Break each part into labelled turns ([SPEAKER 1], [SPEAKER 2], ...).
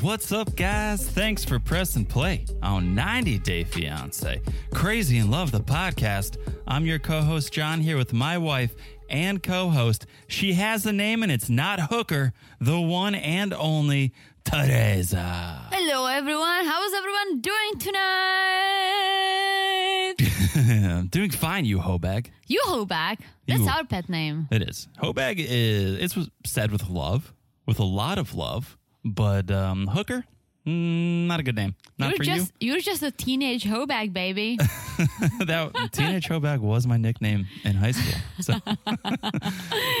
[SPEAKER 1] What's up, guys? Thanks for pressing play on 90 Day Fiance. Crazy in Love, the podcast. I'm your co host, John, here with my wife and co host. She has a name, and it's not Hooker, the one and only Teresa.
[SPEAKER 2] Hello, everyone. How is everyone doing tonight?
[SPEAKER 1] I'm doing fine, you hobag.
[SPEAKER 2] You Hobag. That's
[SPEAKER 1] You-
[SPEAKER 2] our pet name.
[SPEAKER 1] It is. Hobag is, it's said with love, with a lot of love, but um, Hooker, mm, not a good name. Not
[SPEAKER 2] you're
[SPEAKER 1] for you.
[SPEAKER 2] just you? are just a teenage Hobag baby.
[SPEAKER 1] that teenage Hobag was my nickname in high school. So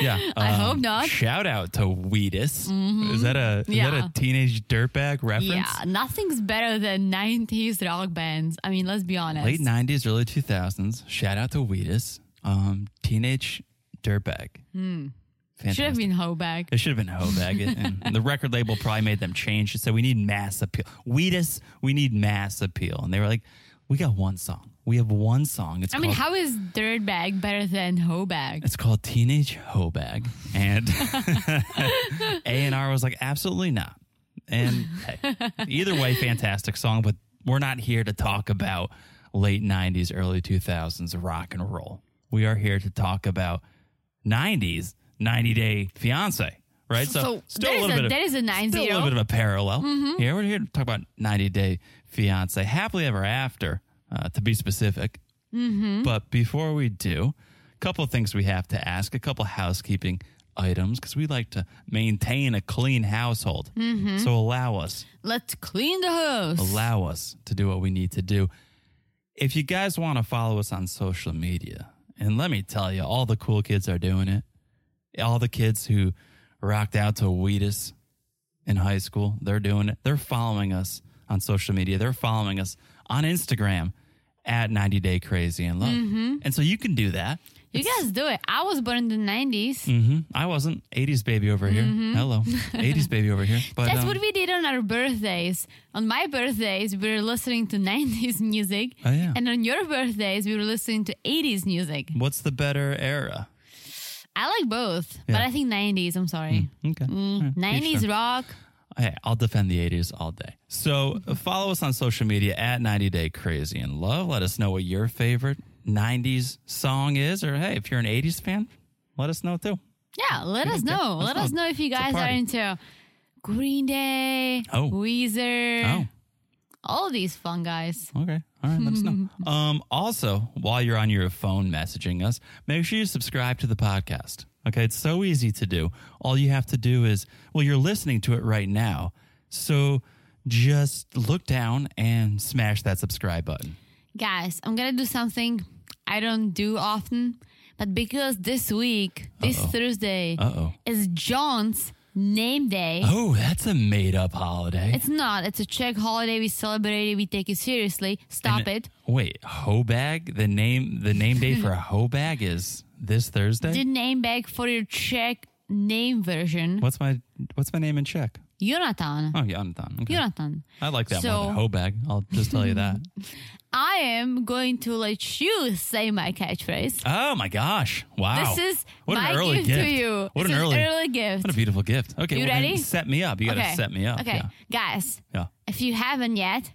[SPEAKER 1] yeah,
[SPEAKER 2] I
[SPEAKER 1] um,
[SPEAKER 2] hope not. Mm-hmm.
[SPEAKER 1] Shout out to Weedus. Is that a is that
[SPEAKER 2] Yeah.
[SPEAKER 1] a teenage dirtbag reference?
[SPEAKER 2] yeah, nothing's better than 90s rock bands. I mean, let's be honest.
[SPEAKER 1] Late nineties, early two thousands. Shout out to Weedus. Um, teenage dirtbag. Hmm.
[SPEAKER 2] Should have
[SPEAKER 1] Fantastic.
[SPEAKER 2] been Hobag.
[SPEAKER 1] It should have been Hobag. and the record label probably made them change. It said we need mass appeal. Weedus, we need mass appeal. And they were like, we got one song. We have one song. It's
[SPEAKER 2] I
[SPEAKER 1] called
[SPEAKER 2] mean, how is Dirtbag better than Hobag?
[SPEAKER 1] It's called Teenage Hobag, and A and R was like, absolutely not. And hey, either way, fantastic song, but we're not here to talk about late '90s, early 2000s rock and roll. We are here to talk about '90s, 90 Day Fiance, right?
[SPEAKER 2] So there is a- there is a
[SPEAKER 1] still a
[SPEAKER 2] 90.
[SPEAKER 1] little bit of a parallel. Here we're here to talk about 90 Day Fiance, Happily Ever After, uh, to be specific. But before we do, a couple of things we have to ask, a couple of housekeeping items, because we like to maintain a clean household. So allow us,
[SPEAKER 2] Let's clean the house.
[SPEAKER 1] allow us to do what we need to do. If you guys want to follow us on social media, and let me tell you, all the cool kids are doing it. All the kids who rocked out to Weedus in high school, they're doing it. They're following us on social media. They're following us on Instagram at 90 Day Crazy in Love.
[SPEAKER 2] Mm-hmm.
[SPEAKER 1] And so you can do that.
[SPEAKER 2] you guys do it. I was born in the 90s.
[SPEAKER 1] hmm I wasn't 80s baby over here. Hello, 80s baby over here. But
[SPEAKER 2] Mm-hmm. That's
[SPEAKER 1] um,
[SPEAKER 2] what we did on our birthdays. On my birthdays, we were listening to 90s music.
[SPEAKER 1] Oh, yeah.
[SPEAKER 2] And on your birthdays, we were listening to 80s music.
[SPEAKER 1] what's the better era?
[SPEAKER 2] I like both, but
[SPEAKER 1] Yeah. Hmm.
[SPEAKER 2] I think 90s, I'm sorry.
[SPEAKER 1] Okay.
[SPEAKER 2] Mm, 90s rock.
[SPEAKER 1] Hey, I'll defend the 80s all day. So follow us on social media at 90 Day Crazy in Love. Let us know what your favorite 90s song is. Or hey, if you're an 80s fan, let us know too.
[SPEAKER 2] Yeah, let us
[SPEAKER 1] okay.
[SPEAKER 2] know.
[SPEAKER 1] That's
[SPEAKER 2] Let us
[SPEAKER 1] not-
[SPEAKER 2] know if you
[SPEAKER 1] it's a
[SPEAKER 2] guys are
[SPEAKER 1] party.
[SPEAKER 2] into Green Day,
[SPEAKER 1] Oh.
[SPEAKER 2] Weezer,
[SPEAKER 1] Oh,
[SPEAKER 2] all these fun guys.
[SPEAKER 1] okay. All right, let us know. Um, also, while you're on your phone messaging us, make sure you subscribe to the podcast. Okay, it's so easy to do. All you have to do is, well, you're listening to it right now. So just look down and smash that subscribe button.
[SPEAKER 2] Guys, I'm going to do something I don't do often, but because this week, this Thursday,
[SPEAKER 1] Uh oh.
[SPEAKER 2] is John's name day.
[SPEAKER 1] Oh, that's a made up holiday.
[SPEAKER 2] It's not. It's a Czech holiday. We celebrate it. We take it seriously. Stop it.
[SPEAKER 1] Wait, Hobag? The name the name day for Hobag is this Thursday?
[SPEAKER 2] The name back for your Czech name version.
[SPEAKER 1] what's my what's my name in Czech?
[SPEAKER 2] Jonathan.
[SPEAKER 1] Oh, Jonathan. Okay.
[SPEAKER 2] Jonathan.
[SPEAKER 1] I like that
[SPEAKER 2] So-
[SPEAKER 1] more than Hobag. I'll just tell you that.
[SPEAKER 2] I am going to let you say my catchphrase.
[SPEAKER 1] oh my gosh. Wow.
[SPEAKER 2] This is
[SPEAKER 1] what
[SPEAKER 2] my
[SPEAKER 1] an early
[SPEAKER 2] gift, to you.
[SPEAKER 1] What
[SPEAKER 2] This
[SPEAKER 1] an
[SPEAKER 2] is
[SPEAKER 1] early,
[SPEAKER 2] gift.
[SPEAKER 1] What a beautiful gift. Okay,
[SPEAKER 2] You
[SPEAKER 1] well, then
[SPEAKER 2] ready?
[SPEAKER 1] set me up. You gotta
[SPEAKER 2] Okay.
[SPEAKER 1] set me up.
[SPEAKER 2] Okay.
[SPEAKER 1] Yeah.
[SPEAKER 2] Guys,
[SPEAKER 1] Yeah.
[SPEAKER 2] if you haven't yet,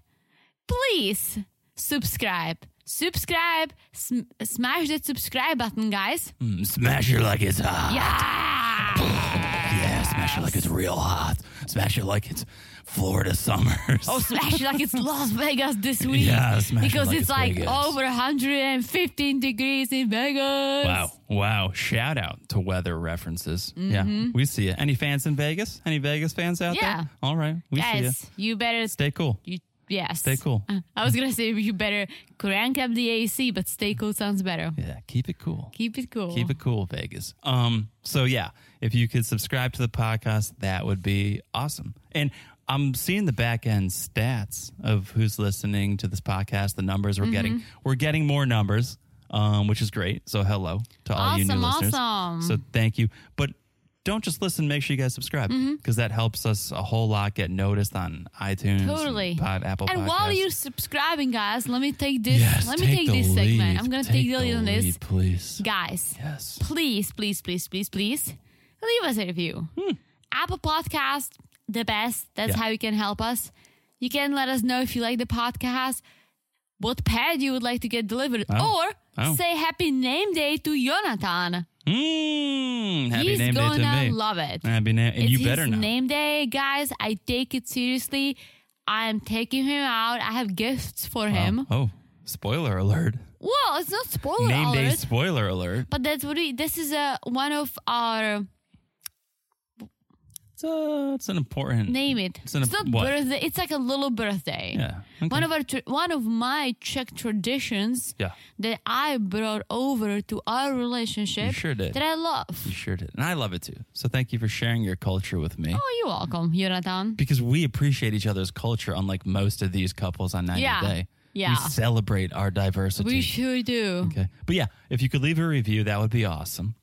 [SPEAKER 2] please subscribe. Subscribe. Sm- smash that subscribe button, guys.
[SPEAKER 1] Mm, smash it like it's hot.
[SPEAKER 2] Yeah.
[SPEAKER 1] Yeah, smash it like it's real hot. Smash it like it's Florida summers.
[SPEAKER 2] Oh, smash it like it's Las Vegas this week.
[SPEAKER 1] Yeah, smash it
[SPEAKER 2] because
[SPEAKER 1] like it's
[SPEAKER 2] it's, like
[SPEAKER 1] Vegas.
[SPEAKER 2] over 115 degrees in Vegas.
[SPEAKER 1] Wow. Wow. Shout out to weather references. Yeah. We see you. Any fans in Vegas? Any Vegas fans out
[SPEAKER 2] Mm-hmm. Yeah.
[SPEAKER 1] there? All right. We see you.
[SPEAKER 2] Guys, you better
[SPEAKER 1] Stay cool.
[SPEAKER 2] You, yes.
[SPEAKER 1] Stay cool.
[SPEAKER 2] Uh, I was gonna say you better crank up the AC, but stay cool sounds better.
[SPEAKER 1] Yeah. Keep it cool.
[SPEAKER 2] Keep it cool.
[SPEAKER 1] Keep it cool, Vegas. Um, so yeah, if you could subscribe to the podcast, that would be awesome. And I'm seeing the back end stats of who's listening to this podcast, the numbers we're getting.
[SPEAKER 2] Mm-hmm.
[SPEAKER 1] We're getting more numbers, um, which is great. So hello to all you new
[SPEAKER 2] Awesome,
[SPEAKER 1] listeners.
[SPEAKER 2] awesome.
[SPEAKER 1] So thank you. But don't just listen, make sure you guys subscribe
[SPEAKER 2] Mm-hmm.
[SPEAKER 1] because that helps us a whole lot get noticed on iTunes, and
[SPEAKER 2] Totally.
[SPEAKER 1] Pod, Apple
[SPEAKER 2] and
[SPEAKER 1] Podcasts.
[SPEAKER 2] while you're subscribing, guys, let me take this.
[SPEAKER 1] yes,
[SPEAKER 2] let me
[SPEAKER 1] take,
[SPEAKER 2] take,
[SPEAKER 1] the
[SPEAKER 2] this
[SPEAKER 1] lead.
[SPEAKER 2] segment. I'm gonna take, the lead on this,
[SPEAKER 1] lead, please.
[SPEAKER 2] guys.
[SPEAKER 1] Yes.
[SPEAKER 2] Please, please, please, please, please, leave us a review. Apple Podcast, the best. That's
[SPEAKER 1] Hmm. Yeah.
[SPEAKER 2] how you can help us. You can let us know if you like the podcast, what pad you would like to get delivered,
[SPEAKER 1] Oh.
[SPEAKER 2] or
[SPEAKER 1] Oh.
[SPEAKER 2] say happy name day to Jonathan.
[SPEAKER 1] Mm, happy
[SPEAKER 2] He's
[SPEAKER 1] name day
[SPEAKER 2] gonna
[SPEAKER 1] to me.
[SPEAKER 2] love it.
[SPEAKER 1] happy name, and
[SPEAKER 2] it's
[SPEAKER 1] you better
[SPEAKER 2] his
[SPEAKER 1] not.
[SPEAKER 2] name day, guys. I take it seriously. I'm taking him out. I have gifts for him.
[SPEAKER 1] Oh, spoiler alert!
[SPEAKER 2] Well, it's not spoiler
[SPEAKER 1] name day
[SPEAKER 2] alert,
[SPEAKER 1] spoiler alert.
[SPEAKER 2] but that's what we. This is a one of our
[SPEAKER 1] It's, uh, it's an important
[SPEAKER 2] name it.
[SPEAKER 1] It's an-
[SPEAKER 2] not
[SPEAKER 1] what?
[SPEAKER 2] birthday. It's like a little birthday.
[SPEAKER 1] Yeah. Okay.
[SPEAKER 2] One of our tr one of my Czech traditions
[SPEAKER 1] yeah.
[SPEAKER 2] that I brought over to our relationship
[SPEAKER 1] You sure did.
[SPEAKER 2] that I love.
[SPEAKER 1] You sure did, and I love it too. So thank you for sharing your culture with me.
[SPEAKER 2] Oh, you're welcome, Jonathan.
[SPEAKER 1] Because we appreciate each other's culture, unlike most of these couples on 90
[SPEAKER 2] Yeah.
[SPEAKER 1] Day.
[SPEAKER 2] Yeah.
[SPEAKER 1] We celebrate our diversity.
[SPEAKER 2] We sure do.
[SPEAKER 1] Okay. But yeah, if you could leave a review, that would be awesome.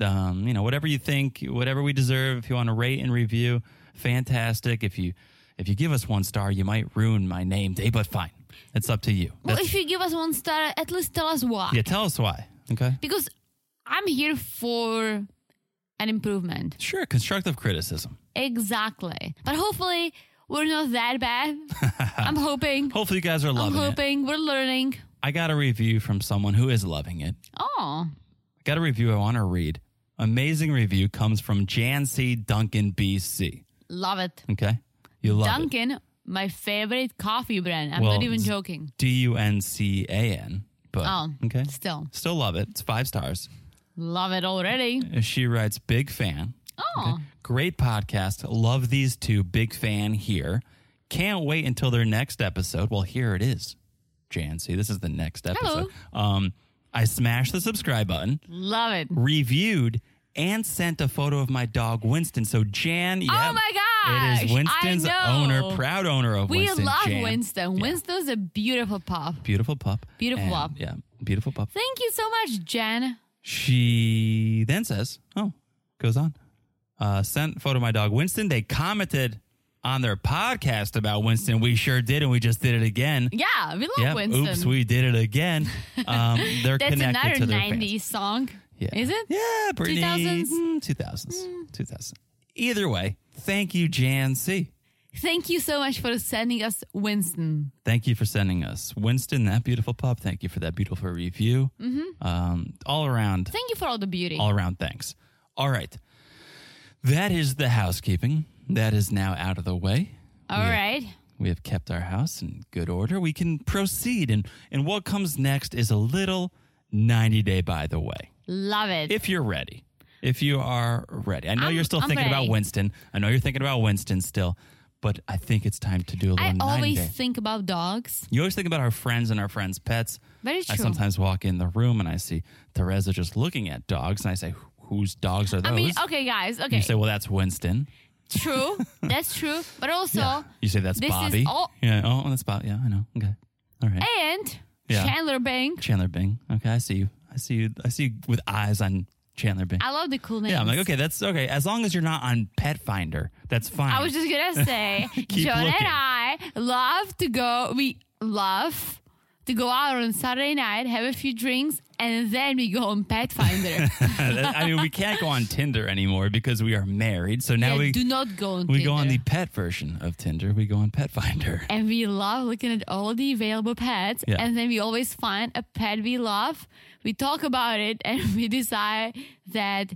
[SPEAKER 1] Um, you know, whatever you think, whatever we deserve, if you want to rate and review, fantastic. If you if you give us one star, you might ruin my name day, but fine. It's up to you.
[SPEAKER 2] Well,
[SPEAKER 1] That's-
[SPEAKER 2] if you give us one star, at least tell us why.
[SPEAKER 1] yeah, tell us why. Okay.
[SPEAKER 2] Because I'm here for an improvement.
[SPEAKER 1] Sure, constructive criticism.
[SPEAKER 2] Exactly. But hopefully, we're not that bad. I'm hoping.
[SPEAKER 1] Hopefully you guys are
[SPEAKER 2] I'm
[SPEAKER 1] loving it.
[SPEAKER 2] hoping. We're learning.
[SPEAKER 1] I got a review from someone who is loving it.
[SPEAKER 2] Oh,
[SPEAKER 1] I got a review I want to read. Amazing review comes from Jan C. Duncan BC.
[SPEAKER 2] love it.
[SPEAKER 1] Okay. You love it.
[SPEAKER 2] Dunkin', my favorite coffee brand. I'm
[SPEAKER 1] Well,
[SPEAKER 2] not even
[SPEAKER 1] it's-
[SPEAKER 2] joking.
[SPEAKER 1] D U N C A N. But
[SPEAKER 2] Oh,
[SPEAKER 1] okay.
[SPEAKER 2] Still,
[SPEAKER 1] Still love it. It's five stars.
[SPEAKER 2] love it already.
[SPEAKER 1] She writes, big fan.
[SPEAKER 2] Oh,
[SPEAKER 1] Great podcast. Love these two. Big fan here. Can't wait until their next episode. Well, here it is, Jan. See, this is the next episode. Um, I smashed the subscribe button,
[SPEAKER 2] love it.
[SPEAKER 1] reviewed, and sent a photo of my dog Winston. So Jan, yeah,
[SPEAKER 2] Oh my
[SPEAKER 1] it
[SPEAKER 2] gosh,
[SPEAKER 1] is
[SPEAKER 2] I
[SPEAKER 1] Winston's
[SPEAKER 2] know.
[SPEAKER 1] owner, proud owner of
[SPEAKER 2] We
[SPEAKER 1] Winston.
[SPEAKER 2] love
[SPEAKER 1] Jan.
[SPEAKER 2] Winston.
[SPEAKER 1] Yeah.
[SPEAKER 2] Winston's a beautiful pup.
[SPEAKER 1] beautiful pup,
[SPEAKER 2] Beautiful
[SPEAKER 1] And,
[SPEAKER 2] pup.
[SPEAKER 1] yeah, beautiful pup.
[SPEAKER 2] Thank you so much, Jen.
[SPEAKER 1] She then says, "Oh, goes on. Uh, sent photo of my dog Winston. They commented on their podcast about Winston. We sure did, and we just did it again.
[SPEAKER 2] Yeah, we love
[SPEAKER 1] Yep.
[SPEAKER 2] Winston.
[SPEAKER 1] Oops, we did it again. Um, they're
[SPEAKER 2] That's
[SPEAKER 1] connected
[SPEAKER 2] another
[SPEAKER 1] to their
[SPEAKER 2] '90s
[SPEAKER 1] fans.
[SPEAKER 2] song,
[SPEAKER 1] Yeah.
[SPEAKER 2] is it?
[SPEAKER 1] Yeah, Brittany.
[SPEAKER 2] 2000s?
[SPEAKER 1] Mm, 2000s.
[SPEAKER 2] Hmm.
[SPEAKER 1] 2000s. Either way, thank you, Jan C.
[SPEAKER 2] Thank you so much for sending us Winston.
[SPEAKER 1] Thank you for sending us Winston, that beautiful pup. Thank you for that beautiful review. Mm-hmm. Um, all around,
[SPEAKER 2] Thank you for all the beauty.
[SPEAKER 1] all around thanks. All right. That is the housekeeping. That is now out of the way.
[SPEAKER 2] all right.
[SPEAKER 1] We have kept our house in good order. We can proceed. And, and what comes next is a little 90 day by the way.
[SPEAKER 2] Love it.
[SPEAKER 1] If you're ready, if you are ready. I know
[SPEAKER 2] I'm-
[SPEAKER 1] you're still
[SPEAKER 2] I'm
[SPEAKER 1] thinking about
[SPEAKER 2] ready.
[SPEAKER 1] Winston. I know you're thinking about Winston still, but I think it's time to do a little
[SPEAKER 2] I
[SPEAKER 1] 90
[SPEAKER 2] always
[SPEAKER 1] day.
[SPEAKER 2] think about dogs.
[SPEAKER 1] You always think about our friends and our friends' pets.
[SPEAKER 2] Very
[SPEAKER 1] I
[SPEAKER 2] true.
[SPEAKER 1] sometimes walk in the room and I see Teresa just looking at dogs, and I say, "Wh- "Whose dogs are those?"
[SPEAKER 2] I mean, okay, guys. Okay,
[SPEAKER 1] You say, "Well, that's Winston."
[SPEAKER 2] true. That's true. But also,
[SPEAKER 1] You say, "That's
[SPEAKER 2] this is
[SPEAKER 1] Bobby."
[SPEAKER 2] all-
[SPEAKER 1] yeah. Oh, that's Bobby. Yeah, I know. Okay. All right.
[SPEAKER 2] and
[SPEAKER 1] Yeah.
[SPEAKER 2] Chandler Bank.
[SPEAKER 1] Chandler Bing. Okay, I see you. I see you. I see you with eyes on Chandler Bing.
[SPEAKER 2] I love the cool names.
[SPEAKER 1] yeah, I'm like, okay, that's okay. As long as you're not on Pet Finder, that's fine.
[SPEAKER 2] I was just gonna say,
[SPEAKER 1] Keep
[SPEAKER 2] John
[SPEAKER 1] looking.
[SPEAKER 2] and I love to go. We love to go out on Saturday night, have a few drinks, and then we go on Pet Finder.
[SPEAKER 1] I mean, we can't go on Tinder anymore because we are married. So now
[SPEAKER 2] Yeah,
[SPEAKER 1] we
[SPEAKER 2] do not go on.
[SPEAKER 1] we go on the
[SPEAKER 2] Tinder.
[SPEAKER 1] pet version of Tinder. We go on Pet Finder.
[SPEAKER 2] and we love looking at all the available pets,
[SPEAKER 1] Yeah.
[SPEAKER 2] and then we always find a pet we love. We talk about it, and we decide that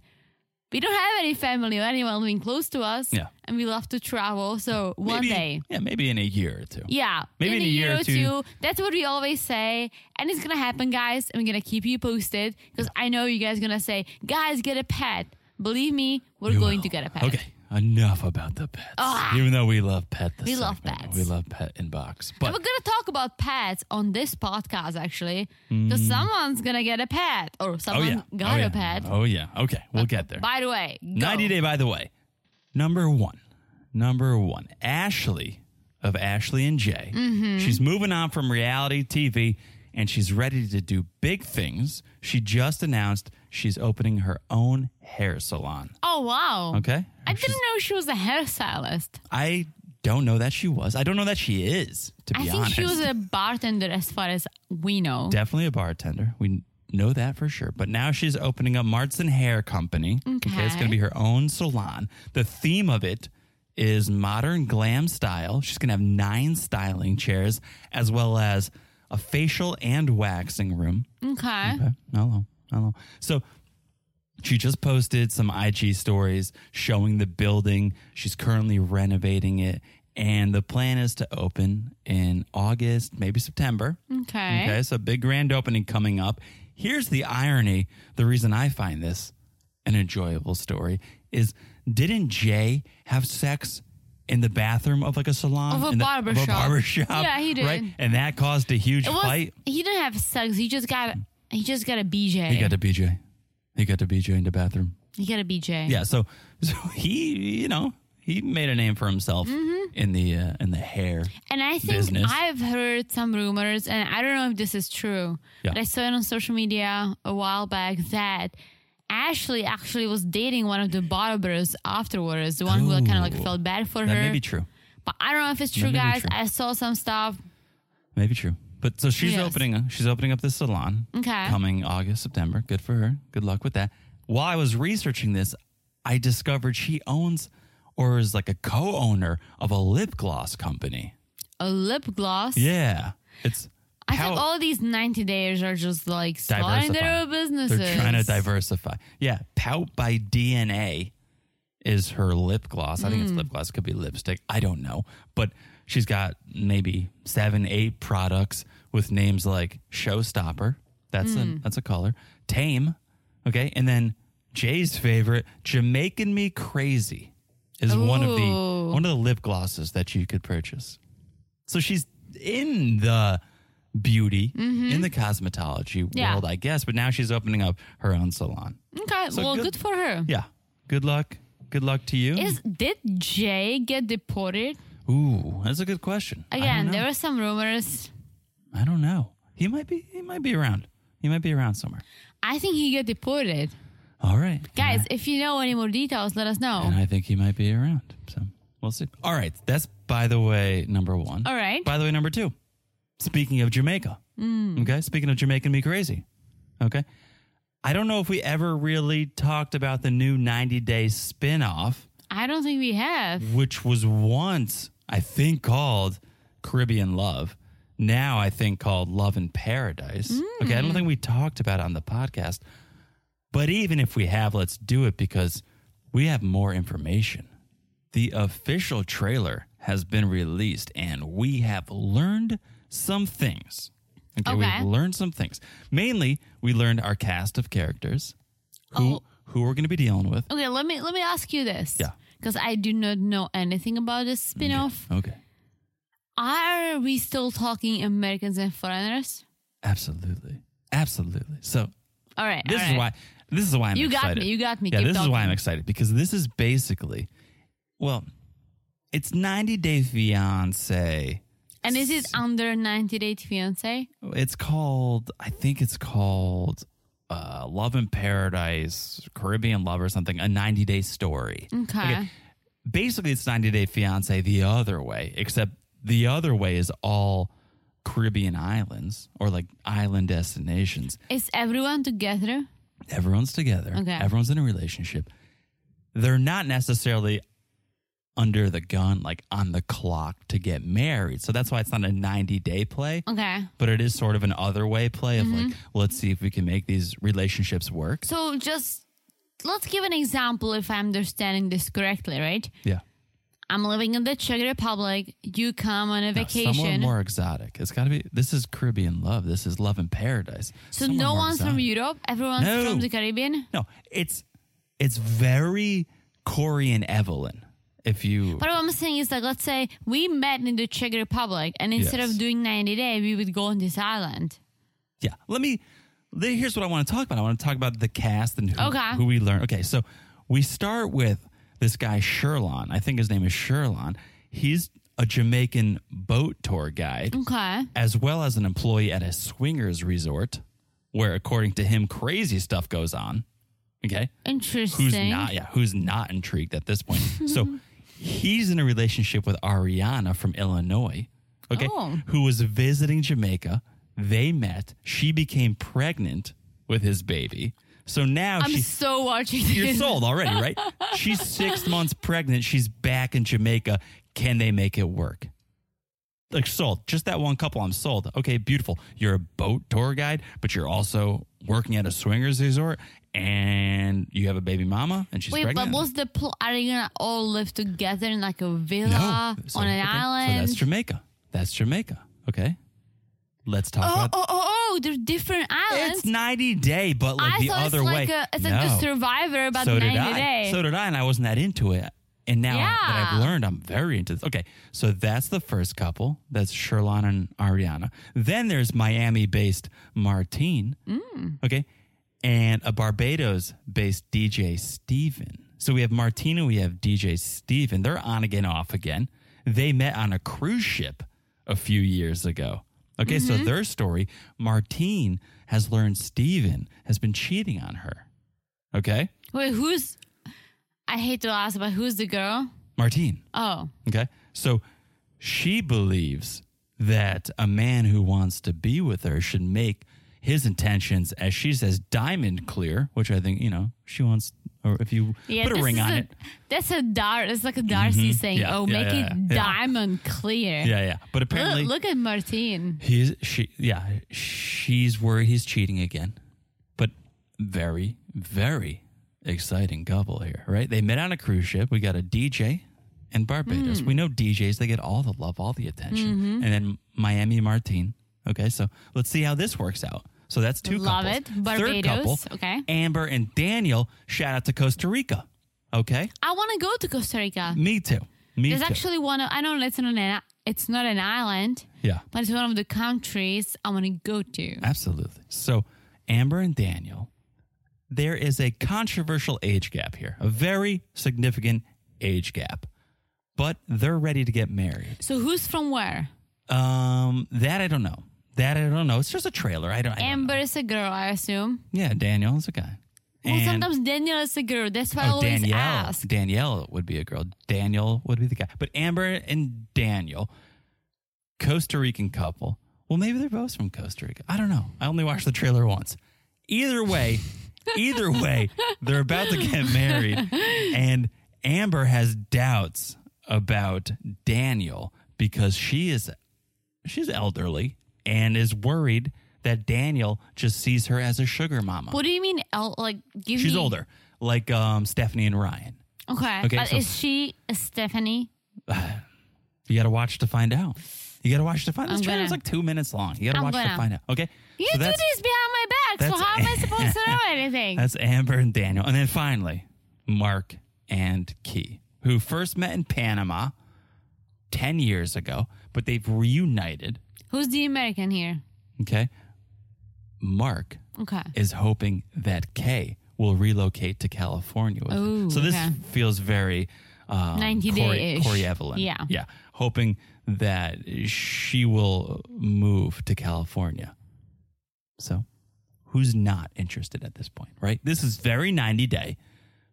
[SPEAKER 2] we don't have any family or anyone living close to us,
[SPEAKER 1] Yeah.
[SPEAKER 2] and we love to travel. So one
[SPEAKER 1] Maybe-
[SPEAKER 2] day.
[SPEAKER 1] Yeah, maybe in a year or two.
[SPEAKER 2] Yeah.
[SPEAKER 1] Maybe in a year or two.
[SPEAKER 2] That's what we always say. And it's going to happen, guys. I'm going to keep you posted because I know you guys going to say, guys, get a pet. Believe me, we're
[SPEAKER 1] We
[SPEAKER 2] going
[SPEAKER 1] will.
[SPEAKER 2] to get a pet.
[SPEAKER 1] Okay, enough about the pets.
[SPEAKER 2] Ah.
[SPEAKER 1] Even though we love pet, this
[SPEAKER 2] We love
[SPEAKER 1] segment.
[SPEAKER 2] pets.
[SPEAKER 1] We love pet inbox,
[SPEAKER 2] And we're
[SPEAKER 1] but
[SPEAKER 2] going to talk about pets on this podcast, actually, because someone's going to get a pet
[SPEAKER 1] Mm.
[SPEAKER 2] or
[SPEAKER 1] oh yeah,
[SPEAKER 2] someone got
[SPEAKER 1] oh, yeah.
[SPEAKER 2] a pet.
[SPEAKER 1] Oh yeah, okay, we'll get there.
[SPEAKER 2] By the way, go.
[SPEAKER 1] Ninety day, by the way. Number one, number one, Ashley of Ashley and Jay.
[SPEAKER 2] Mm-hmm.
[SPEAKER 1] She's moving on from reality TV, and she's ready to do big things. She just announced she's opening her own hair salon.
[SPEAKER 2] Oh, wow.
[SPEAKER 1] Okay,
[SPEAKER 2] I didn't know she was a hairstylist.
[SPEAKER 1] I don't know that she was. I don't know that she is. To be
[SPEAKER 2] I think
[SPEAKER 1] honest,
[SPEAKER 2] she was a bartender as far as we know.
[SPEAKER 1] definitely a bartender. We know that for sure. But now she's opening up Martson Hair Company. Okay. It's going to
[SPEAKER 2] Okay.
[SPEAKER 1] be her own salon. The theme of it is modern glam style. She's going to have nine styling chairs as well as a facial and waxing room.
[SPEAKER 2] Okay.
[SPEAKER 1] Okay. Hello. Hello. So she just posted some IG stories showing the building. She's currently renovating it. And the plan is to open in August, maybe September.
[SPEAKER 2] Okay.
[SPEAKER 1] Mm-hmm. Okay. So big grand opening coming up. Here's the irony the reason I find this an enjoyable story is didn't Jay have sex? In the bathroom of like a salon,
[SPEAKER 2] Of a
[SPEAKER 1] in the-
[SPEAKER 2] barber
[SPEAKER 1] Of a
[SPEAKER 2] shop.
[SPEAKER 1] barber shop,
[SPEAKER 2] Yeah, he did.
[SPEAKER 1] Right, and that caused a huge
[SPEAKER 2] It was.
[SPEAKER 1] fight.
[SPEAKER 2] He didn't have sex. He just got. He just got a BJ.
[SPEAKER 1] He got to BJ. He got to BJ in the bathroom.
[SPEAKER 2] He got a BJ.
[SPEAKER 1] Yeah, so so he, you know, he made a name for himself
[SPEAKER 2] Mm-hmm.
[SPEAKER 1] in the uh, in the hair.
[SPEAKER 2] And I think
[SPEAKER 1] business.
[SPEAKER 2] I've heard some rumors, and I don't know if this is true,
[SPEAKER 1] Yeah.
[SPEAKER 2] but I saw it on social media a while back that Ashley actually was dating one of the barbers afterwards, the one who kind of like
[SPEAKER 1] Ooh.
[SPEAKER 2] felt bad for
[SPEAKER 1] That
[SPEAKER 2] her.
[SPEAKER 1] may be true.
[SPEAKER 2] But I don't know if it's true,
[SPEAKER 1] may be
[SPEAKER 2] guys.
[SPEAKER 1] true.
[SPEAKER 2] I saw some stuff.
[SPEAKER 1] Maybe true. But so she's
[SPEAKER 2] Yes.
[SPEAKER 1] opening uh, she's opening up this salon
[SPEAKER 2] Okay.
[SPEAKER 1] coming August, September. Good for her. Good luck with that. While I was researching this, I discovered she owns or is like a co-owner of a lip gloss company.
[SPEAKER 2] A lip gloss.
[SPEAKER 1] Yeah. It's
[SPEAKER 2] I
[SPEAKER 1] how-
[SPEAKER 2] think all these 90 days are just like
[SPEAKER 1] Diversifying.
[SPEAKER 2] starting their own businesses.
[SPEAKER 1] They're trying to diversify. Yeah, Pout by DNA is her lip gloss. I think
[SPEAKER 2] Hmm.
[SPEAKER 1] it's lip gloss. It could be lipstick. I don't know. But she's got maybe seven, eight products with names like Showstopper. That's
[SPEAKER 2] Hmm.
[SPEAKER 1] a that's a color. Tame. Okay, and then Jay's favorite, Jamaican Me Crazy, is one of the
[SPEAKER 2] Ooh.
[SPEAKER 1] one of the lip glosses that you could purchase. So she's in the beauty, in the cosmetology
[SPEAKER 2] Mm-hmm. Yeah.
[SPEAKER 1] world, I guess. But now she's opening up her own salon.
[SPEAKER 2] Okay.
[SPEAKER 1] So
[SPEAKER 2] well,
[SPEAKER 1] good-
[SPEAKER 2] good, for her.
[SPEAKER 1] Yeah. Good luck. Good luck to you.
[SPEAKER 2] Is did Jay get deported?
[SPEAKER 1] Ooh, that's a good question. I don't
[SPEAKER 2] Again,
[SPEAKER 1] know.
[SPEAKER 2] there were some rumors.
[SPEAKER 1] I don't know. He might be. He might be around. He might be around somewhere.
[SPEAKER 2] I think he got deported.
[SPEAKER 1] All right,
[SPEAKER 2] Guys, if you know any more details, let us know.
[SPEAKER 1] And I think he might be around. So we'll see. All right. That's by the way number one.
[SPEAKER 2] All right.
[SPEAKER 1] By the way, number two, speaking of Jamaica, okay, speaking of Jamaican me crazy, okay, I don't know if we ever really talked about the new 90 day spinoff,
[SPEAKER 2] I don't think we have.
[SPEAKER 1] which was once, I think, called Caribbean Love. Now I think called Love in Paradise. Okay, I don't
[SPEAKER 2] Hmm.
[SPEAKER 1] think we talked about it on the podcast, but even if we have, let's do it because we have more information. The official trailer has been released and we have learned some things. Okay,
[SPEAKER 2] Okay.
[SPEAKER 1] we've learned some things. Mainly, we learned our cast of characters, who
[SPEAKER 2] Oh.
[SPEAKER 1] who we're going to be dealing with.
[SPEAKER 2] Okay, let me let me ask you this.
[SPEAKER 1] Yeah.
[SPEAKER 2] Because I do not know anything about this spin-off.
[SPEAKER 1] Okay.
[SPEAKER 2] Are we still talking Americans and foreigners?
[SPEAKER 1] Absolutely. Absolutely. So,
[SPEAKER 2] All right.
[SPEAKER 1] this
[SPEAKER 2] all
[SPEAKER 1] is
[SPEAKER 2] right.
[SPEAKER 1] why this is why I'm
[SPEAKER 2] You got me,
[SPEAKER 1] excited.
[SPEAKER 2] you got me.
[SPEAKER 1] Yeah,
[SPEAKER 2] Keep
[SPEAKER 1] this is why I'm
[SPEAKER 2] talking.
[SPEAKER 1] excited because this is basically well, it's 90 Day Fiancé.
[SPEAKER 2] And is it under 90 Day Fiance?
[SPEAKER 1] It's called, I think it's called uh, Love in Paradise, Caribbean Love or something, a 90 day story.
[SPEAKER 2] Okay.
[SPEAKER 1] Basically, it's 90 Day Fiance the other way, except the other way is all Caribbean islands or like island destinations.
[SPEAKER 2] Is everyone together?
[SPEAKER 1] Everyone's together,
[SPEAKER 2] Okay.
[SPEAKER 1] everyone's in a relationship. They're not necessarily under the gun, like on the clock to get married. So that's why it's not a 90 day play
[SPEAKER 2] Okay.
[SPEAKER 1] but it is sort of an other way play of like let's see if we can make these relationships work
[SPEAKER 2] Mm-hmm. So just let's give an example if I'm understanding this correctly, right?
[SPEAKER 1] yeah
[SPEAKER 2] I'm living in the Czech Republic. You come on a
[SPEAKER 1] somewhere
[SPEAKER 2] vacation.
[SPEAKER 1] more exotic it's got to be this is caribbean love this is love in paradise
[SPEAKER 2] so
[SPEAKER 1] Somewhere
[SPEAKER 2] no
[SPEAKER 1] more
[SPEAKER 2] one's from
[SPEAKER 1] exotic.
[SPEAKER 2] Europe. Everyone's
[SPEAKER 1] No.
[SPEAKER 2] from the Caribbean.
[SPEAKER 1] no it's it's very corey and evelyn if you
[SPEAKER 2] But what I'm saying is like, let's say we met in the Czech Republic, and instead
[SPEAKER 1] Yes.
[SPEAKER 2] of doing 90 day, we would go on this island.
[SPEAKER 1] yeah let me le- here's what i want to talk about i want to talk about the cast and who,
[SPEAKER 2] Okay.
[SPEAKER 1] who we learn okay so we start with this guy sherlon i think his name is sherlon he's a jamaican boat tour guide
[SPEAKER 2] Okay.
[SPEAKER 1] as well as an employee at a swingers resort where according to him crazy stuff goes on okay
[SPEAKER 2] Interesting.
[SPEAKER 1] who's not yeah who's not intrigued at this point so he's in a relationship with ariana from illinois okay
[SPEAKER 2] Oh.
[SPEAKER 1] who was visiting jamaica they met she became pregnant with his baby So now
[SPEAKER 2] I'm
[SPEAKER 1] she's
[SPEAKER 2] so watching this.
[SPEAKER 1] you're sold already, right? She's six months pregnant. She's back in Jamaica. Can they make it work? Like sold. Just that one couple, I'm sold. Okay, beautiful. You're a boat tour guide, but you're also working at a swingers resort, and you have a baby mama, and she's
[SPEAKER 2] Wait,
[SPEAKER 1] pregnant.
[SPEAKER 2] but what's the pl- Are they gonna all live together in like a
[SPEAKER 1] no,
[SPEAKER 2] villa
[SPEAKER 1] So,
[SPEAKER 2] on an
[SPEAKER 1] okay, So
[SPEAKER 2] island?
[SPEAKER 1] that's Jamaica. That's Jamaica. Okay, let's talk
[SPEAKER 2] oh,
[SPEAKER 1] about.
[SPEAKER 2] oh, oh, oh, they're different islands.
[SPEAKER 1] It's 90 day, but like
[SPEAKER 2] I
[SPEAKER 1] the
[SPEAKER 2] thought
[SPEAKER 1] other
[SPEAKER 2] it's
[SPEAKER 1] way.
[SPEAKER 2] like a, it's
[SPEAKER 1] no.
[SPEAKER 2] like a survivor about
[SPEAKER 1] so
[SPEAKER 2] 90
[SPEAKER 1] did I.
[SPEAKER 2] day.
[SPEAKER 1] So did I, and I wasn't that into it. And now that
[SPEAKER 2] Yeah.
[SPEAKER 1] I've learned, I'm very into this. Okay, so that's the first couple. That's Sherlon and Ariana. Then there's Miami-based Martine.
[SPEAKER 2] Mm.
[SPEAKER 1] Okay, and a Barbados-based DJ Steven. So we have Martine and we have DJ Steven. They're on again, off again. They met on a cruise ship a few years ago. Okay, so
[SPEAKER 2] Mm-hmm.
[SPEAKER 1] their story, Martine has learned Steven has been cheating on her. Okay?
[SPEAKER 2] Wait, who's? I hate to ask, but who's the girl?
[SPEAKER 1] Martine.
[SPEAKER 2] Oh,
[SPEAKER 1] Okay. So she believes that a man who wants to be with her should make his intentions, as she says, diamond clear, which I think, you know, she wants, or if you
[SPEAKER 2] yeah.
[SPEAKER 1] put a
[SPEAKER 2] this
[SPEAKER 1] ring
[SPEAKER 2] is
[SPEAKER 1] on
[SPEAKER 2] a-
[SPEAKER 1] it. Mm-hmm.
[SPEAKER 2] That's a dar. It's like a Darcy saying,
[SPEAKER 1] Yeah,
[SPEAKER 2] "Oh,
[SPEAKER 1] yeah,
[SPEAKER 2] make
[SPEAKER 1] yeah,
[SPEAKER 2] it
[SPEAKER 1] yeah.
[SPEAKER 2] diamond clear."
[SPEAKER 1] Yeah, yeah. But apparently,
[SPEAKER 2] Look, look at Martine.
[SPEAKER 1] he's, she, yeah, she's worried he's cheating again. But very, very exciting couple here, right? They met on a cruise ship. We got a DJ and Barbados.
[SPEAKER 2] Hmm.
[SPEAKER 1] We know DJs, they get all the love, all the attention. And
[SPEAKER 2] Mm-hmm.
[SPEAKER 1] then Miami Martine. Okay, so let's see how this works out. So that's two
[SPEAKER 2] Love
[SPEAKER 1] couples.
[SPEAKER 2] it. Barbados,
[SPEAKER 1] Third couple,
[SPEAKER 2] okay.
[SPEAKER 1] Amber and Daniel, shout out to Costa Rica. Okay?
[SPEAKER 2] I want to go to Costa Rica.
[SPEAKER 1] Me too. Me
[SPEAKER 2] There's
[SPEAKER 1] too.
[SPEAKER 2] actually one. Of, I know it's not an. It's not an island,
[SPEAKER 1] yeah.
[SPEAKER 2] but it's one of the countries I want to go to.
[SPEAKER 1] Uh, Absolutely. So, Amber and Daniel, there is a controversial age gap here, a very significant age gap, but they're ready to get married.
[SPEAKER 2] So who's from where?
[SPEAKER 1] Um, that I don't know. That I don't know. It's just a trailer. I don't. I don't
[SPEAKER 2] Amber
[SPEAKER 1] know.
[SPEAKER 2] is a girl, I assume.
[SPEAKER 1] Yeah, Daniel is a guy.
[SPEAKER 2] Well,
[SPEAKER 1] And-
[SPEAKER 2] sometimes Daniel is a girl. That's why I
[SPEAKER 1] Oh,
[SPEAKER 2] always
[SPEAKER 1] Danielle.
[SPEAKER 2] ask.
[SPEAKER 1] Danielle would be a girl. Daniel would be the guy. But Amber and Daniel, Costa Rican couple. Well, maybe they're both from Costa Rica. I don't know. I only watched the trailer once. Either way, either way, they're about to get married. And Amber has doubts about Daniel because she is she's elderly and is worried that Daniel just sees her as a sugar mama.
[SPEAKER 2] What do you mean? El- like, give
[SPEAKER 1] She's
[SPEAKER 2] me-
[SPEAKER 1] older, like um, Stephanie and Ryan.
[SPEAKER 2] Okay,
[SPEAKER 1] Okay,
[SPEAKER 2] but
[SPEAKER 1] so-
[SPEAKER 2] is she a Stephanie?
[SPEAKER 1] You got to watch to find out. You got to watch to find. This
[SPEAKER 2] I'm
[SPEAKER 1] trailer's
[SPEAKER 2] gonna-
[SPEAKER 1] like two minutes long. You got to
[SPEAKER 2] I'm
[SPEAKER 1] watch to
[SPEAKER 2] gonna.
[SPEAKER 1] find out. Okay.
[SPEAKER 2] You
[SPEAKER 1] So
[SPEAKER 2] do
[SPEAKER 1] that's-
[SPEAKER 2] this behind my back, so
[SPEAKER 1] that's-
[SPEAKER 2] how am I supposed to know anything?
[SPEAKER 1] That's Amber and Daniel, and then finally Mark and Key, who first met in Panama ten years ago, but they've reunited.
[SPEAKER 2] Who's the American here?
[SPEAKER 1] Okay. Mark
[SPEAKER 2] Okay.
[SPEAKER 1] is hoping that Kay will relocate to California. With him.
[SPEAKER 2] Ooh,
[SPEAKER 1] So this
[SPEAKER 2] okay.
[SPEAKER 1] feels very um,
[SPEAKER 2] 90
[SPEAKER 1] Corey,
[SPEAKER 2] day-ish.
[SPEAKER 1] Corey Evelyn.
[SPEAKER 2] Yeah.
[SPEAKER 1] Yeah. Hoping that she will move to California. So who's not interested at this point, right? This is very 90 day.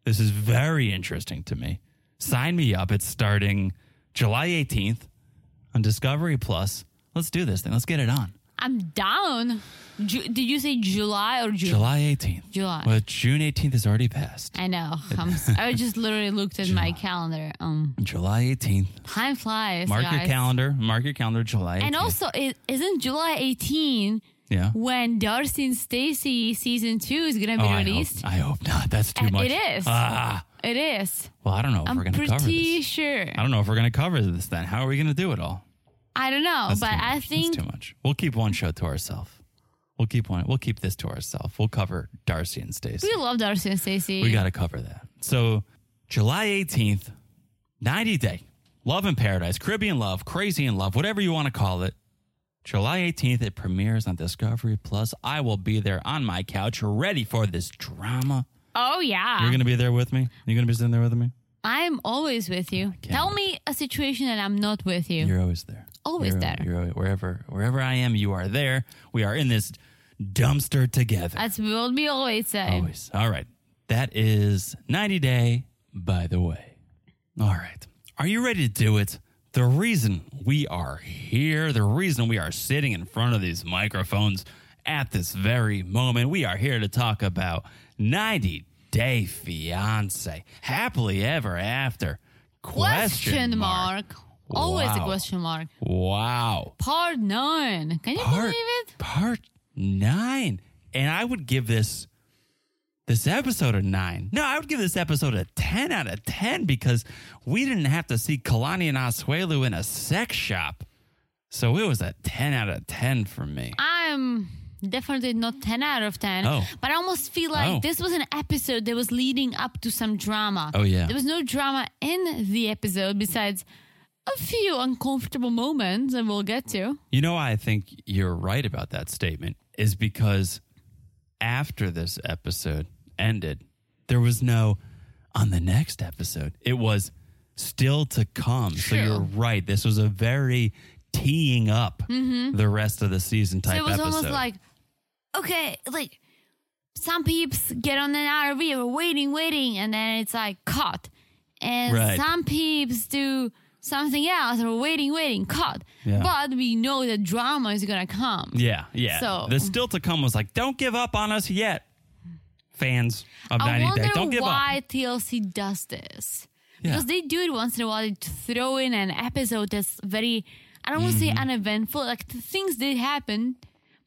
[SPEAKER 1] This is very interesting to me. Sign me up. It's starting July 18th on Discovery Plus. Let's do this thing. Let's get it on.
[SPEAKER 2] I'm down. Ju- did you say July or June?
[SPEAKER 1] July 18th.
[SPEAKER 2] July.
[SPEAKER 1] Well, June 18th has already passed.
[SPEAKER 2] I know. I'm, s- I just literally looked at my calendar. Um,
[SPEAKER 1] July 18th.
[SPEAKER 2] time flies.
[SPEAKER 1] Mark your
[SPEAKER 2] guys.
[SPEAKER 1] calendar. Mark your calendar, July 18th.
[SPEAKER 2] And also, is isn't July 18
[SPEAKER 1] yeah.
[SPEAKER 2] when Darcy and Stacy season two is gonna be
[SPEAKER 1] Oh, I hope,
[SPEAKER 2] released?
[SPEAKER 1] I hope not. That's too
[SPEAKER 2] Uh,
[SPEAKER 1] much.
[SPEAKER 2] it is.
[SPEAKER 1] Ah,
[SPEAKER 2] It is.
[SPEAKER 1] well, I don't know if we're
[SPEAKER 2] I'm
[SPEAKER 1] going to cover
[SPEAKER 2] pretty
[SPEAKER 1] this.
[SPEAKER 2] sure.
[SPEAKER 1] I don't know if we're going to cover this then. How are we going to do it all?
[SPEAKER 2] I don't know,
[SPEAKER 1] That's
[SPEAKER 2] but
[SPEAKER 1] too much.
[SPEAKER 2] I
[SPEAKER 1] That's
[SPEAKER 2] think
[SPEAKER 1] too much. We'll keep one show to ourselves. We'll keep one. We'll keep this to ourselves. We'll cover Darcy and Stacey.
[SPEAKER 2] we love Darcy and Stacy.
[SPEAKER 1] We got to cover that. So, July 18th, 90 Day, Love in Paradise, Caribbean Love, Crazy in Love, whatever you want to call it. July 18th, it premieres on Discovery Plus. I will be there on my couch, ready for this drama.
[SPEAKER 2] oh yeah.
[SPEAKER 1] You're going to be there with me? You're going to be sitting there with me?
[SPEAKER 2] I'm always with you. Tell me a situation that I'm not with you.
[SPEAKER 1] You're always there.
[SPEAKER 2] Always
[SPEAKER 1] You're-
[SPEAKER 2] there.
[SPEAKER 1] You're always, wherever, wherever I am, you are there. We are in this dumpster together.
[SPEAKER 2] That's what we always say.
[SPEAKER 1] Always. All right. That is 90 Day, by the way. All right. Are you ready to do it? The reason we are here, the reason we are sitting in front of these microphones at this very moment, we are here to talk about 90 Day Fiance, Happily Ever After. Question,
[SPEAKER 2] Question
[SPEAKER 1] mark.
[SPEAKER 2] mark. Always a
[SPEAKER 1] Wow.
[SPEAKER 2] question mark.
[SPEAKER 1] Wow.
[SPEAKER 2] Part nine. Can you
[SPEAKER 1] Part,
[SPEAKER 2] believe it?
[SPEAKER 1] part nine. And I would give this this episode a nine. No, I would give this episode a ten out of ten because we didn't have to see Kalani and Asuelu in a sex shop. So it was a ten out of ten for me.
[SPEAKER 2] I'm definitely not 10 out of 10
[SPEAKER 1] Oh.
[SPEAKER 2] but i almost feel like
[SPEAKER 1] Oh.
[SPEAKER 2] this was an episode that was leading up to some drama
[SPEAKER 1] Oh, yeah.
[SPEAKER 2] there was no drama in the episode besides a few uncomfortable moments and we'll get to
[SPEAKER 1] You know why I think you're right about that statement is because after this episode ended, there was no on the next episode. It was still to come. So
[SPEAKER 2] True.
[SPEAKER 1] you're right. This was a very teeing up the rest of the season
[SPEAKER 2] Mm-hmm. so
[SPEAKER 1] type
[SPEAKER 2] it was
[SPEAKER 1] episode.
[SPEAKER 2] almost like okay like some peeps get on an rv are waiting waiting and then it's like caught and
[SPEAKER 1] Right.
[SPEAKER 2] some peeps do something else or waiting waiting caught
[SPEAKER 1] Yeah.
[SPEAKER 2] but we know that drama is gonna come
[SPEAKER 1] yeah, yeah.
[SPEAKER 2] So-
[SPEAKER 1] the still to come was like, don't give up on us yet, fans of
[SPEAKER 2] I
[SPEAKER 1] 90
[SPEAKER 2] wonder
[SPEAKER 1] Day. Don't give up.
[SPEAKER 2] why TLC does this. Because they do it once in a while. They throw in an episode that's very, I don't want to
[SPEAKER 1] Mm-hmm.
[SPEAKER 2] say uneventful. Like th- things did happen,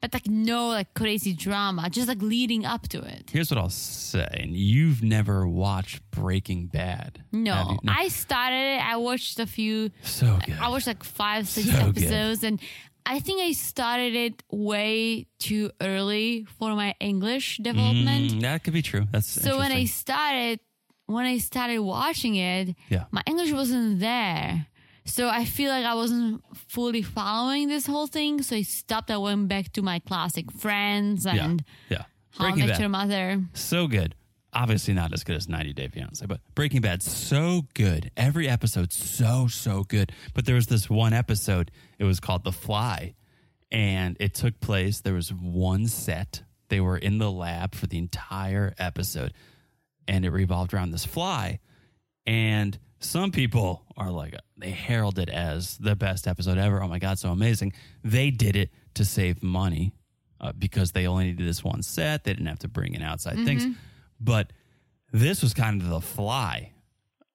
[SPEAKER 2] but like no like crazy drama, just like leading up to it.
[SPEAKER 1] Here's what I'll say. And you've never watched Breaking Bad. have
[SPEAKER 2] No,
[SPEAKER 1] you? No.
[SPEAKER 2] I started it. I watched a few.
[SPEAKER 1] so good.
[SPEAKER 2] I watched like five, six
[SPEAKER 1] So good.
[SPEAKER 2] episodes, and I think I started it way too early for my English development.
[SPEAKER 1] Mm, that could be true. That's
[SPEAKER 2] So when I
[SPEAKER 1] interesting.
[SPEAKER 2] started, when I started watching it,
[SPEAKER 1] Yeah.
[SPEAKER 2] my English wasn't there. So I feel like I wasn't fully following this whole thing. So I stopped. I went back to my classic Friends and
[SPEAKER 1] yeah, yeah.
[SPEAKER 2] How I
[SPEAKER 1] Breaking
[SPEAKER 2] Met Your
[SPEAKER 1] Bad
[SPEAKER 2] Mother.
[SPEAKER 1] so good. Obviously not as good as 90 Day Fiance, but Breaking Bad so good. Every episode so so good. But there was this one episode. It was called The Fly, and it took place. There was one set. They were in the lab for the entire episode, and it revolved around this fly. And some people are like, they herald it as the best episode ever. Oh my God, so amazing. They did it to save money uh, because they only needed this one set. They didn't have to bring in outside things. But this was kind of the fly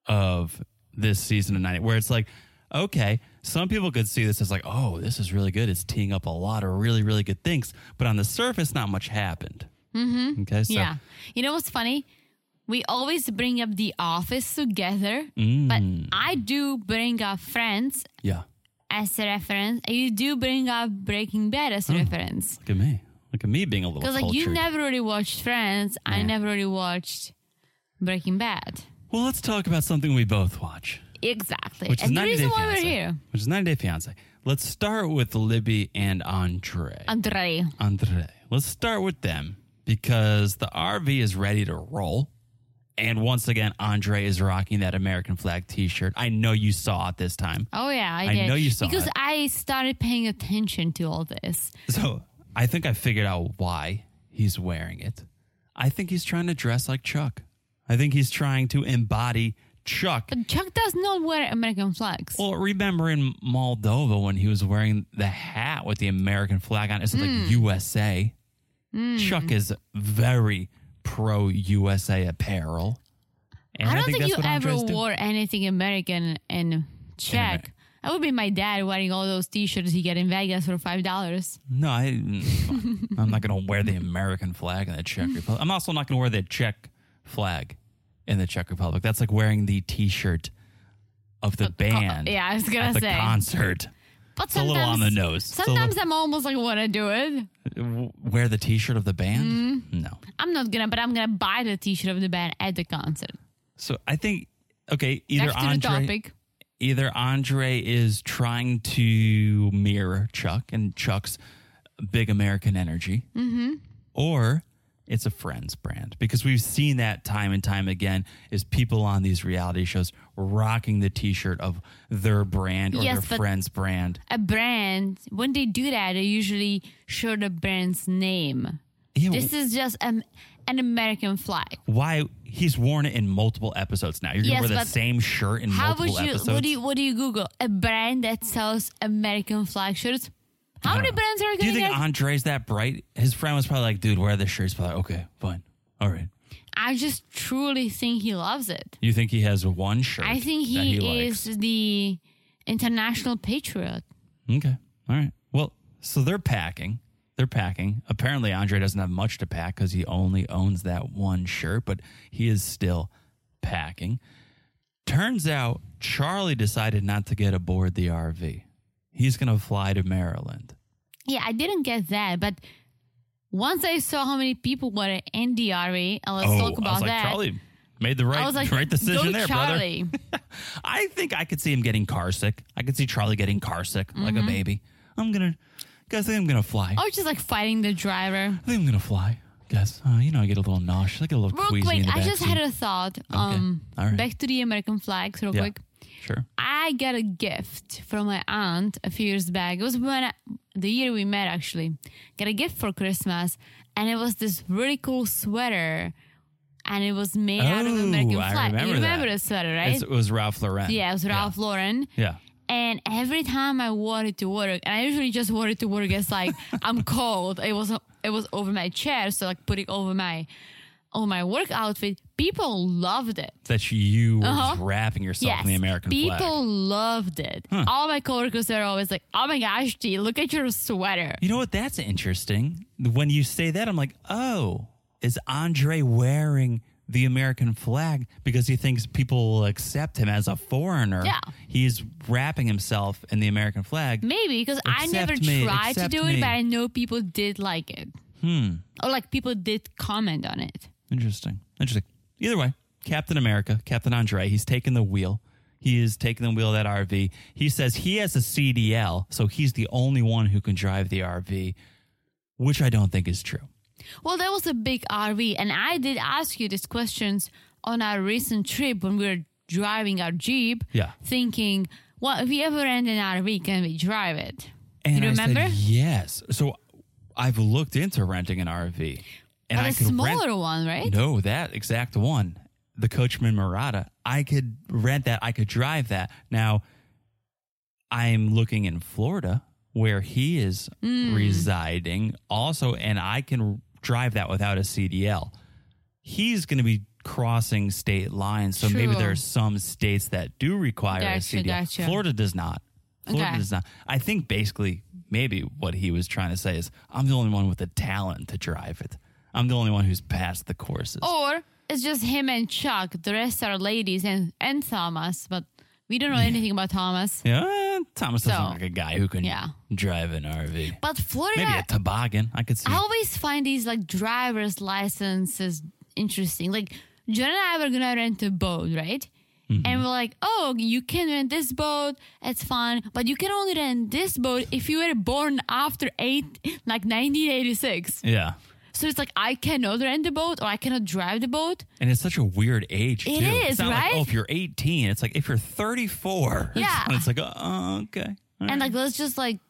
[SPEAKER 1] of this season of 90, where it's like, okay, some people could see this as like, oh, this is really good. It's teeing up a lot of really, really good things. But on the surface, not much happened. Mm-hmm. Okay, so
[SPEAKER 2] yeah. You know what's funny? We always bring up The Office together, but
[SPEAKER 1] Mm.
[SPEAKER 2] I do bring up Friends
[SPEAKER 1] yeah.
[SPEAKER 2] as a reference. And you do bring up Breaking Bad as a reference.
[SPEAKER 1] Look at me. Look at me being a little
[SPEAKER 2] Because like you
[SPEAKER 1] cultured.
[SPEAKER 2] never really watched Friends, I
[SPEAKER 1] Yeah.
[SPEAKER 2] never really watched Breaking Bad.
[SPEAKER 1] Well, let's talk about something we both watch,
[SPEAKER 2] Exactly,
[SPEAKER 1] which is
[SPEAKER 2] and the
[SPEAKER 1] 90
[SPEAKER 2] reason
[SPEAKER 1] Day
[SPEAKER 2] why
[SPEAKER 1] Fiance.
[SPEAKER 2] we're here,
[SPEAKER 1] Which is 90 Day Fiance. Let's start with Libby and Andre.
[SPEAKER 2] Uh, Andre.
[SPEAKER 1] Andre. Let's start with them because the RV is ready to roll. And once again, Andre is rocking that American flag t shirt. I know you saw it this time.
[SPEAKER 2] Oh yeah, I,
[SPEAKER 1] I
[SPEAKER 2] did.
[SPEAKER 1] know you saw
[SPEAKER 2] because
[SPEAKER 1] it.
[SPEAKER 2] I started paying attention to all this.
[SPEAKER 1] So I think I figured out why he's wearing it. I think he's trying to dress like Chuck. I think he's trying to embody Chuck.
[SPEAKER 2] But Chuck does not wear American flags.
[SPEAKER 1] Well, remember in Moldova when he was wearing the hat with the American flag on it, it's
[SPEAKER 2] Hmm.
[SPEAKER 1] like USA. Chuck is very pro USA apparel. And
[SPEAKER 2] I don't think,
[SPEAKER 1] that's
[SPEAKER 2] you
[SPEAKER 1] what
[SPEAKER 2] ever
[SPEAKER 1] Andres do.
[SPEAKER 2] wore anything American in Czech.
[SPEAKER 1] Amer-
[SPEAKER 2] that would be my dad wearing all those T-shirts he get in Vegas for five dollars.
[SPEAKER 1] No, I, am not going to wear the American flag in the Czech Republic. I'm also not going to wear the Czech flag in the Czech Republic. That's like wearing the T-shirt of the band.
[SPEAKER 2] yeah, I was gonna
[SPEAKER 1] at the
[SPEAKER 2] say.
[SPEAKER 1] concert.
[SPEAKER 2] But
[SPEAKER 1] a
[SPEAKER 2] sometimes
[SPEAKER 1] little on the nose. It's a little-
[SPEAKER 2] Sometimes I'm almost like want to do it.
[SPEAKER 1] W- Wear the T-shirt of the band?
[SPEAKER 2] Mm-hmm.
[SPEAKER 1] No.
[SPEAKER 2] I'm not gonna, but I'm gonna buy the T-shirt of the band at the concert.
[SPEAKER 1] So I think okay, either
[SPEAKER 2] Back to
[SPEAKER 1] Andre,
[SPEAKER 2] the topic.
[SPEAKER 1] either Andre is trying to mirror Chuck and Chuck's big American energy, mm-hmm. or it's a friend's brand because we've seen that time and time again is people on these reality shows rocking the T-shirt of their brand or
[SPEAKER 2] Yes,
[SPEAKER 1] their
[SPEAKER 2] but-
[SPEAKER 1] friend's brand.
[SPEAKER 2] a brand, when they do that, they usually show the brand's name.
[SPEAKER 1] Yeah,
[SPEAKER 2] This is just um, an American flag.
[SPEAKER 1] why he's worn it in multiple episodes now? You're gonna
[SPEAKER 2] Yes,
[SPEAKER 1] wear the
[SPEAKER 2] but
[SPEAKER 1] same shirt in
[SPEAKER 2] How
[SPEAKER 1] multiple
[SPEAKER 2] would you?
[SPEAKER 1] episodes.
[SPEAKER 2] What do you? What do you Google? A brand that sells American flag shirts. How many
[SPEAKER 1] know.
[SPEAKER 2] brands are
[SPEAKER 1] Uh, Do you
[SPEAKER 2] gonna
[SPEAKER 1] think
[SPEAKER 2] get-
[SPEAKER 1] Andre's that bright? His friend was probably like, dude, wear this shirt. He's probably like, okay, fine. All right.
[SPEAKER 2] I just truly think he loves it.
[SPEAKER 1] You think he has one shirt?
[SPEAKER 2] I think
[SPEAKER 1] that
[SPEAKER 2] he,
[SPEAKER 1] he likes?
[SPEAKER 2] is the international patriot.
[SPEAKER 1] Okay. All right. Well, so they're packing. They're packing. Apparently, Andre doesn't have much to pack because he only owns that one shirt, but he is still packing. Turns out Charlie decided not to get aboard the RV. He's going to fly to Maryland.
[SPEAKER 2] Yeah, I didn't get that, but once I saw how many people were in the RA, and let's talk
[SPEAKER 1] Oh, I
[SPEAKER 2] about
[SPEAKER 1] was like,
[SPEAKER 2] that.
[SPEAKER 1] Charlie made the right,
[SPEAKER 2] I was like,
[SPEAKER 1] right
[SPEAKER 2] go
[SPEAKER 1] decision there, brother.
[SPEAKER 2] Charlie.
[SPEAKER 1] I think I could see him getting car sick. I could see Charlie getting car sick like
[SPEAKER 2] Mm-hmm.
[SPEAKER 1] a baby. I'm going to, guys, I think I'm going to fly.
[SPEAKER 2] or just like fighting the driver.
[SPEAKER 1] I think I'm gonna fly. Guess uh, you know I get a little nauseous. I get a little
[SPEAKER 2] Real
[SPEAKER 1] queasy in
[SPEAKER 2] quick,
[SPEAKER 1] the
[SPEAKER 2] I just
[SPEAKER 1] backseat.
[SPEAKER 2] had a thought. Um,
[SPEAKER 1] All right.
[SPEAKER 2] Back to the American flags, real
[SPEAKER 1] Yeah.
[SPEAKER 2] quick.
[SPEAKER 1] Sure.
[SPEAKER 2] I got a gift from my aunt a few years back. It was when I, the year we met actually. Got a gift for Christmas, and it was this really cool sweater, and it was made out of
[SPEAKER 1] Oh,
[SPEAKER 2] American
[SPEAKER 1] I
[SPEAKER 2] flag.
[SPEAKER 1] remember
[SPEAKER 2] you remember
[SPEAKER 1] that.
[SPEAKER 2] the sweater, right?
[SPEAKER 1] It's, it was Ralph Lauren.
[SPEAKER 2] yeah, it was Ralph Lauren.
[SPEAKER 1] Yeah.
[SPEAKER 2] And every time I wore it to work, and I usually just wore it to work as like I'm cold. It was it was over my chair, so like putting over my over my work outfit. People loved it.
[SPEAKER 1] That you were just
[SPEAKER 2] Uh-huh.
[SPEAKER 1] wrapping yourself
[SPEAKER 2] Yes,
[SPEAKER 1] in the American
[SPEAKER 2] people
[SPEAKER 1] flag.
[SPEAKER 2] loved it. All my coworkers are always like, "Oh my gosh, G, look at your sweater."
[SPEAKER 1] You know what? That's interesting. When you say that, I'm like, oh, is Andre wearing the American flag because he thinks people will accept him as a foreigner?
[SPEAKER 2] Yeah.
[SPEAKER 1] He's wrapping himself in the American flag.
[SPEAKER 2] Maybe because I never
[SPEAKER 1] Accept me,
[SPEAKER 2] tried to
[SPEAKER 1] accept
[SPEAKER 2] do
[SPEAKER 1] me.
[SPEAKER 2] it, but I know people did like it. Hmm. Or like people did comment on it.
[SPEAKER 1] Interesting. Interesting. Either way, Captain America, Captain Andre, he's taking the wheel. He is taking the wheel of that RV. He says he has a CDL, so he's the only one who can drive the RV, which I don't think is true.
[SPEAKER 2] Well, that was a big RV, and I did ask you these questions on our recent trip when we were driving our jeep.
[SPEAKER 1] Yeah.
[SPEAKER 2] Thinking, well, if we ever rent an RV, can we drive it?
[SPEAKER 1] And
[SPEAKER 2] You
[SPEAKER 1] I said,
[SPEAKER 2] remember?
[SPEAKER 1] yes. So I've looked into renting an RV, and
[SPEAKER 2] But
[SPEAKER 1] I
[SPEAKER 2] a
[SPEAKER 1] could
[SPEAKER 2] smaller
[SPEAKER 1] rent.
[SPEAKER 2] one, right?
[SPEAKER 1] No, that exact one, the Coachman Murata. I could rent that. I could drive that. Now, I'm looking in Florida where he is
[SPEAKER 2] Hmm.
[SPEAKER 1] residing also, and I can drive that without a CDL. He's going to be crossing state lines, so maybe
[SPEAKER 2] True.
[SPEAKER 1] there are some states that do require
[SPEAKER 2] Gotcha,
[SPEAKER 1] a CDL.
[SPEAKER 2] gotcha.
[SPEAKER 1] Florida does not. Florida
[SPEAKER 2] Okay.
[SPEAKER 1] does not. I think basically maybe what he was trying to say is I'm the only one with the talent to drive it. I'm the only one who's passed the courses.
[SPEAKER 2] Or it's just him and Chuck. The rest are ladies and, and Thomas, but we don't know anything about Thomas.
[SPEAKER 1] Yeah, Thomas doesn't
[SPEAKER 2] So,
[SPEAKER 1] look like a guy who can
[SPEAKER 2] yeah.
[SPEAKER 1] drive an RV.
[SPEAKER 2] But
[SPEAKER 1] Maybe
[SPEAKER 2] Florida,
[SPEAKER 1] a toboggan. I could see.
[SPEAKER 2] I always find these like driver's licenses interesting. Like John and I were gonna rent a boat, right?
[SPEAKER 1] Mm-hmm.
[SPEAKER 2] And we're like, oh, you can rent this boat. It's fine, but you can only rent this boat if you were born after eight, like 1986.
[SPEAKER 1] yeah.
[SPEAKER 2] So it's like I cannot rent the boat or I cannot drive the boat.
[SPEAKER 1] And it's such a weird age,
[SPEAKER 2] It
[SPEAKER 1] too.
[SPEAKER 2] is,
[SPEAKER 1] it's not like,
[SPEAKER 2] right?
[SPEAKER 1] oh, if you're 18, it's like if you're 34.
[SPEAKER 2] Yeah.
[SPEAKER 1] It's like, oh, okay. All
[SPEAKER 2] and
[SPEAKER 1] right.
[SPEAKER 2] like let's just like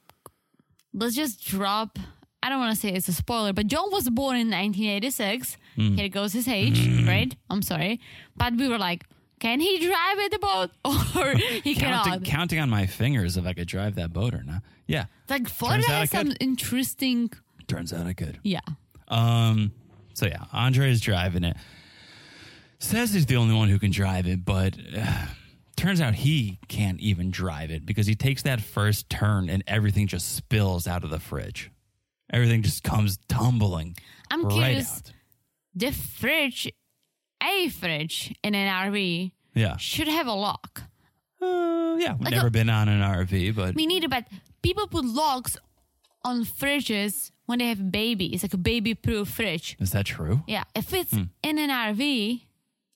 [SPEAKER 2] let's just drop i don't want to say it's a spoiler but john was born in 1986
[SPEAKER 1] Mm.
[SPEAKER 2] here goes his age right i'm sorry but we were like can he drive it the boat or
[SPEAKER 1] counting,
[SPEAKER 2] he cannot
[SPEAKER 1] counting on my fingers if I could drive that boat or not. Yeah.
[SPEAKER 2] like florida
[SPEAKER 1] Turns out
[SPEAKER 2] has
[SPEAKER 1] I could.
[SPEAKER 2] some interesting
[SPEAKER 1] Turns out I could.
[SPEAKER 2] yeah
[SPEAKER 1] Um, so yeah, Andre is driving it. Says he's the only one who can drive it, but uh, turns out he can't even drive it because he takes that first turn and everything just spills out of the fridge. Everything just comes tumbling
[SPEAKER 2] i'm
[SPEAKER 1] right
[SPEAKER 2] curious
[SPEAKER 1] out.
[SPEAKER 2] the fridge a fridge in an rv
[SPEAKER 1] Yeah,
[SPEAKER 2] should have a lock
[SPEAKER 1] uh, yeah. We've
[SPEAKER 2] Like
[SPEAKER 1] never
[SPEAKER 2] a-
[SPEAKER 1] been on an RV, but
[SPEAKER 2] we need it but people put locks on fridges when they have babies like a baby proof fridge
[SPEAKER 1] is that true?
[SPEAKER 2] Yeah, if it's
[SPEAKER 1] Hmm.
[SPEAKER 2] in an RV,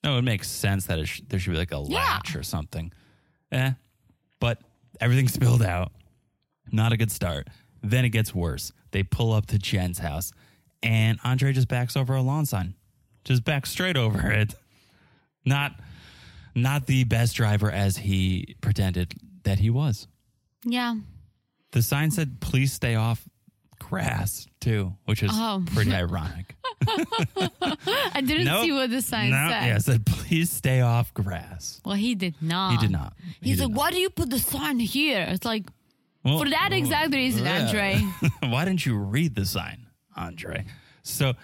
[SPEAKER 1] No, it makes sense that it sh- there should be like a
[SPEAKER 2] Yeah.
[SPEAKER 1] latch or something. Eh, but everything spilled out. Not a good start. Then it gets worse. They pull up to Jen's house, and Andre just backs over a lawn sign, just backs straight over it. Not, not the best driver as he pretended that he was.
[SPEAKER 2] yeah,
[SPEAKER 1] The sign said, "Please stay off grass," too, which is
[SPEAKER 2] Oh.
[SPEAKER 1] pretty ironic.
[SPEAKER 2] I didn't
[SPEAKER 1] Nope.
[SPEAKER 2] see what the sign
[SPEAKER 1] No,
[SPEAKER 2] said.
[SPEAKER 1] yeah, it said, "Please stay off grass."
[SPEAKER 2] Well, he did not.
[SPEAKER 1] He did not. He
[SPEAKER 2] He's
[SPEAKER 1] did
[SPEAKER 2] like,
[SPEAKER 1] not.
[SPEAKER 2] why do you put the sign here? It's like,
[SPEAKER 1] Well,
[SPEAKER 2] For that exact reason, Andre.
[SPEAKER 1] Why didn't you read the sign, Andre? So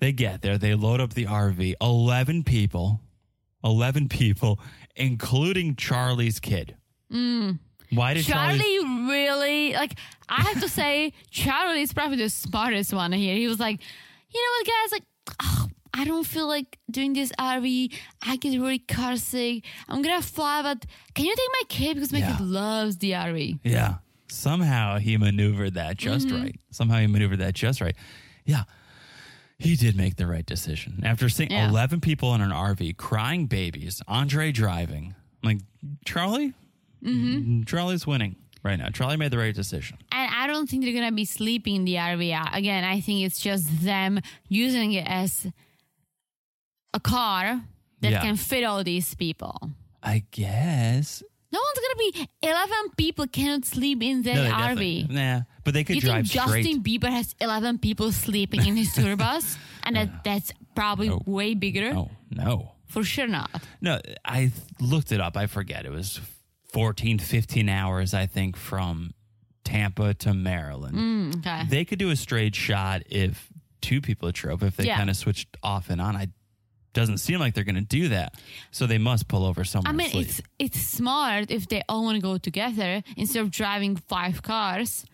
[SPEAKER 1] they get there, they load up the RV, 11 people, 11 people, including Charlie's kid. Why did Charlie?
[SPEAKER 2] Mm. Charlie really like I have to say Charlie is probably the smartest one here. He was like, you know what guys, like oh, I don't feel like doing this RV. I get really car sick. I'm gonna fly, but can you take my kid because my
[SPEAKER 1] Yeah.
[SPEAKER 2] kid loves the RV.
[SPEAKER 1] Yeah. Somehow he maneuvered that just
[SPEAKER 2] Mm-hmm.
[SPEAKER 1] right. Somehow he maneuvered that just right. Yeah. He did make the right decision. After seeing
[SPEAKER 2] Yeah.
[SPEAKER 1] 11 people in an RV crying babies, Andre driving, I'm like, Charlie? Mm-hmm. Charlie's winning right now. Charlie made the right decision.
[SPEAKER 2] And I don't think they're gonna be sleeping in the RV. I- Again, I think it's just them using it as a car that
[SPEAKER 1] Yeah.
[SPEAKER 2] can fit all these people.
[SPEAKER 1] I guess.
[SPEAKER 2] No one's gonna be eleven people cannot sleep in that
[SPEAKER 1] they
[SPEAKER 2] RV.
[SPEAKER 1] definitely- Nah, but they could
[SPEAKER 2] you
[SPEAKER 1] drive
[SPEAKER 2] think Justin
[SPEAKER 1] straight.
[SPEAKER 2] Bieber has 11 people sleeping in his tour bus? And that, that's probably
[SPEAKER 1] No.
[SPEAKER 2] way bigger?
[SPEAKER 1] No, no.
[SPEAKER 2] For sure not.
[SPEAKER 1] No, I th- looked it up. I forget. It was 14, 15 hours, I think, from Tampa to Maryland.
[SPEAKER 2] Hmm, Okay.
[SPEAKER 1] they could do a straight shot if two people drove if they
[SPEAKER 2] Yeah.
[SPEAKER 1] kind of switched off and on i doesn't seem like they're going to do that so they must pull over somewhere
[SPEAKER 2] I
[SPEAKER 1] and
[SPEAKER 2] mean,
[SPEAKER 1] sleep.
[SPEAKER 2] it's it's smart if they all want to go together instead of driving five cars.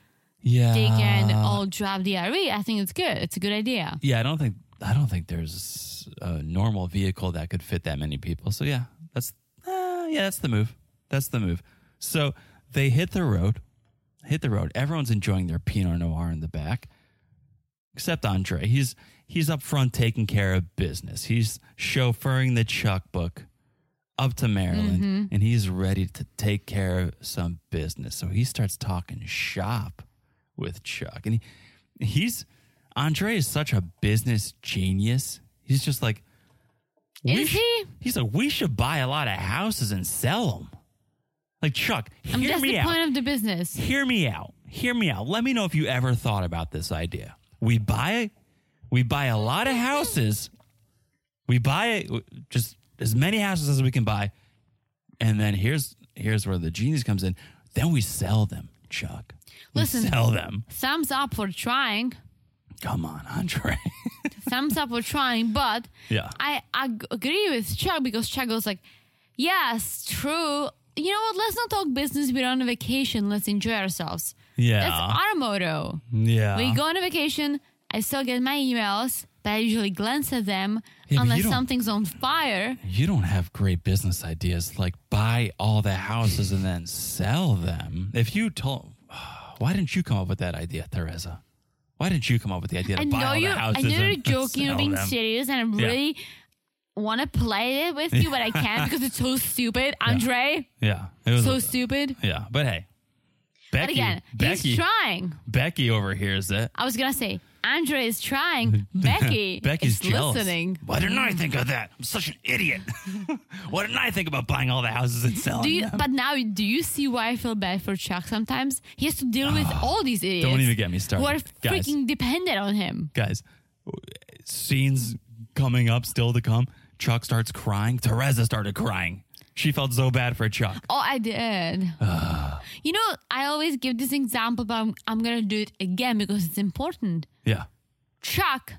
[SPEAKER 1] yeah
[SPEAKER 2] They can
[SPEAKER 1] Uh,
[SPEAKER 2] all drive the RV. I think it's good. It's a good idea.
[SPEAKER 1] yeah i don't think i don't think there's a normal vehicle that could fit that many people so yeah that's uh, yeah that's the move that's the move so they hit the road hit the road everyone's enjoying their pinot noir in the back except andre he's he's up front taking care of business he's chauffeuring the checkbook up to maryland
[SPEAKER 2] Mm-hmm.
[SPEAKER 1] and he's ready to take care of some business so he starts talking shop with chuck and he, he's andre is such a business genius he's just like we
[SPEAKER 2] Is
[SPEAKER 1] sh-
[SPEAKER 2] he?
[SPEAKER 1] he's like we should buy a lot of houses and sell them like chuck
[SPEAKER 2] I mean,
[SPEAKER 1] hear
[SPEAKER 2] that's
[SPEAKER 1] me
[SPEAKER 2] the
[SPEAKER 1] out
[SPEAKER 2] point of the business.
[SPEAKER 1] hear me out. Hear me out. Let me know if you ever thought about this idea. We buy we buy a lot of houses. We buy just as many houses as we can buy. And then here's here's where the genius comes in. Then we sell them, Chuck. We
[SPEAKER 2] Listen.
[SPEAKER 1] sell them.
[SPEAKER 2] Thumbs up for trying.
[SPEAKER 1] Come on, Andre.
[SPEAKER 2] thumbs up for trying, but
[SPEAKER 1] Yeah.
[SPEAKER 2] I, ag agree with Chuck because Chuck goes like, yes, true. You know what? Let's not talk business. We're on a vacation. Let's enjoy ourselves.
[SPEAKER 1] yeah.
[SPEAKER 2] That's our motto.
[SPEAKER 1] yeah.
[SPEAKER 2] We go on a vacation. I still get my emails, but I usually glance at them
[SPEAKER 1] Yeah, but you
[SPEAKER 2] unless
[SPEAKER 1] don't-
[SPEAKER 2] something's on fire.
[SPEAKER 1] you don't have great business ideas like buy all the houses and then sell them. If you told, why didn't you come up with that idea, Teresa? Why didn't you come up with the idea to
[SPEAKER 2] I
[SPEAKER 1] buy
[SPEAKER 2] know
[SPEAKER 1] all
[SPEAKER 2] you.
[SPEAKER 1] the
[SPEAKER 2] I
[SPEAKER 1] houses?
[SPEAKER 2] know you're
[SPEAKER 1] and
[SPEAKER 2] joking. You're
[SPEAKER 1] sell
[SPEAKER 2] being
[SPEAKER 1] them?
[SPEAKER 2] serious, and I
[SPEAKER 1] Yeah.
[SPEAKER 2] really want to play it with you, but I can't because it's so stupid, Andre.
[SPEAKER 1] Yeah, it was.
[SPEAKER 2] So stupid.
[SPEAKER 1] yeah, but hey, Becky,
[SPEAKER 2] But again,
[SPEAKER 1] Becky,
[SPEAKER 2] he's trying.
[SPEAKER 1] Becky overhears it.
[SPEAKER 2] I was gonna say Andre is trying. Becky,
[SPEAKER 1] Becky's
[SPEAKER 2] is
[SPEAKER 1] jealous.
[SPEAKER 2] listening.
[SPEAKER 1] Why didn't I think of that? I'm such an idiot. Why didn't I think about buying all the houses and selling
[SPEAKER 2] Do you,
[SPEAKER 1] them?
[SPEAKER 2] but now, do you see why I feel bad for Chuck? Sometimes he has to deal with all these idiots.
[SPEAKER 1] Don't even get me
[SPEAKER 2] who are
[SPEAKER 1] started, guys.
[SPEAKER 2] freaking dependent on him.
[SPEAKER 1] guys, w- scenes coming up still to come. Chuck starts crying. Teresa started crying. She felt so bad for Chuck.
[SPEAKER 2] Oh, I did. you know, I always give this example, but I'm, I'm gonna do it again because it's important.
[SPEAKER 1] Yeah.
[SPEAKER 2] Chuck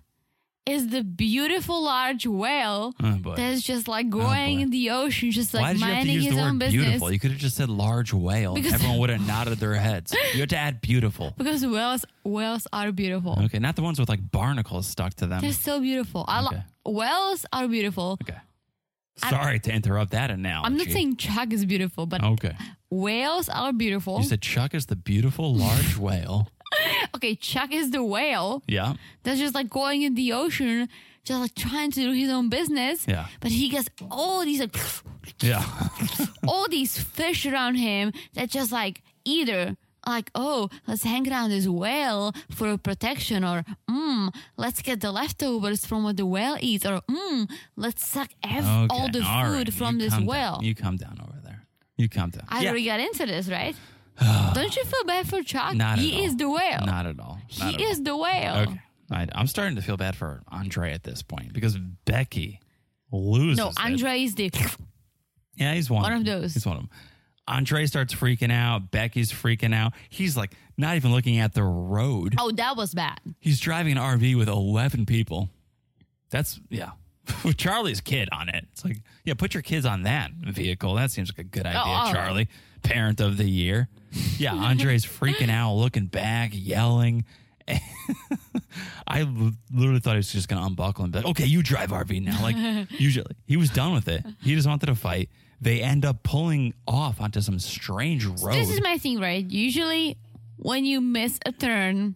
[SPEAKER 2] is the beautiful large whale
[SPEAKER 1] Oh, boy.
[SPEAKER 2] that's just like going
[SPEAKER 1] Oh, boy.
[SPEAKER 2] in the ocean, just like
[SPEAKER 1] Why did you have to
[SPEAKER 2] minding
[SPEAKER 1] use
[SPEAKER 2] his
[SPEAKER 1] the
[SPEAKER 2] own
[SPEAKER 1] word
[SPEAKER 2] business.
[SPEAKER 1] beautiful? You could have just said large whale. and
[SPEAKER 2] Because-
[SPEAKER 1] Everyone would have nodded their heads. You had to add beautiful.
[SPEAKER 2] Because whales, whales are beautiful.
[SPEAKER 1] Okay, not the ones with like barnacles stuck to them.
[SPEAKER 2] They're so beautiful. I lo-
[SPEAKER 1] Okay.
[SPEAKER 2] whales are beautiful.
[SPEAKER 1] Okay. Sorry to interrupt that analogy.
[SPEAKER 2] I'm not saying Chuck is beautiful, but
[SPEAKER 1] Okay.
[SPEAKER 2] whales are beautiful.
[SPEAKER 1] Oh. You said Chuck is the beautiful large whale.
[SPEAKER 2] okay, Chuck is the whale
[SPEAKER 1] Yeah.
[SPEAKER 2] that's just like going in the ocean, just like trying to do his own business.
[SPEAKER 1] Yeah.
[SPEAKER 2] But he gets all these like
[SPEAKER 1] Yeah.
[SPEAKER 2] all these fish around him that just like either like oh let's hang around this whale for protection or mm let's get the leftovers from what the whale eats or mm let's suck ev- all
[SPEAKER 1] Okay,
[SPEAKER 2] the food
[SPEAKER 1] all right,
[SPEAKER 2] from
[SPEAKER 1] you
[SPEAKER 2] this
[SPEAKER 1] calm down.
[SPEAKER 2] whale.
[SPEAKER 1] You come down over there. You come down.
[SPEAKER 2] I
[SPEAKER 1] Yeah.
[SPEAKER 2] already got into this, right? Don't you feel bad for Chuck?
[SPEAKER 1] Not at
[SPEAKER 2] he
[SPEAKER 1] all.
[SPEAKER 2] is the whale.
[SPEAKER 1] Not at all. Not at
[SPEAKER 2] he is the whale.
[SPEAKER 1] all. Okay. I, I'm starting to feel bad for Andre at this point because Becky loses.
[SPEAKER 2] No,
[SPEAKER 1] it.
[SPEAKER 2] Andre is the.
[SPEAKER 1] Yeah, he's one.
[SPEAKER 2] One
[SPEAKER 1] them.
[SPEAKER 2] of those.
[SPEAKER 1] He's one of them. Andre starts freaking out. Becky's freaking out. He's like not even looking at the road.
[SPEAKER 2] Oh, that was bad.
[SPEAKER 1] He's driving an RV with 11 people. That's, yeah. With Charlie's kid on it. It's like, yeah, put your kids on that vehicle. That seems like a good idea,
[SPEAKER 2] oh.
[SPEAKER 1] Charlie. Parent of the year. Yeah, Andre's freaking out, looking back, yelling. I l- literally thought he was just going to unbuckle and be like, okay, you drive RV now. Like, usually he was done with it. He just wanted to fight. They end up pulling off onto some strange road.
[SPEAKER 2] This is my thing, right? Usually, when you miss a turn,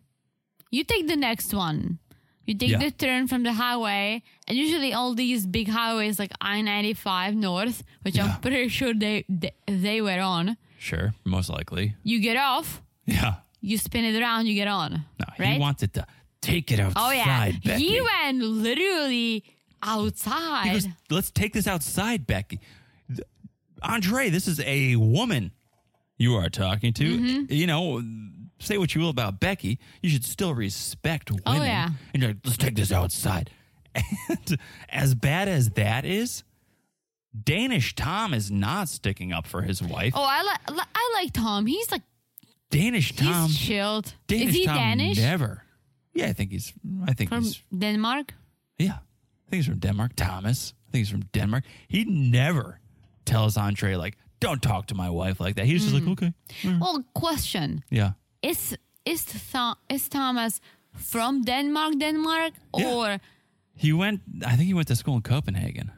[SPEAKER 2] you take the next one. You take
[SPEAKER 1] Yeah.
[SPEAKER 2] the turn from the highway, and usually all these big highways like I ninety five north, which
[SPEAKER 1] Yeah.
[SPEAKER 2] I'm pretty sure they, they they were on.
[SPEAKER 1] sure, most likely.
[SPEAKER 2] You get off,
[SPEAKER 1] Yeah.
[SPEAKER 2] you spin it around, you get on.
[SPEAKER 1] No,
[SPEAKER 2] right?
[SPEAKER 1] he wanted to take it outside.
[SPEAKER 2] Oh yeah,
[SPEAKER 1] Becky.
[SPEAKER 2] he went literally outside.
[SPEAKER 1] He goes, Let's take this outside, Becky. Th- Andre, this is a woman you are talking to.
[SPEAKER 2] Mm-hmm.
[SPEAKER 1] You know, say what you will about Becky, you should still respect women.
[SPEAKER 2] Oh, yeah.
[SPEAKER 1] And you're like, let's take this outside. And as bad as that is, Danish Tom is not sticking up for his wife.
[SPEAKER 2] oh, I like li- I like Tom. He's like
[SPEAKER 1] Danish
[SPEAKER 2] he's
[SPEAKER 1] Tom,
[SPEAKER 2] chilled.
[SPEAKER 1] Danish
[SPEAKER 2] Is he
[SPEAKER 1] Tom
[SPEAKER 2] Danish
[SPEAKER 1] never. Yeah, I think he's. I think
[SPEAKER 2] from
[SPEAKER 1] he's
[SPEAKER 2] Denmark?
[SPEAKER 1] Yeah. I think he's from Denmark. Thomas. I think he's from Denmark. He never tells Andre, like, don't talk to my wife like that. He's just
[SPEAKER 2] Mm.
[SPEAKER 1] like, okay.
[SPEAKER 2] Well, question
[SPEAKER 1] Yeah.
[SPEAKER 2] is is Th- is Thomas from Denmark, Denmark, or
[SPEAKER 1] Yeah. He went, I think he went to school in Copenhagen.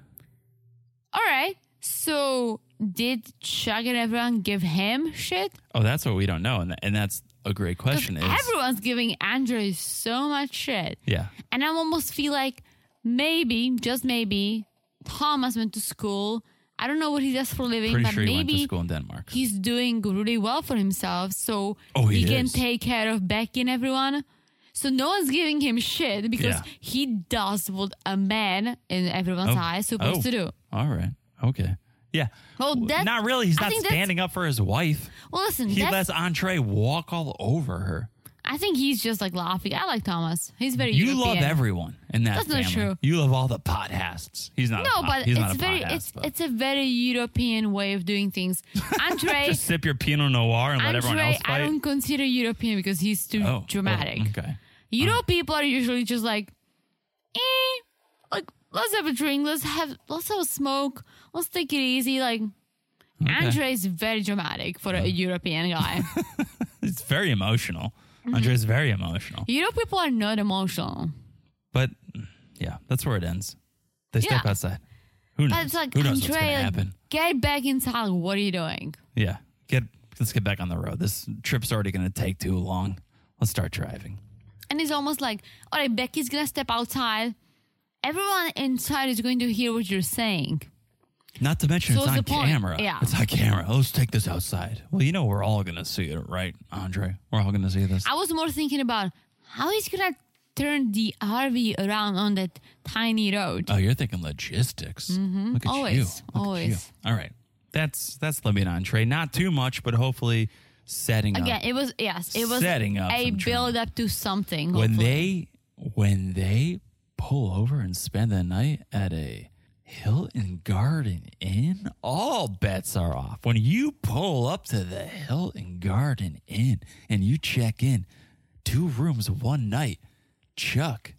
[SPEAKER 2] all right? So did Chuck and everyone give him shit?
[SPEAKER 1] Oh, that's what we don't know. And, tha- and that's a great
[SPEAKER 2] 'Cause
[SPEAKER 1] question. Is,
[SPEAKER 2] everyone's giving Andre so much shit.
[SPEAKER 1] yeah.
[SPEAKER 2] And I almost feel like maybe, just maybe, Thomas went to school. I don't know what he does for a living,
[SPEAKER 1] Pretty
[SPEAKER 2] but
[SPEAKER 1] sure he went to
[SPEAKER 2] maybe
[SPEAKER 1] school in Denmark.
[SPEAKER 2] he's doing really well for himself. So
[SPEAKER 1] Oh, he
[SPEAKER 2] can
[SPEAKER 1] is.
[SPEAKER 2] take care of Becky and everyone. So no one's giving him shit because
[SPEAKER 1] Yeah.
[SPEAKER 2] he does what a man in everyone's
[SPEAKER 1] Oh.
[SPEAKER 2] eyes supposed
[SPEAKER 1] Oh.
[SPEAKER 2] to do.
[SPEAKER 1] All right. Okay. Yeah.
[SPEAKER 2] Well,
[SPEAKER 1] W-
[SPEAKER 2] that-
[SPEAKER 1] not really. He's
[SPEAKER 2] I
[SPEAKER 1] not
[SPEAKER 2] think that's-
[SPEAKER 1] standing up for his wife.
[SPEAKER 2] Well, listen,
[SPEAKER 1] He
[SPEAKER 2] that's,
[SPEAKER 1] lets Andre walk all over her.
[SPEAKER 2] I think he's just like laughing. I like Thomas. He's very
[SPEAKER 1] You
[SPEAKER 2] European.
[SPEAKER 1] love everyone in that
[SPEAKER 2] That's not
[SPEAKER 1] family.
[SPEAKER 2] true.
[SPEAKER 1] You love all the pot hasts. He's not. a
[SPEAKER 2] No,
[SPEAKER 1] pot,
[SPEAKER 2] but
[SPEAKER 1] Ah, he's
[SPEAKER 2] it's
[SPEAKER 1] not a
[SPEAKER 2] very
[SPEAKER 1] pot
[SPEAKER 2] it's
[SPEAKER 1] hast, but-
[SPEAKER 2] it's a very European way of doing things. Andre
[SPEAKER 1] Just sip your Pinot Noir and let everyone
[SPEAKER 2] Andre,
[SPEAKER 1] else
[SPEAKER 2] I
[SPEAKER 1] fight.
[SPEAKER 2] don't consider European because he's too
[SPEAKER 1] Oh,
[SPEAKER 2] dramatic.
[SPEAKER 1] oh, okay.
[SPEAKER 2] Europe people are usually just like, eh, like let's have a drink, let's have let's have a smoke, let's take it easy. Like Andre is very dramatic for a European guy.
[SPEAKER 1] It's very emotional.
[SPEAKER 2] Mm-hmm.
[SPEAKER 1] Andre's very emotional.
[SPEAKER 2] Europe people are not emotional.
[SPEAKER 1] But yeah, that's where it ends. They step
[SPEAKER 2] Yeah.
[SPEAKER 1] outside. Who knows?
[SPEAKER 2] But it's like
[SPEAKER 1] Who knows what's going to
[SPEAKER 2] Andre, like,
[SPEAKER 1] happen?
[SPEAKER 2] get back inside. What are you doing?
[SPEAKER 1] Yeah. Get let's get back on the road. This trip's already going to take too long. Let's start driving.
[SPEAKER 2] And it's almost like, all right, Becky's gonna step outside. Everyone inside is going to hear what you're saying.
[SPEAKER 1] Not to mention
[SPEAKER 2] So
[SPEAKER 1] it's
[SPEAKER 2] what's
[SPEAKER 1] on
[SPEAKER 2] the point?
[SPEAKER 1] camera.
[SPEAKER 2] Yeah.
[SPEAKER 1] It's on camera. Let's take this outside. Well, you know we're all going to see it, right, Andre? We're all going to see this.
[SPEAKER 2] I was more thinking about how he's gonna turn the RV around on that tiny road.
[SPEAKER 1] Oh, you're thinking logistics. Look at you.
[SPEAKER 2] Mm-hmm. Always,
[SPEAKER 1] Look at you.
[SPEAKER 2] always.
[SPEAKER 1] All right. That's that's Le Bien Entree. Not too much, but hopefully setting
[SPEAKER 2] Again,
[SPEAKER 1] up
[SPEAKER 2] it was yes, it was
[SPEAKER 1] Setting up
[SPEAKER 2] a
[SPEAKER 1] some drama.
[SPEAKER 2] build up to something.
[SPEAKER 1] when
[SPEAKER 2] hopefully.
[SPEAKER 1] they when they pull over and spend the night at a Hilton Garden Inn, all bets are off. When you pull up to the Hilton Garden Inn and you check in, two rooms, one night, Chuck,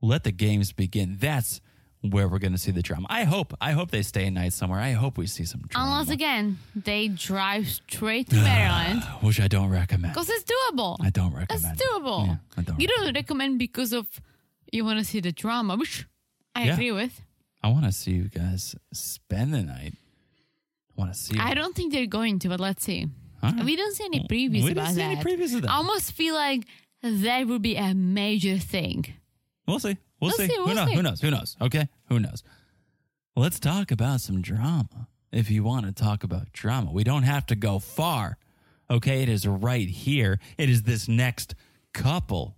[SPEAKER 1] let the games begin. That's where we're going to see the drama. I hope. I hope they stay a night somewhere. I hope we see some drama.
[SPEAKER 2] unless again they drive straight to Maryland
[SPEAKER 1] which I don't recommend.
[SPEAKER 2] because it's doable.
[SPEAKER 1] I don't
[SPEAKER 2] It's
[SPEAKER 1] recommend. it.
[SPEAKER 2] doable.
[SPEAKER 1] Yeah, I don't
[SPEAKER 2] you don't recommend because of you want to see the drama, which I
[SPEAKER 1] Yeah.
[SPEAKER 2] agree with.
[SPEAKER 1] I want to see you guys spend the night. I want to see.
[SPEAKER 2] I don't think they're going to, but let's see.
[SPEAKER 1] All right.
[SPEAKER 2] We don't see any
[SPEAKER 1] We
[SPEAKER 2] previews
[SPEAKER 1] didn't
[SPEAKER 2] about
[SPEAKER 1] see
[SPEAKER 2] that.
[SPEAKER 1] any previews of that.
[SPEAKER 2] I almost feel like that would be a major thing.
[SPEAKER 1] We'll see. We'll
[SPEAKER 2] We'll
[SPEAKER 1] see.
[SPEAKER 2] see,
[SPEAKER 1] who
[SPEAKER 2] we'll
[SPEAKER 1] knows?
[SPEAKER 2] see.
[SPEAKER 1] Who knows? Who knows? Okay. Who knows? Let's talk about some drama. If you want to talk about drama, we don't have to go far. Okay. It is right here. It is this next couple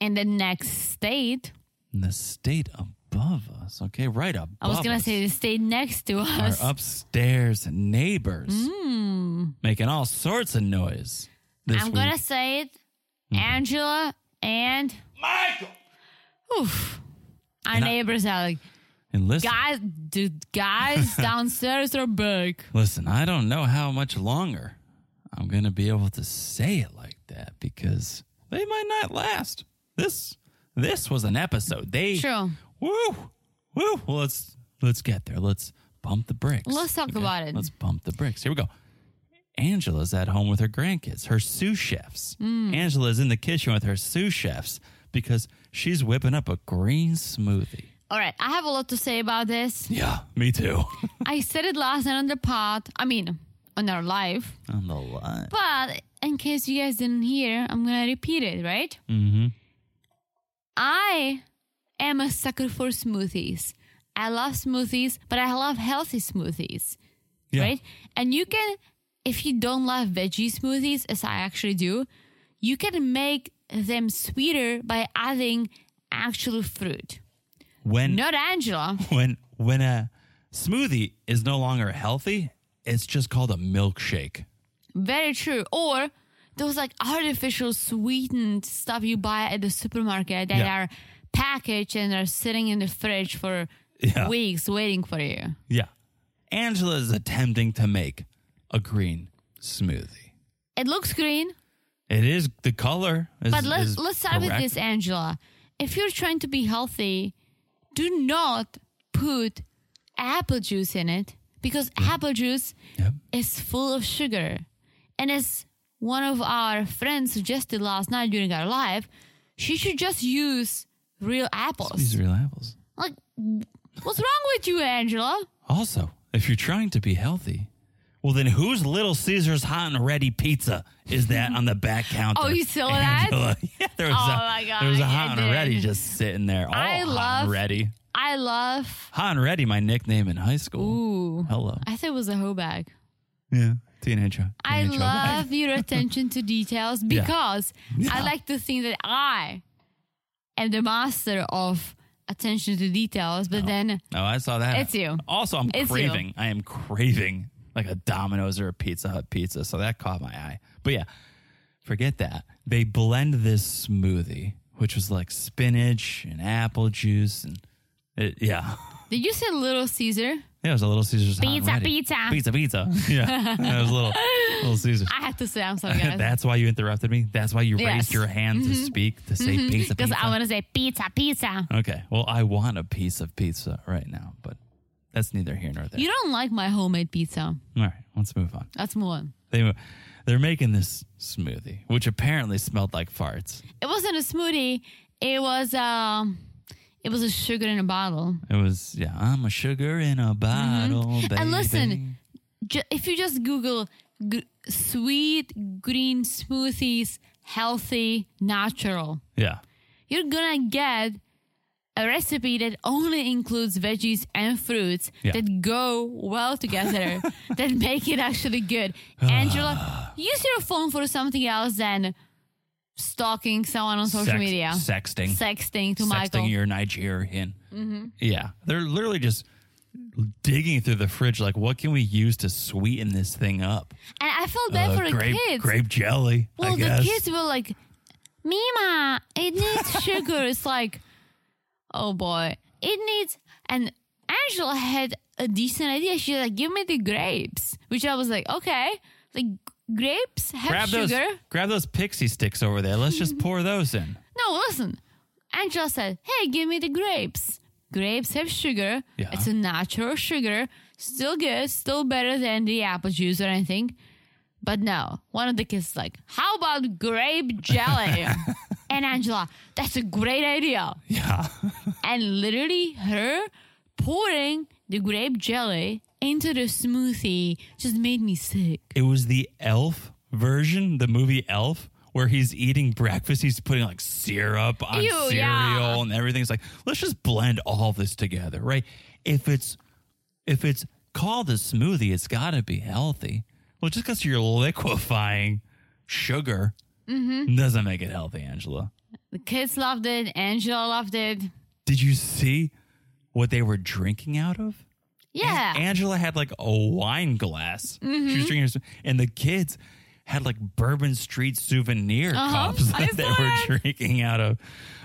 [SPEAKER 2] in the next state.
[SPEAKER 1] in the state above us. Okay. Right above
[SPEAKER 2] I was gonna
[SPEAKER 1] us.
[SPEAKER 2] say the state next to
[SPEAKER 1] Our
[SPEAKER 2] us.
[SPEAKER 1] upstairs neighbors making all sorts of noise. This
[SPEAKER 2] Hmm. I'm
[SPEAKER 1] week. Mm-hmm.
[SPEAKER 2] gonna say it, Angela and Michael. Oof, our
[SPEAKER 1] And I-
[SPEAKER 2] neighbors are like,
[SPEAKER 1] And listen,
[SPEAKER 2] Guys, the guys downstairs are back.
[SPEAKER 1] listen, I don't know how much longer I'm going to be able to say it like that because they might not last. This this was an episode. They
[SPEAKER 2] True.
[SPEAKER 1] Woo. Woo. Well, let's let's get there. Let's bump the bricks.
[SPEAKER 2] Let's talk about it.
[SPEAKER 1] Let's bump the bricks. Here we go. Angela's at home with her grandkids, her sous chefs.
[SPEAKER 2] Mm.
[SPEAKER 1] Angela's in the kitchen with her sous chefs because she's whipping up a green smoothie.
[SPEAKER 2] All right, I have a lot to say about this.
[SPEAKER 1] Yeah, me too.
[SPEAKER 2] I said it last night on the pod. I mean, on our live.
[SPEAKER 1] On the line.
[SPEAKER 2] But in case you guys didn't hear, I'm gonna repeat it, right? Mm-hmm. I am a sucker for smoothies. I love smoothies, but I love healthy smoothies,
[SPEAKER 1] Yeah.
[SPEAKER 2] right? And you can, if you don't love veggie smoothies, as I actually do, you can make them sweeter by adding actual fruit.
[SPEAKER 1] When
[SPEAKER 2] Not Angela.
[SPEAKER 1] when when a smoothie is no longer healthy, it's just called a milkshake.
[SPEAKER 2] Very true. Or those like artificial sweetened stuff you buy at the supermarket that
[SPEAKER 1] Yeah.
[SPEAKER 2] are packaged and are sitting in the fridge for
[SPEAKER 1] Yeah.
[SPEAKER 2] weeks waiting for you.
[SPEAKER 1] Yeah. Angela is attempting to make a green smoothie.
[SPEAKER 2] It looks green,
[SPEAKER 1] It is the color. Is,
[SPEAKER 2] but let's
[SPEAKER 1] is
[SPEAKER 2] let's start with
[SPEAKER 1] correct.
[SPEAKER 2] this, Angela. If you're trying to be healthy, do not put apple juice in it because
[SPEAKER 1] Mm.
[SPEAKER 2] apple juice
[SPEAKER 1] Yep.
[SPEAKER 2] is full of sugar. And as one of our friends suggested last night during our live, she should just use real apples.
[SPEAKER 1] These real apples.
[SPEAKER 2] Like, what's wrong with you, Angela?
[SPEAKER 1] Also, if you're trying to be healthy, well, then whose Little Caesars hot and ready pizza is that on the back counter?
[SPEAKER 2] Oh, you saw that?
[SPEAKER 1] Angela. Yeah, there was,
[SPEAKER 2] Oh
[SPEAKER 1] a,
[SPEAKER 2] my God,
[SPEAKER 1] there was a
[SPEAKER 2] I
[SPEAKER 1] hot and
[SPEAKER 2] did.
[SPEAKER 1] ready just sitting there. All
[SPEAKER 2] I
[SPEAKER 1] hot
[SPEAKER 2] love-
[SPEAKER 1] and ready.
[SPEAKER 2] I love.
[SPEAKER 1] Hot and ready, my nickname in high school.
[SPEAKER 2] Ooh,
[SPEAKER 1] Hello.
[SPEAKER 2] I thought it was a hoe bag.
[SPEAKER 1] Yeah. Teenager.
[SPEAKER 2] I
[SPEAKER 1] teenager.
[SPEAKER 2] love your attention to details because I like to think that I am the master of attention to details, but then
[SPEAKER 1] Oh, I saw that.
[SPEAKER 2] It's you.
[SPEAKER 1] Also, I'm
[SPEAKER 2] It's you.
[SPEAKER 1] craving. I am craving like a Domino's or a Pizza Hut pizza. So that caught my eye. But yeah, forget that. They blend this smoothie, which was like spinach and apple juice, and it, yeah,
[SPEAKER 2] did you say Little Caesar?
[SPEAKER 1] yeah, it was a Little Caesars. hot and
[SPEAKER 2] Pizza,
[SPEAKER 1] ready.
[SPEAKER 2] pizza.
[SPEAKER 1] pizza, pizza. Yeah, that was a little Little Caesars.
[SPEAKER 2] I had to say, I'm sorry, guys.
[SPEAKER 1] That's why you interrupted me. That's why you raised
[SPEAKER 2] Yes. Mm-hmm.
[SPEAKER 1] your hand to speak to say pizza,
[SPEAKER 2] Because
[SPEAKER 1] pizza.
[SPEAKER 2] I want to say pizza, pizza.
[SPEAKER 1] okay, well, I want a piece of pizza right now, but that's neither here nor there.
[SPEAKER 2] You don't like my homemade pizza.
[SPEAKER 1] All right, let's move on.
[SPEAKER 2] That's more.
[SPEAKER 1] They they're making this smoothie, which apparently smelled like farts.
[SPEAKER 2] It wasn't a smoothie. It was um, it was a sugar in a bottle.
[SPEAKER 1] It was yeah, I'm a sugar in a bottle, baby.
[SPEAKER 2] Mm-hmm. And listen, ju- if you just Google gr- sweet green smoothies, healthy, natural,
[SPEAKER 1] yeah,
[SPEAKER 2] you're gonna get a recipe that only includes veggies and fruits
[SPEAKER 1] Yeah.
[SPEAKER 2] that go well together, that make it actually good.
[SPEAKER 1] Ah.
[SPEAKER 2] Angela, use your phone for something else than stalking someone on social
[SPEAKER 1] Sex-
[SPEAKER 2] media,
[SPEAKER 1] sexting,
[SPEAKER 2] sexting to
[SPEAKER 1] sexting
[SPEAKER 2] Michael. Mm-hmm.
[SPEAKER 1] your Nigerian. Yeah, they're literally just digging through the fridge, like, what can we use to sweeten this thing up?
[SPEAKER 2] and I felt bad
[SPEAKER 1] Uh,
[SPEAKER 2] for the
[SPEAKER 1] grape,
[SPEAKER 2] kids.
[SPEAKER 1] grape jelly.
[SPEAKER 2] well,
[SPEAKER 1] I
[SPEAKER 2] the
[SPEAKER 1] guess.
[SPEAKER 2] kids were like, "Mima, it needs sugar." It's like, oh boy, it needs. And Angela had a decent idea. She's like, "Give me the grapes," which I was like, "Okay, like grapes have
[SPEAKER 1] grab
[SPEAKER 2] sugar."
[SPEAKER 1] those, grab those pixie sticks over there. Let's just pour those in.
[SPEAKER 2] No, listen. Angela said, Hey, give me the grapes. Grapes have sugar.
[SPEAKER 1] Yeah.
[SPEAKER 2] It's a natural sugar. Still good, still better than the apple juice or anything. But no, one of the kids is like, How about grape jelly? and Angela, that's a great idea.
[SPEAKER 1] Yeah,
[SPEAKER 2] And literally, her pouring the grape jelly into the smoothie just made me sick.
[SPEAKER 1] It was the Elf version, the movie Elf, where he's eating breakfast. He's putting like syrup on
[SPEAKER 2] Ew,
[SPEAKER 1] cereal
[SPEAKER 2] yeah.
[SPEAKER 1] and everything's like, let's just blend all of this together, right? If it's if it's called a smoothie, it's got to be healthy. Well, just because you're liquefying sugar
[SPEAKER 2] Mm-hmm.
[SPEAKER 1] doesn't make it healthy, Angela.
[SPEAKER 2] The kids loved it. Angela loved it.
[SPEAKER 1] Did you see what they were drinking out of?
[SPEAKER 2] Yeah. Mm-hmm.
[SPEAKER 1] Angela had like a wine glass. She was drinking, her- and the kids had like Bourbon Street souvenir cups
[SPEAKER 2] Uh-huh. I
[SPEAKER 1] that they
[SPEAKER 2] saw
[SPEAKER 1] were
[SPEAKER 2] it.
[SPEAKER 1] drinking out of.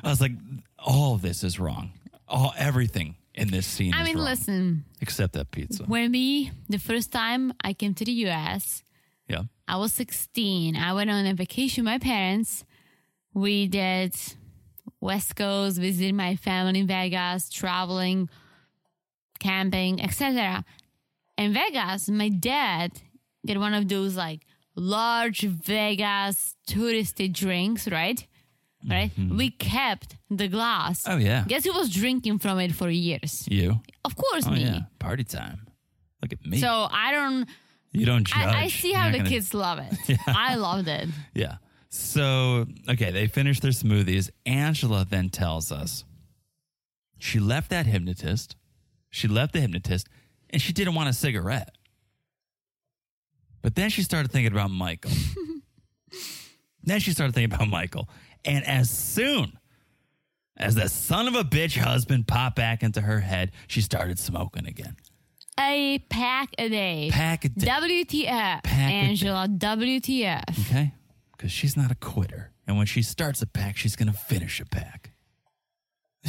[SPEAKER 1] I was like, all of this is wrong. All everything in this scene.
[SPEAKER 2] I
[SPEAKER 1] is
[SPEAKER 2] mean,
[SPEAKER 1] wrong,
[SPEAKER 2] listen,
[SPEAKER 1] Except that pizza.
[SPEAKER 2] when we, the first time I came to the US,
[SPEAKER 1] yeah.
[SPEAKER 2] I was 16. I went on a vacation with my parents. We did West Coast, visited my family in Vegas, traveling, camping, etc. In Vegas, my dad get one of those like large Vegas touristy drinks, right? Right? We kept the glass.
[SPEAKER 1] Mm-hmm. Oh, yeah.
[SPEAKER 2] Guess who was drinking from it for years?
[SPEAKER 1] You.
[SPEAKER 2] Of course,
[SPEAKER 1] Oh,
[SPEAKER 2] me.
[SPEAKER 1] yeah. Party time. Look at me.
[SPEAKER 2] So I don't.
[SPEAKER 1] you don't judge.
[SPEAKER 2] I, I see
[SPEAKER 1] You're
[SPEAKER 2] how
[SPEAKER 1] not
[SPEAKER 2] the
[SPEAKER 1] gonna-
[SPEAKER 2] kids love it. I loved it.
[SPEAKER 1] Yeah. So, okay, they finish their smoothies. Angela then tells us she left that hypnotist. She left the hypnotist and she didn't want a cigarette. But then she started thinking about Michael. then she started thinking about Michael. And as soon as that son of a bitch husband popped back into her head, she started smoking again.
[SPEAKER 2] a pack a day.
[SPEAKER 1] Pack a day.
[SPEAKER 2] WTF,
[SPEAKER 1] Pack a
[SPEAKER 2] Angela, WTF.
[SPEAKER 1] Okay? Because she's not a quitter. And when she starts a pack, she's going to finish a pack.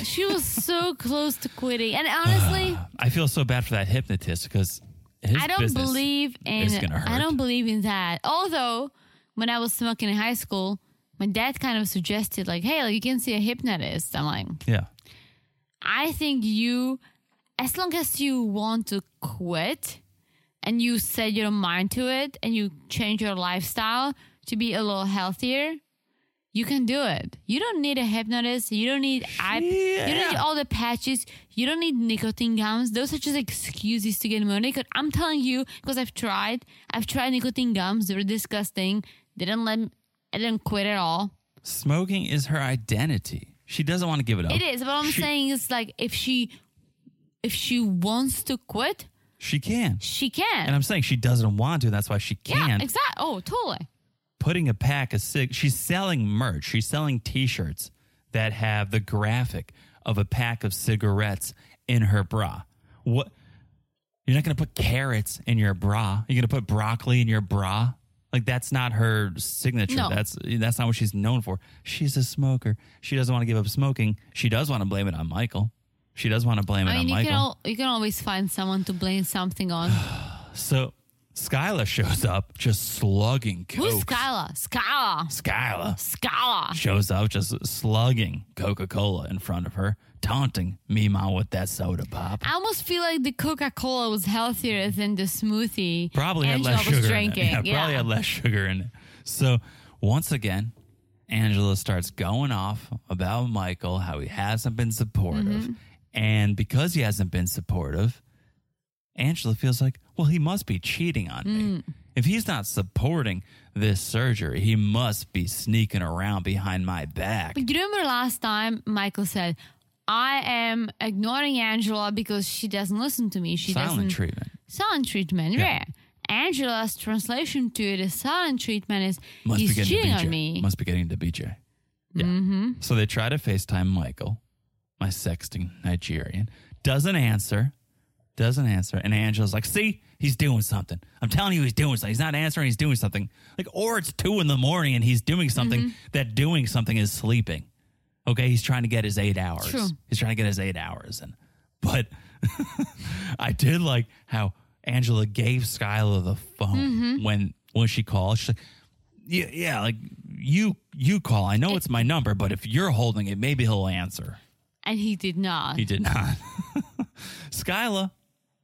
[SPEAKER 2] She was so close to quitting. And honestly,
[SPEAKER 1] I feel so bad for that hypnotist because his
[SPEAKER 2] I don't
[SPEAKER 1] Uh, business
[SPEAKER 2] believe in
[SPEAKER 1] is gonna hurt.
[SPEAKER 2] I don't believe in that. Although when I was smoking in high school, my dad kind of suggested like, "Hey, like, you can see a hypnotist." I'm like,
[SPEAKER 1] Yeah,
[SPEAKER 2] "I think you as long as you want to quit and you set your mind to it and you change your lifestyle to be a little healthier, you can do it. You don't need a hypnotist. You don't need I, you don't need
[SPEAKER 1] Yeah.
[SPEAKER 2] all the patches. You don't need nicotine gums. Those are just excuses to get more nicotine. I'm telling you because I've tried. I've tried nicotine gums. They were disgusting. They didn't let. me- I didn't quit at all.
[SPEAKER 1] smoking is her identity. She doesn't want to give it up.
[SPEAKER 2] It is. What I'm
[SPEAKER 1] She-
[SPEAKER 2] saying is like if she, if she wants to quit,
[SPEAKER 1] She can,
[SPEAKER 2] she can.
[SPEAKER 1] and I'm saying she doesn't want to. That's why she
[SPEAKER 2] yeah,
[SPEAKER 1] can't.
[SPEAKER 2] exactly. Oh, totally.
[SPEAKER 1] Putting a pack of six. She's selling merch. She's selling T-shirts that have the graphic of a pack of cigarettes in her bra. What? You're not going to put carrots in your bra. You're going to put broccoli in your bra. Like that's not her signature.
[SPEAKER 2] No.
[SPEAKER 1] That's that's not what she's known for. She's a smoker. She doesn't want to give up smoking. She does want to blame it on Michael. She does want to blame it
[SPEAKER 2] I mean,
[SPEAKER 1] on
[SPEAKER 2] you
[SPEAKER 1] Michael.
[SPEAKER 2] can al- you can always find someone to blame something on.
[SPEAKER 1] so Skyla shows up just slugging coke.
[SPEAKER 2] Who's Skyla? Skyla.
[SPEAKER 1] Skyla
[SPEAKER 2] Skyla.
[SPEAKER 1] shows up just slugging Coca Cola in front of her, taunting Mima with that soda pop.
[SPEAKER 2] I almost feel like the Coca Cola was healthier than the smoothie.
[SPEAKER 1] Probably
[SPEAKER 2] Angela
[SPEAKER 1] had less
[SPEAKER 2] was
[SPEAKER 1] sugar
[SPEAKER 2] drinking.
[SPEAKER 1] in it. Yeah, probably had less sugar in it. So once again, Angela starts going off about Michael, how he hasn't been supportive.
[SPEAKER 2] Mm-hmm.
[SPEAKER 1] And because he hasn't been supportive, Angela feels like, well, he must be cheating on
[SPEAKER 2] Mm.
[SPEAKER 1] me. If he's not supporting this surgery, he must be sneaking around behind my back.
[SPEAKER 2] But you remember last time Michael said, "I am ignoring Angela because she doesn't listen to me. She doesn't
[SPEAKER 1] Silent treatment.
[SPEAKER 2] silent treatment. Yeah. Angela's translation to the silent treatment is
[SPEAKER 1] Must be
[SPEAKER 2] he's
[SPEAKER 1] getting
[SPEAKER 2] cheating
[SPEAKER 1] to BJ.
[SPEAKER 2] on me.
[SPEAKER 1] Must be getting to BJ. Yeah. So they try to FaceTime Michael, my sexting Nigerian. Doesn't answer. Doesn't answer. And Angela's like, see, he's doing something. I'm telling you, he's doing something. He's not answering, he's doing something. Like, or it's two in the morning and he's doing something that doing something is sleeping. Okay, he's trying to get his eight hours.
[SPEAKER 2] True.
[SPEAKER 1] He's trying to get his eight hours in. But I did like how Angela gave Skylar the phone when when she called. She's like, yeah, yeah, like you you call. I know it's my number, but if you're holding it, maybe he'll answer.
[SPEAKER 2] and he did not.
[SPEAKER 1] He did not. Skyla,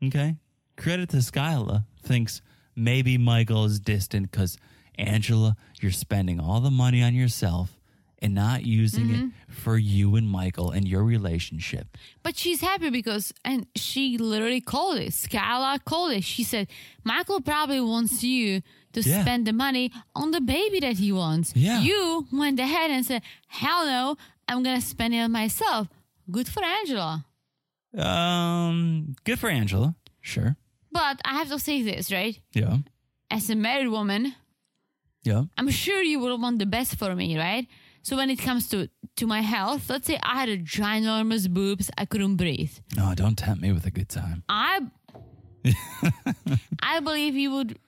[SPEAKER 1] okay, credit to Skyla, thinks maybe Michael is distant because Angela, you're spending all the money on yourself and not using
[SPEAKER 2] Mm-hmm.
[SPEAKER 1] it for you and Michael and your relationship.
[SPEAKER 2] But she's happy because, and she literally called it. Skylar called it. She said, Michael probably wants you to
[SPEAKER 1] Yeah.
[SPEAKER 2] spend the money on the baby that he wants.
[SPEAKER 1] Yeah.
[SPEAKER 2] You went ahead and said, hell no, I'm going to spend it on myself. Good for Angela.
[SPEAKER 1] Um, good for Angela, sure.
[SPEAKER 2] But I have to say this, right?
[SPEAKER 1] Yeah,
[SPEAKER 2] As a married woman,
[SPEAKER 1] yeah.
[SPEAKER 2] I'm sure you would want the best for me, right? So when it comes to, to my health, let's say I had a ginormous boobs, I couldn't breathe.
[SPEAKER 1] No, don't tempt me with a good time.
[SPEAKER 2] I I believe you would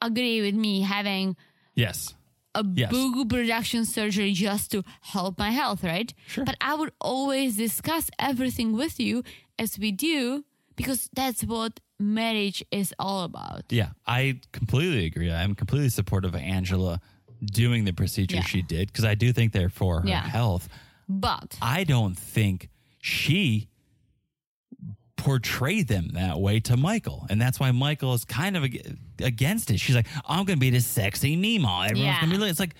[SPEAKER 2] agree with me having
[SPEAKER 1] Yes.
[SPEAKER 2] a
[SPEAKER 1] Yes.
[SPEAKER 2] booger reduction surgery just to help my health, right?
[SPEAKER 1] Sure.
[SPEAKER 2] But I would always discuss everything with you as we do because that's what marriage is all about.
[SPEAKER 1] Yeah, I completely agree. I'm completely supportive of Angela doing the procedure
[SPEAKER 2] Yeah.
[SPEAKER 1] she did because I do think they're for her
[SPEAKER 2] Yeah.
[SPEAKER 1] health.
[SPEAKER 2] But
[SPEAKER 1] I don't think she portrayed them that way to Michael. And that's why Michael is kind of ag- against it. She's like, I'm going to be this sexy Nemo. Everyone's
[SPEAKER 2] Yeah.
[SPEAKER 1] going to be like, it's like,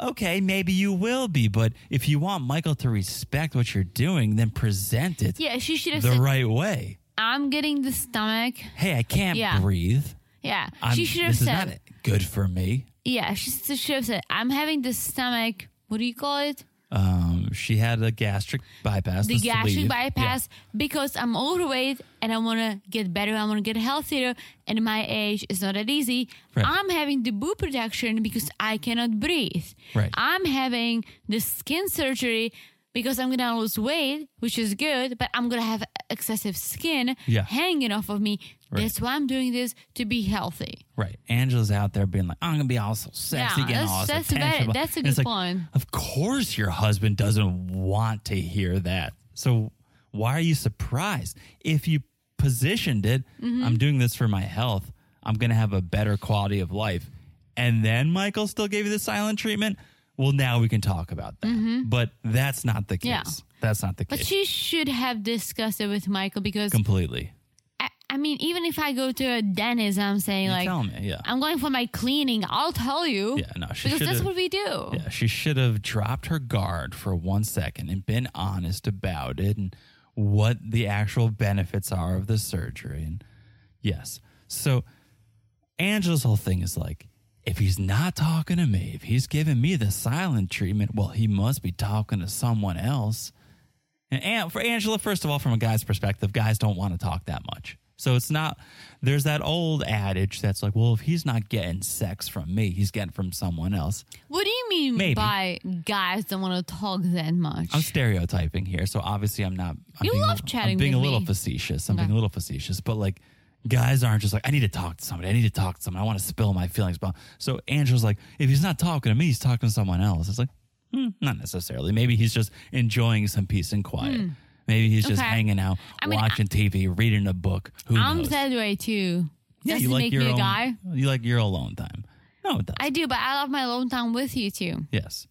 [SPEAKER 1] okay, maybe you will be. But if you want Michael to respect what you're doing, then present it
[SPEAKER 2] yeah, she should have
[SPEAKER 1] the
[SPEAKER 2] said,
[SPEAKER 1] right way.
[SPEAKER 2] I'm getting the stomach.
[SPEAKER 1] Hey, I can't
[SPEAKER 2] Yeah.
[SPEAKER 1] breathe.
[SPEAKER 2] Yeah.
[SPEAKER 1] I'm,
[SPEAKER 2] she should have
[SPEAKER 1] this is not
[SPEAKER 2] said,
[SPEAKER 1] good for me.
[SPEAKER 2] yeah, she should have said, I'm having the stomach. What do you call it?
[SPEAKER 1] Um, she had a gastric bypass.
[SPEAKER 2] the
[SPEAKER 1] Let's
[SPEAKER 2] gastric
[SPEAKER 1] leave.
[SPEAKER 2] bypass because I'm overweight and I want to get better. I want to get healthier, and my age is not that easy.
[SPEAKER 1] Right.
[SPEAKER 2] I'm having the boob reduction because I cannot breathe.
[SPEAKER 1] Right.
[SPEAKER 2] I'm having the skin surgery because I'm gonna lose weight, which is good, but I'm gonna have excessive skin
[SPEAKER 1] Yeah.
[SPEAKER 2] hanging off of me. That's why I'm doing this to be healthy.
[SPEAKER 1] Yeah. Right. Angela's out there being like, I'm gonna be all so sexy,
[SPEAKER 2] Yeah,
[SPEAKER 1] getting
[SPEAKER 2] that's-
[SPEAKER 1] all this
[SPEAKER 2] that's
[SPEAKER 1] attention.
[SPEAKER 2] very-
[SPEAKER 1] But-
[SPEAKER 2] that's a
[SPEAKER 1] and it's
[SPEAKER 2] good
[SPEAKER 1] like,
[SPEAKER 2] point.
[SPEAKER 1] Of course your husband doesn't want to hear that. So why are you surprised? If you positioned it,
[SPEAKER 2] Mm-hmm.
[SPEAKER 1] I'm doing this for my health, I'm gonna have a better quality of life. And then Michael still gave you the silent treatment. Well, now we can talk about that. But that's not the case.
[SPEAKER 2] Mm-hmm. Yeah.
[SPEAKER 1] That's not the
[SPEAKER 2] But
[SPEAKER 1] case.
[SPEAKER 2] she should have discussed it with Michael because
[SPEAKER 1] Completely.
[SPEAKER 2] I, I mean, even if I go to a dentist, I'm saying
[SPEAKER 1] You
[SPEAKER 2] like,
[SPEAKER 1] tell me, yeah.
[SPEAKER 2] I'm going for my cleaning. I'll tell you.
[SPEAKER 1] Yeah, no, she
[SPEAKER 2] because that's
[SPEAKER 1] should've-
[SPEAKER 2] what we do.
[SPEAKER 1] Yeah, she should have dropped her guard for one second and been honest about it and what the actual benefits are of the surgery. And yes, so Angela's whole thing is like, if he's not talking to me, if he's giving me the silent treatment, well, he must be talking to someone else. And An- for Angela, first of all, from a guy's perspective, guys don't want to talk that much. So it's not, there's that old adage that's like, well, if he's not getting sex from me, he's getting from someone else.
[SPEAKER 2] What do you mean
[SPEAKER 1] Maybe.
[SPEAKER 2] by guys don't want to talk that much?
[SPEAKER 1] I'm stereotyping here, so obviously I'm not. I'm
[SPEAKER 2] You
[SPEAKER 1] being a
[SPEAKER 2] love
[SPEAKER 1] little-
[SPEAKER 2] chatting
[SPEAKER 1] I'm being
[SPEAKER 2] with
[SPEAKER 1] a little
[SPEAKER 2] me.
[SPEAKER 1] facetious. I'm being a little facetious, but like guys aren't just like I need to talk to somebody. I need to talk to somebody. I want to spill my feelings. But so Angela's like, if he's not talking to me, he's talking to someone else. It's like hmm, not necessarily. Maybe he's just enjoying some peace and quiet. Maybe he's just
[SPEAKER 2] Hmm. Okay.
[SPEAKER 1] hanging out,
[SPEAKER 2] I mean, I-
[SPEAKER 1] watching TV, reading a book. Who
[SPEAKER 2] I'm
[SPEAKER 1] knows?
[SPEAKER 2] that way too.
[SPEAKER 1] yeah,
[SPEAKER 2] Does
[SPEAKER 1] you
[SPEAKER 2] it
[SPEAKER 1] like
[SPEAKER 2] make
[SPEAKER 1] your
[SPEAKER 2] me a
[SPEAKER 1] own,
[SPEAKER 2] guy?
[SPEAKER 1] You like your alone time. No, it doesn't.
[SPEAKER 2] I do, but I love my alone time with you too.
[SPEAKER 1] Yes.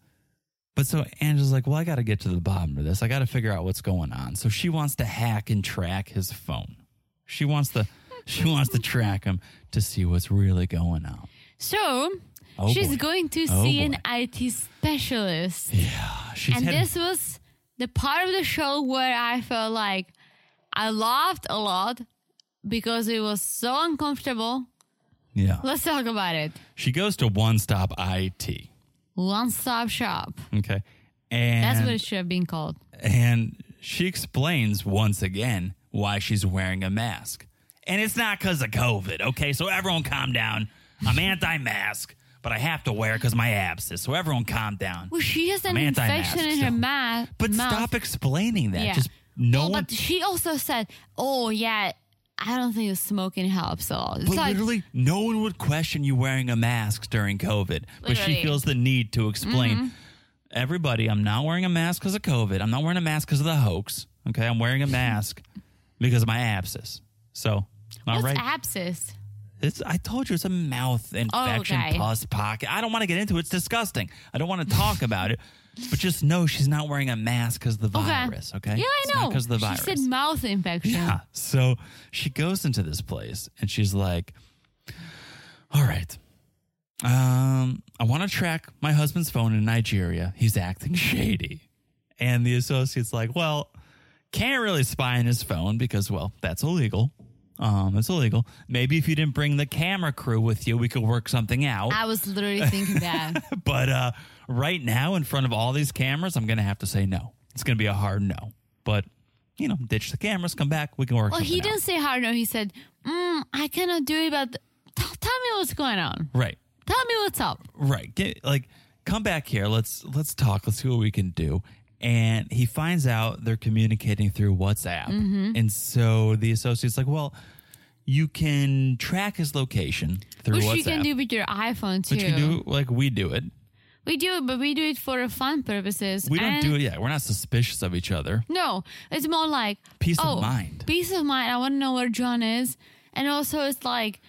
[SPEAKER 1] But so Angela's like, well, I got to get to the bottom of this. I got to figure out what's going on. So she wants to hack and track his phone. She wants to she wants to track him to see what's really going on.
[SPEAKER 2] So
[SPEAKER 1] Oh,
[SPEAKER 2] she's
[SPEAKER 1] boy.
[SPEAKER 2] going to
[SPEAKER 1] Oh,
[SPEAKER 2] see
[SPEAKER 1] boy.
[SPEAKER 2] an IT specialist,
[SPEAKER 1] She's
[SPEAKER 2] and
[SPEAKER 1] headed-
[SPEAKER 2] this was the part of the show where I felt like I laughed a lot because it was so uncomfortable.
[SPEAKER 1] yeah.
[SPEAKER 2] Let's talk about it.
[SPEAKER 1] She goes to One Stop IT.
[SPEAKER 2] One stop shop.
[SPEAKER 1] Okay. And
[SPEAKER 2] That's what it should have been called.
[SPEAKER 1] and she explains once again why she's wearing a mask. And it's not because of COVID, okay? So everyone calm down. I'm anti mask, but I have to wear it because my abscess. So everyone calm down.
[SPEAKER 2] Well, she has an
[SPEAKER 1] I'm anti-mask
[SPEAKER 2] infection in her
[SPEAKER 1] still.
[SPEAKER 2] mouth.
[SPEAKER 1] But
[SPEAKER 2] mouth.
[SPEAKER 1] stop explaining that.
[SPEAKER 2] Yeah.
[SPEAKER 1] Just no
[SPEAKER 2] Well,
[SPEAKER 1] one.
[SPEAKER 2] But she also said, "Oh yeah, I don't think smoking helps at all." It's
[SPEAKER 1] But
[SPEAKER 2] like,
[SPEAKER 1] literally, no one would question you wearing a mask during COVID. But she
[SPEAKER 2] Literally. Mm-hmm.
[SPEAKER 1] feels the need to explain everybody, I'm not wearing a mask because of COVID. I'm not wearing a mask because of the hoax. Okay. I'm wearing a mask because of my abscess. So, all
[SPEAKER 2] what's
[SPEAKER 1] right.
[SPEAKER 2] abscess?
[SPEAKER 1] It's, I told you it's a mouth infection,
[SPEAKER 2] okay.
[SPEAKER 1] pus, pocket. I don't want to get into it. It's disgusting. I don't want to talk about it. But just know she's not wearing a mask because of the virus. Okay.
[SPEAKER 2] Yeah, I
[SPEAKER 1] It's
[SPEAKER 2] know.
[SPEAKER 1] not because of the virus.
[SPEAKER 2] She said mouth infection.
[SPEAKER 1] Yeah. So she goes into this place and she's like, All right. Um, I want to track my husband's phone in Nigeria. He's acting shady. And the associate's like, Well, can't really spy on his phone because, well, that's illegal. Um, it's illegal. Maybe if you didn't bring the camera crew with you, we could work something out.
[SPEAKER 2] I was literally thinking that.
[SPEAKER 1] But uh, right now, in front of all these cameras, I'm going to have to say no. It's going to be a hard no. But, you know, ditch the cameras, come back. We can work
[SPEAKER 2] Well,
[SPEAKER 1] something
[SPEAKER 2] he
[SPEAKER 1] out.
[SPEAKER 2] didn't say hard no. He said, mm, "I cannot do it, but t- tell me what's going on.
[SPEAKER 1] Right.
[SPEAKER 2] Tell me what's up."
[SPEAKER 1] Right. Get, like come back here. Let's let's talk. Let's see what we can do. And he finds out they're communicating through WhatsApp.
[SPEAKER 2] Mm-hmm.
[SPEAKER 1] And so the associate's like, "Well, you can track his location through
[SPEAKER 2] Which
[SPEAKER 1] WhatsApp."
[SPEAKER 2] you can do with your iPhone too.
[SPEAKER 1] which we do like we do it.
[SPEAKER 2] We do it, but we do it for fun purposes.
[SPEAKER 1] We don't
[SPEAKER 2] and
[SPEAKER 1] do it yet. We're not suspicious of each other.
[SPEAKER 2] No, it's more like
[SPEAKER 1] Peace of
[SPEAKER 2] oh,
[SPEAKER 1] mind.
[SPEAKER 2] Peace of mind. I want to know where John is, and also it's like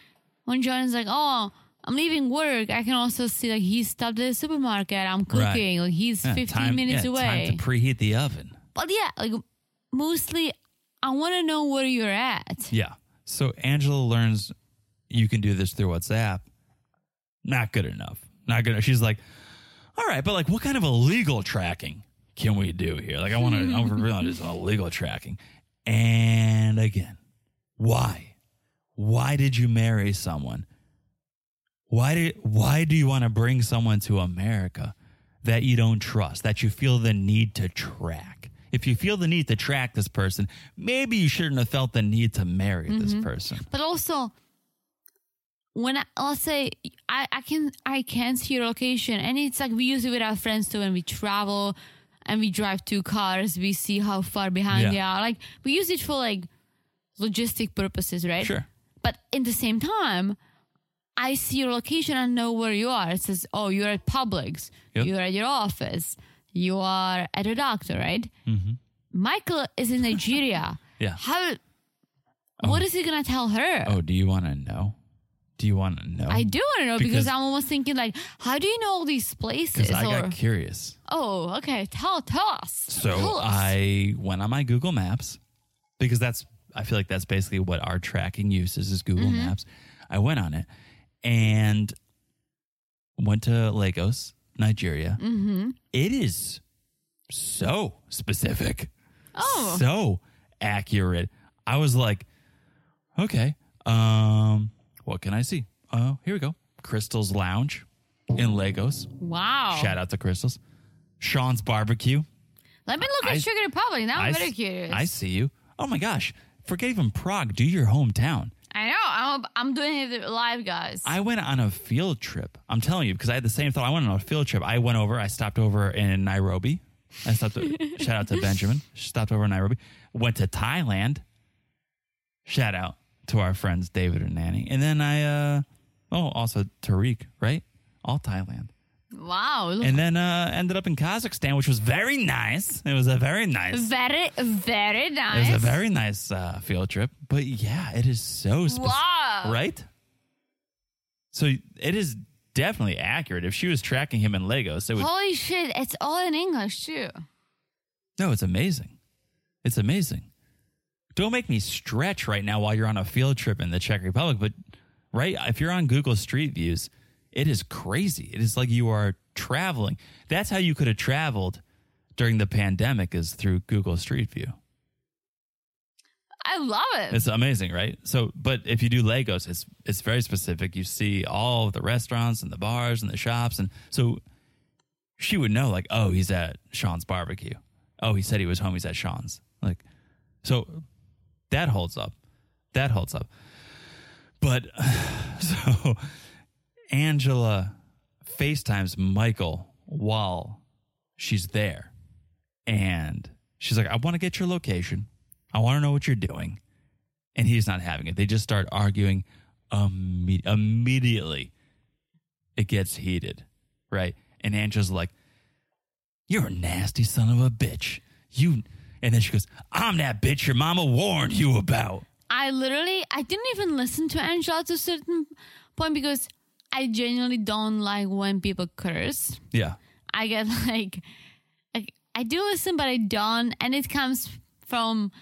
[SPEAKER 2] when John is like, "Oh, I'm leaving work," I can also see like he stopped at the supermarket. I'm
[SPEAKER 1] Right.
[SPEAKER 2] cooking. Like he's
[SPEAKER 1] Yeah,
[SPEAKER 2] 15
[SPEAKER 1] time-
[SPEAKER 2] minutes
[SPEAKER 1] yeah,
[SPEAKER 2] away.
[SPEAKER 1] Time to preheat the oven.
[SPEAKER 2] but yeah, like mostly, I want to know where you're at.
[SPEAKER 1] Yeah. So Angela learns you can do this through WhatsApp. Not good enough. Not good. She's like, all right, but like, what kind of illegal tracking can we do here? Like, I want to. I'm really just illegal tracking. And again, why? Why did you marry someone? Why did? Why do you want to bring someone to America that you don't trust? That you feel the need to track? If you feel the need to track this person, maybe you shouldn't have felt the need to marry this
[SPEAKER 2] Mm-hmm.
[SPEAKER 1] person.
[SPEAKER 2] But also, when I, let's say I, I can I can see your location, and it's like we use it with our friends too when we travel and we drive two cars, we see how far behind
[SPEAKER 1] Yeah.
[SPEAKER 2] they are. Like we use it for like logistic purposes, right?
[SPEAKER 1] Sure.
[SPEAKER 2] But in the same time, I see your location and know where you are. It says, oh, you're at Publix,
[SPEAKER 1] Yep.
[SPEAKER 2] you're at your office, you are at a doctor, right?
[SPEAKER 1] Mm-hmm.
[SPEAKER 2] Michael is in Nigeria.
[SPEAKER 1] Yeah.
[SPEAKER 2] How? What is he gonna tell her?
[SPEAKER 1] Oh, do you want to know? Do you want to know?
[SPEAKER 2] I do want to know because,
[SPEAKER 1] Because-
[SPEAKER 2] I'm almost thinking like, how do you know all these places?
[SPEAKER 1] Because I
[SPEAKER 2] or
[SPEAKER 1] got curious.
[SPEAKER 2] oh, okay, tell tell us.
[SPEAKER 1] So
[SPEAKER 2] Tell us.
[SPEAKER 1] I went on my Google Maps because that's I feel like that's basically what our tracking uses is Google Maps. I went on it and went to Lagos, Nigeria. Mm-hmm. is so specific.
[SPEAKER 2] Oh.
[SPEAKER 1] So accurate. I was like, okay, um, what can I see? Oh, here we go. Crystal's Lounge in Lagos.
[SPEAKER 2] wow.
[SPEAKER 1] Shout out to Crystals. Sean's Barbecue.
[SPEAKER 2] Let me look at
[SPEAKER 1] I-
[SPEAKER 2] Sugar Republic. Now I'm
[SPEAKER 1] I
[SPEAKER 2] very
[SPEAKER 1] s-
[SPEAKER 2] curious.
[SPEAKER 1] I see you. Oh my gosh. Forget even Prague. Do your hometown.
[SPEAKER 2] I know. I'm I'm doing it live, guys.
[SPEAKER 1] I went on a field trip. I'm telling you because I had the same thought. I went on a field trip. I went over. I stopped over in Nairobi. I stopped. shout out to Benjamin. Stopped over in Nairobi. Went to Thailand. Shout out to our friends David and Nanny. And then I, uh, oh, also Tariq. Right, all Thailand.
[SPEAKER 2] wow. Look,
[SPEAKER 1] And then uh, ended up in Kazakhstan, which was very nice. It was a very nice.
[SPEAKER 2] very very
[SPEAKER 1] It
[SPEAKER 2] nice.
[SPEAKER 1] was a very nice uh, field trip, but yeah, it is so specific,
[SPEAKER 2] Wow.
[SPEAKER 1] right? So it is definitely accurate. If she was tracking him in Lagos, it would.
[SPEAKER 2] Holy shit! It's all in English too.
[SPEAKER 1] No, it's amazing. It's amazing. Don't make me stretch right now while you're on a field trip in the Czech Republic, but right if you're on Google Street Views, it is crazy. It is like you are traveling. That's how you could have traveled during the pandemic is through Google Street View.
[SPEAKER 2] I love it.
[SPEAKER 1] It's amazing, right? So, but if you do Legos, it's it's very specific. You see all of the restaurants and the bars and the shops, and so she would know, like, oh, he's at Sean's barbecue. Oh, he said he was home. He's at Sean's. Like, so that holds up. That holds up. But so Angela FaceTimes Michael while she's there, and she's like, I want to get your location. I want to know what you're doing and he's not having it. They just start arguing imme- immediately. It gets heated, right? And Angela's like, "You're a nasty son of a bitch." You, and then she goes, "I'm that bitch your mama warned you about."
[SPEAKER 2] I literally I didn't even listen to Angela to a certain point because I genuinely don't like when people curse.
[SPEAKER 1] Yeah,
[SPEAKER 2] I get like, like I do listen, but I don't, and it comes from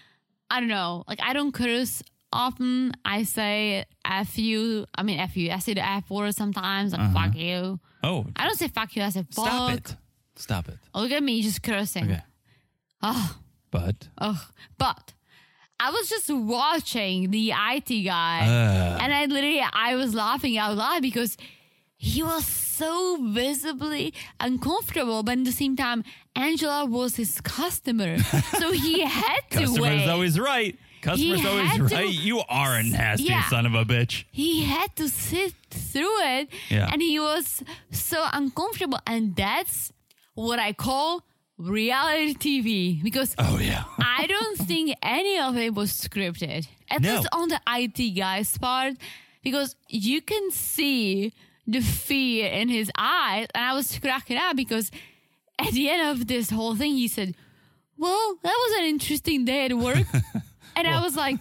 [SPEAKER 2] I don't know. Like I don't curse often. I say f you. I mean f you. I say the f word sometimes. Like fuck you.
[SPEAKER 1] Oh,
[SPEAKER 2] I don't say fuck you. I say fuck.
[SPEAKER 1] stop it! Stop it!
[SPEAKER 2] Oh, look at me just cursing.
[SPEAKER 1] Okay,
[SPEAKER 2] Oh,
[SPEAKER 1] but
[SPEAKER 2] oh. But I was just watching the IT guy, and I literally I was laughing out loud because he was so visibly uncomfortable, but at the same time, Angela was his customer, so he had to
[SPEAKER 1] customer's
[SPEAKER 2] wait.
[SPEAKER 1] always right. Customer's
[SPEAKER 2] He
[SPEAKER 1] always
[SPEAKER 2] had to-
[SPEAKER 1] right. you are a nasty
[SPEAKER 2] Yeah.
[SPEAKER 1] son of a bitch.
[SPEAKER 2] he had to sit through it,
[SPEAKER 1] Yeah.
[SPEAKER 2] and he was so uncomfortable, and that's what I call reality TV because
[SPEAKER 1] Oh yeah.
[SPEAKER 2] I don't think any of it was scripted. At
[SPEAKER 1] No.
[SPEAKER 2] least on the IT guys part, because you can see the fear in his eyes, and I was cracking up because at the end of this whole thing, he said, "Well, that was an interesting day at work," and I was like,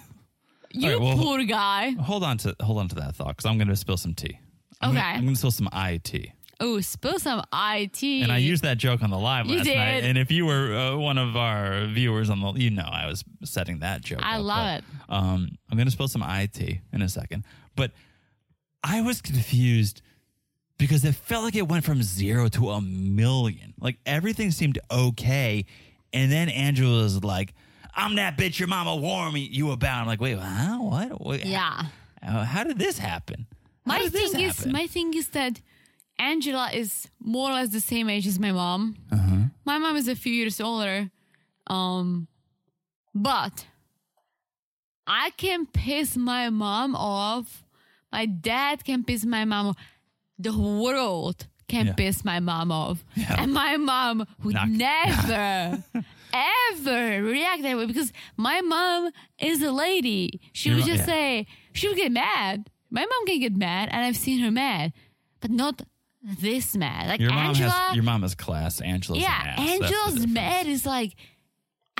[SPEAKER 2] "You
[SPEAKER 1] right, well-
[SPEAKER 2] poor guy."
[SPEAKER 1] Hold on to hold on to that thought because I'm going to spill some tea. I'm
[SPEAKER 2] Okay.
[SPEAKER 1] Gonna, I'm going to spill some IT.
[SPEAKER 2] Oh, spill some it.
[SPEAKER 1] And I used that joke on the live
[SPEAKER 2] You
[SPEAKER 1] last night.
[SPEAKER 2] did.
[SPEAKER 1] And if you were uh, one of our viewers on the, you know, I was setting that joke.
[SPEAKER 2] I
[SPEAKER 1] up,
[SPEAKER 2] love
[SPEAKER 1] but, Um, I'm going to spill some IT in a second, but I was confused because it felt like it went from zero to a million. Like everything seemed okay, and then Angela was like, "I'm that bitch your mama warned me you about." I'm like, "Wait, huh? What? Wait,
[SPEAKER 2] Yeah.
[SPEAKER 1] How, Uh, how did this happen? How
[SPEAKER 2] My
[SPEAKER 1] did this
[SPEAKER 2] thing is,
[SPEAKER 1] happen?
[SPEAKER 2] my thing is that Angela is more or less the same age as my mom.
[SPEAKER 1] Uh-huh.
[SPEAKER 2] My mom is a few years older, um, but I can piss my mom off. My dad can piss my mom off. The world can
[SPEAKER 1] Yeah.
[SPEAKER 2] piss my mom off,
[SPEAKER 1] Yeah.
[SPEAKER 2] and my mom would
[SPEAKER 1] Knock-
[SPEAKER 2] never. Ever react that way because my mom is a lady. She
[SPEAKER 1] Your
[SPEAKER 2] would
[SPEAKER 1] mo-
[SPEAKER 2] just
[SPEAKER 1] yeah.
[SPEAKER 2] say say she would get mad. My mom can get mad, and I've seen her mad, but not this mad. Like
[SPEAKER 1] your mom
[SPEAKER 2] Angela,
[SPEAKER 1] has your mom has class. Angela's
[SPEAKER 2] yeah,
[SPEAKER 1] an ass. That's the
[SPEAKER 2] Angela's
[SPEAKER 1] difference.
[SPEAKER 2] mad is like.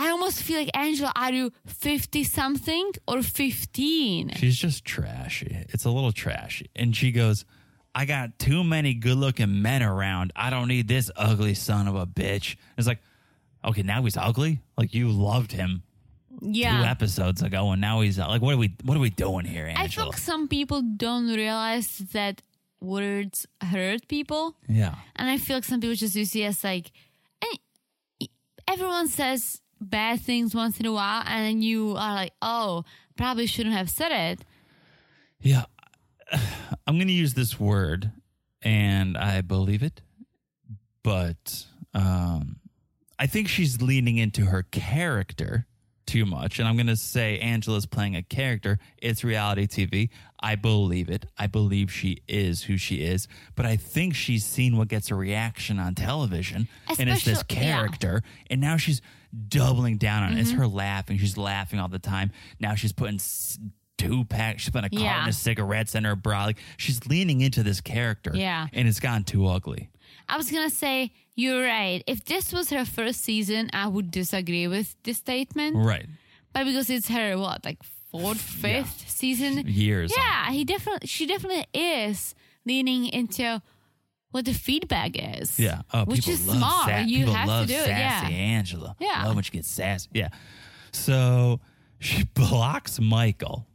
[SPEAKER 2] I almost feel like Angela, are you fifty something or fifteen?
[SPEAKER 1] She's just trashy. It's a little trashy. And she goes, I got too many good looking men around. I don't need this ugly son of a bitch. It's like, okay, now he's ugly? Like you loved him two
[SPEAKER 2] Yeah,
[SPEAKER 1] episodes ago and now he's like what are we what are we doing here,
[SPEAKER 2] I
[SPEAKER 1] Angela?
[SPEAKER 2] think some people don't realize that words hurt people.
[SPEAKER 1] yeah.
[SPEAKER 2] And I feel like some people just use it as like, and everyone says bad things once in a while, and then you are like, oh, probably shouldn't have said it.
[SPEAKER 1] Yeah. I'm going to use this word and I believe it, but um, I think she's leaning into her character too much. And I'm going to say Angela's playing a character. It's reality TV. I believe it. I believe she is who she is. But I think she's seen what gets a reaction on television. and it's this
[SPEAKER 2] Especially- yeah. Mm-hmm.
[SPEAKER 1] character character, and now she's doubling down on it. It's her laughing. She's laughing all the time. Now she's putting s- two packs. She's putting a
[SPEAKER 2] Yeah.
[SPEAKER 1] carton of cigarettes in her bra. Like she's leaning into this character.
[SPEAKER 2] Yeah.
[SPEAKER 1] and it's gotten too ugly.
[SPEAKER 2] I was gonna say, you're right. If this was her first season, I would disagree with this statement.
[SPEAKER 1] Right,
[SPEAKER 2] But because it's her what, like fourth, fifth season?
[SPEAKER 1] years.
[SPEAKER 2] Yeah, he definitely she definitely is leaning into what the feedback is.
[SPEAKER 1] Yeah. Oh,
[SPEAKER 2] which
[SPEAKER 1] people
[SPEAKER 2] is
[SPEAKER 1] love
[SPEAKER 2] smart.
[SPEAKER 1] sa-
[SPEAKER 2] you
[SPEAKER 1] people
[SPEAKER 2] have
[SPEAKER 1] love
[SPEAKER 2] to do
[SPEAKER 1] sassy
[SPEAKER 2] it. Yeah.
[SPEAKER 1] Angela.
[SPEAKER 2] Yeah.
[SPEAKER 1] Love when she gets sassy. Yeah. So she blocks Michael,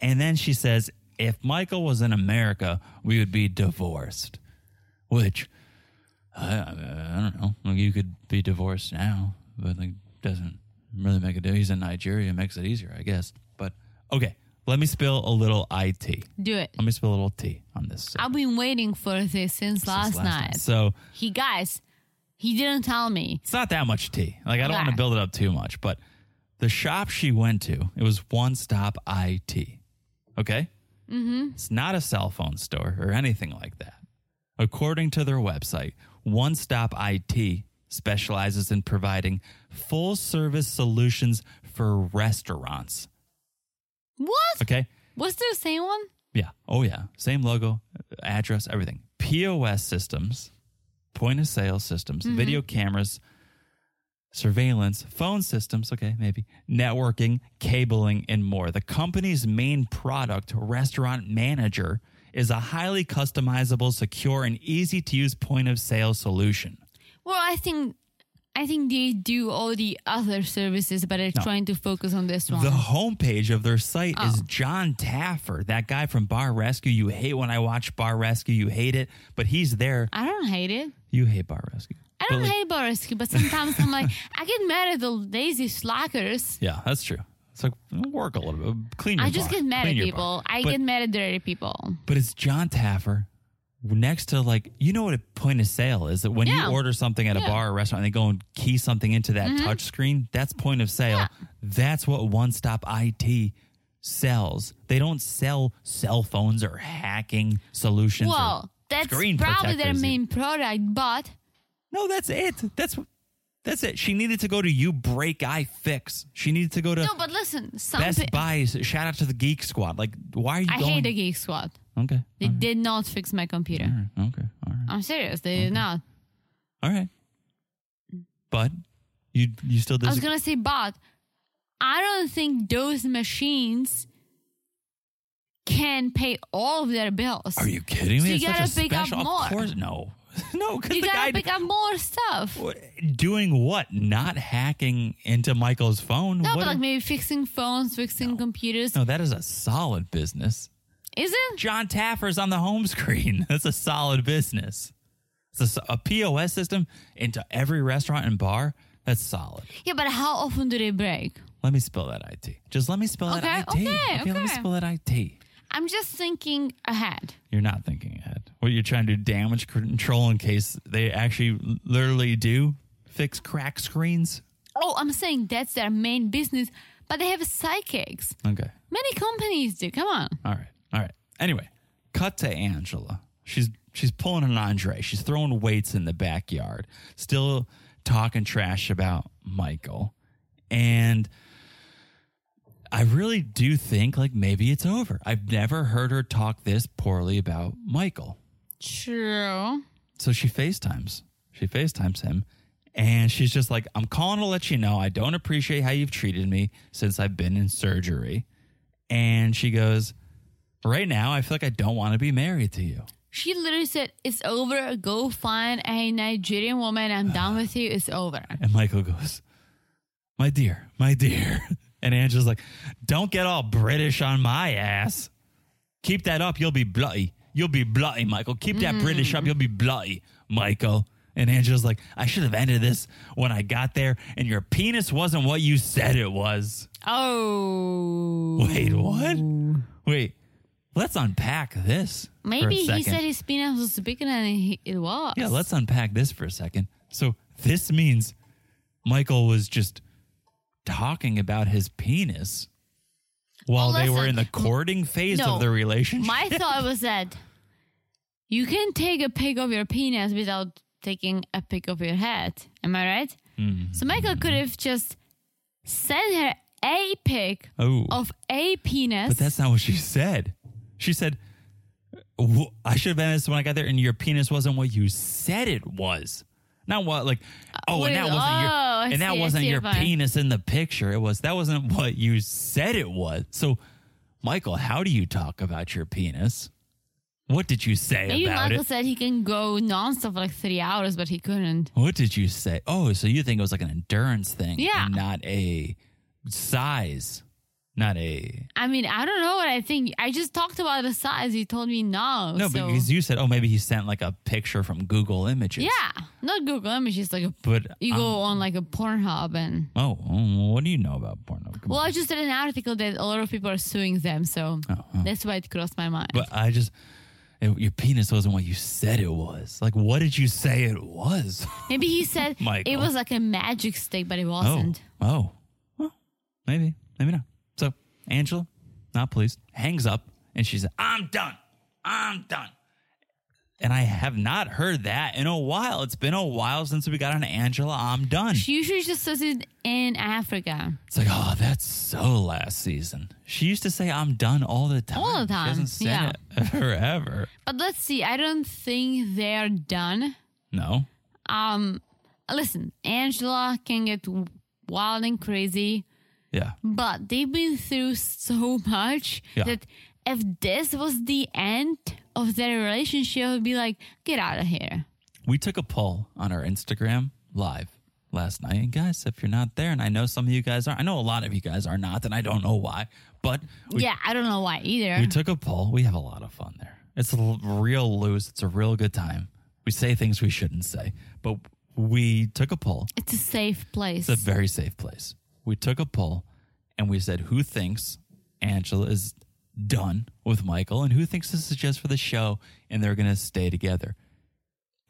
[SPEAKER 1] and then she says, "If Michael was in America, we would be divorced." Which I, I don't know. Like you could be divorced now, but like doesn't really make a difference. He's in Nigeria, makes it easier, I guess. But okay, let me spill a little it.
[SPEAKER 2] Do it.
[SPEAKER 1] Let me spill a little tea on this.
[SPEAKER 2] I've been waiting for this since, last, night.
[SPEAKER 1] So
[SPEAKER 2] He guys, he didn't tell me.
[SPEAKER 1] it's not that much tea. Like I don't
[SPEAKER 2] Okay.
[SPEAKER 1] want to build it up too much, but the shop she went to, it was one stop IT. Okay? Mm-hmm. It's not a cell phone store or anything like that. According to their website, One Stop IT specializes in providing full service solutions for restaurants.
[SPEAKER 2] What?
[SPEAKER 1] Okay?
[SPEAKER 2] Was there the same one?
[SPEAKER 1] Yeah. Oh, yeah. Same logo, address, everything. POS systems, point of sale systems, video cameras, surveillance, phone systems, okay, maybe, networking, cabling, and more. The company's main product, Restaurant Manager, is a highly customizable, secure, and easy to use point of sale solution.
[SPEAKER 2] Well, I think I think they do all the other services, but they're
[SPEAKER 1] No.
[SPEAKER 2] trying to focus on this one.
[SPEAKER 1] The homepage of their site is John Taffer, that guy from Bar Rescue. You hate when I watch Bar Rescue, you hate it, but he's there.
[SPEAKER 2] I don't hate it.
[SPEAKER 1] You hate Bar Rescue.
[SPEAKER 2] I
[SPEAKER 1] But,
[SPEAKER 2] don't
[SPEAKER 1] like,
[SPEAKER 2] hate bar rescue, but sometimes I'm like, I get mad at the lazy slackers.
[SPEAKER 1] Yeah, that's true. It's like work a little bit, clean. Your
[SPEAKER 2] I just
[SPEAKER 1] bar.
[SPEAKER 2] get mad
[SPEAKER 1] Clean
[SPEAKER 2] at
[SPEAKER 1] your
[SPEAKER 2] people.
[SPEAKER 1] bar.
[SPEAKER 2] I
[SPEAKER 1] but,
[SPEAKER 2] get mad at dirty people.
[SPEAKER 1] But it's John Taffer next to like you know what a point of sale is that when
[SPEAKER 2] Yeah.
[SPEAKER 1] you order something at a
[SPEAKER 2] Yeah. Mm-hmm.
[SPEAKER 1] bar or restaurant and they go and key something into that touch screen, that's point of sale. That's what One Stop IT sells. They don't sell cell phones or hacking solutions. or-
[SPEAKER 2] Well, that's
[SPEAKER 1] screen
[SPEAKER 2] probably their
[SPEAKER 1] protectors,
[SPEAKER 2] main product, but
[SPEAKER 1] no, that's it. That's That's it. She needed to go to You Break I Fix. She needed to go to
[SPEAKER 2] No, but listen, some
[SPEAKER 1] Best
[SPEAKER 2] pe-
[SPEAKER 1] Buy. Shout out to the Geek Squad. Like, why are you
[SPEAKER 2] I
[SPEAKER 1] going?
[SPEAKER 2] hate the Geek Squad.
[SPEAKER 1] okay.
[SPEAKER 2] They did not fix my computer.
[SPEAKER 1] All right. Okay. All right.
[SPEAKER 2] I'm serious. They did not.
[SPEAKER 1] All right. But you you still
[SPEAKER 2] Mm. I was
[SPEAKER 1] disagree.
[SPEAKER 2] gonna say, but I don't think those machines can pay all of their bills.
[SPEAKER 1] Are you kidding me?
[SPEAKER 2] So you
[SPEAKER 1] It's such a
[SPEAKER 2] gotta pick up
[SPEAKER 1] special-
[SPEAKER 2] more.
[SPEAKER 1] Of course, no, no. Because
[SPEAKER 2] You
[SPEAKER 1] the guy
[SPEAKER 2] gotta pick up more stuff.
[SPEAKER 1] What- doing what? Not hacking into Michael's phone.
[SPEAKER 2] No,
[SPEAKER 1] What-
[SPEAKER 2] but like maybe fixing phones, fixing computers.
[SPEAKER 1] no, that is a solid business.
[SPEAKER 2] Isn't?
[SPEAKER 1] John Taffer's on the home screen. That's a solid business. It's a, s- a POS system into every restaurant and bar. That's solid.
[SPEAKER 2] Yeah, but how often do they break?
[SPEAKER 1] Let me spell that IT. Just let me spell
[SPEAKER 2] Okay,
[SPEAKER 1] that IT. Let
[SPEAKER 2] okay,
[SPEAKER 1] me
[SPEAKER 2] okay.
[SPEAKER 1] spell that IT.
[SPEAKER 2] I'm just thinking ahead.
[SPEAKER 1] You're not thinking ahead. What you're trying to do damage control in case they actually literally do fix crack screens.
[SPEAKER 2] Oh, I'm saying that's their main business, but they have psychics.
[SPEAKER 1] Okay.
[SPEAKER 2] Many companies do. Come on.
[SPEAKER 1] All right. All right. Anyway, cut to Angela. She's she's pulling an Andre. She's throwing weights in the backyard, still talking trash about Michael. And I really do think like maybe it's over. I've never heard her talk this poorly about Michael.
[SPEAKER 2] True.
[SPEAKER 1] So she FaceTimes. She FaceTimes him. And she's just like, I'm calling to let you know I don't appreciate how you've treated me since I've been in surgery. And she goes, Right now, I feel like I don't want to be married to you.
[SPEAKER 2] She literally said, It's over. Go find a Nigerian woman. I'm done with you. It's over.
[SPEAKER 1] And Michael goes, My dear, my dear. And Angela's like, Don't get all British on my ass. Keep that up. You'll be bloody. You'll be bloody, Michael. Keep that British up. You'll be bloody, Michael. And Angela's like, I should have ended this when I got there, and your penis wasn't what you said it was.
[SPEAKER 2] Oh.
[SPEAKER 1] Wait, what? Wait, let's unpack this. for a
[SPEAKER 2] Maybe he
[SPEAKER 1] second.
[SPEAKER 2] said his penis was bigger than he, it was.
[SPEAKER 1] Yeah, let's unpack this for a second. So this means Michael was just talking about his penis while
[SPEAKER 2] Well,
[SPEAKER 1] they were
[SPEAKER 2] listen,
[SPEAKER 1] in the courting phase
[SPEAKER 2] no.
[SPEAKER 1] of the relationship.
[SPEAKER 2] My thought was that you can take a pic of your penis without taking a pic of your head. Am I right?
[SPEAKER 1] Mm-hmm.
[SPEAKER 2] So Michael could have just sent her a pic
[SPEAKER 1] oh,
[SPEAKER 2] of a penis.
[SPEAKER 1] but that's not what she said. She said, "Wh- "I should have been this when I got there, and your penis wasn't what you said it was." Not what like oh,
[SPEAKER 2] wait,
[SPEAKER 1] and that wasn't your
[SPEAKER 2] oh, I
[SPEAKER 1] and that
[SPEAKER 2] see, I
[SPEAKER 1] wasn't
[SPEAKER 2] see
[SPEAKER 1] your
[SPEAKER 2] your point.
[SPEAKER 1] penis in the picture. It was that wasn't what you said it was. So, Michael, how do you talk about your penis? What did you say
[SPEAKER 2] Maybe
[SPEAKER 1] about
[SPEAKER 2] Michael
[SPEAKER 1] it?
[SPEAKER 2] said he can go nonstop for like three hours, but he couldn't.
[SPEAKER 1] What did you say? Oh, so you think it was like an endurance thing,
[SPEAKER 2] Yeah.
[SPEAKER 1] and not a size, not a
[SPEAKER 2] I mean, I don't know what I think. I just talked about the size. You told me no.
[SPEAKER 1] no,
[SPEAKER 2] so.
[SPEAKER 1] because you said, oh, maybe he sent like a picture from Google Images.
[SPEAKER 2] yeah, not Google Images. Like a,
[SPEAKER 1] but
[SPEAKER 2] you
[SPEAKER 1] I'm-
[SPEAKER 2] go on like a Pornhub and
[SPEAKER 1] Oh, oh, what do you know about porno? Come
[SPEAKER 2] Well,
[SPEAKER 1] on.
[SPEAKER 2] I just read an article that a lot of people are suing them, so that's why it crossed my mind.
[SPEAKER 1] Oh, But I just, it, your penis wasn't what you said it was. Like, what did you say it was?
[SPEAKER 2] Maybe he said
[SPEAKER 1] Michael.
[SPEAKER 2] it was like a magic stick, but it wasn't.
[SPEAKER 1] Oh, oh. Well, maybe, maybe not. So Angela, not pleased, hangs up and she says, I'm done. I'm done. And I have not heard that in a while. It's been a while since we got on Angela, I'm done.
[SPEAKER 2] She usually just says it in Africa.
[SPEAKER 1] It's like, oh, that's so last season. She used to say, I'm done all the time.
[SPEAKER 2] All the time,
[SPEAKER 1] She hasn't said
[SPEAKER 2] yeah.
[SPEAKER 1] it forever.
[SPEAKER 2] But let's see. I don't think they're done.
[SPEAKER 1] No.
[SPEAKER 2] Um, listen, Angela can get wild and crazy,
[SPEAKER 1] Yeah.
[SPEAKER 2] but they've been through so much
[SPEAKER 1] Yeah.
[SPEAKER 2] that if this was the end of their relationship, it would be like, get out of here.
[SPEAKER 1] We took a poll on our Instagram live last night. And guys, if you're not there, and I know some of you guys are, I know a lot of you guys are not, and I don't know why, but we,
[SPEAKER 2] yeah, I don't know why either.
[SPEAKER 1] we took a poll. We have a lot of fun there. It's a l- real loose, it's a real good time. We say things we shouldn't say, but we took a poll.
[SPEAKER 2] It's a safe place.
[SPEAKER 1] It's a very safe place. We took a poll and we said, who thinks Angela is done with Michael and who thinks this is just for the show and they're going to stay together?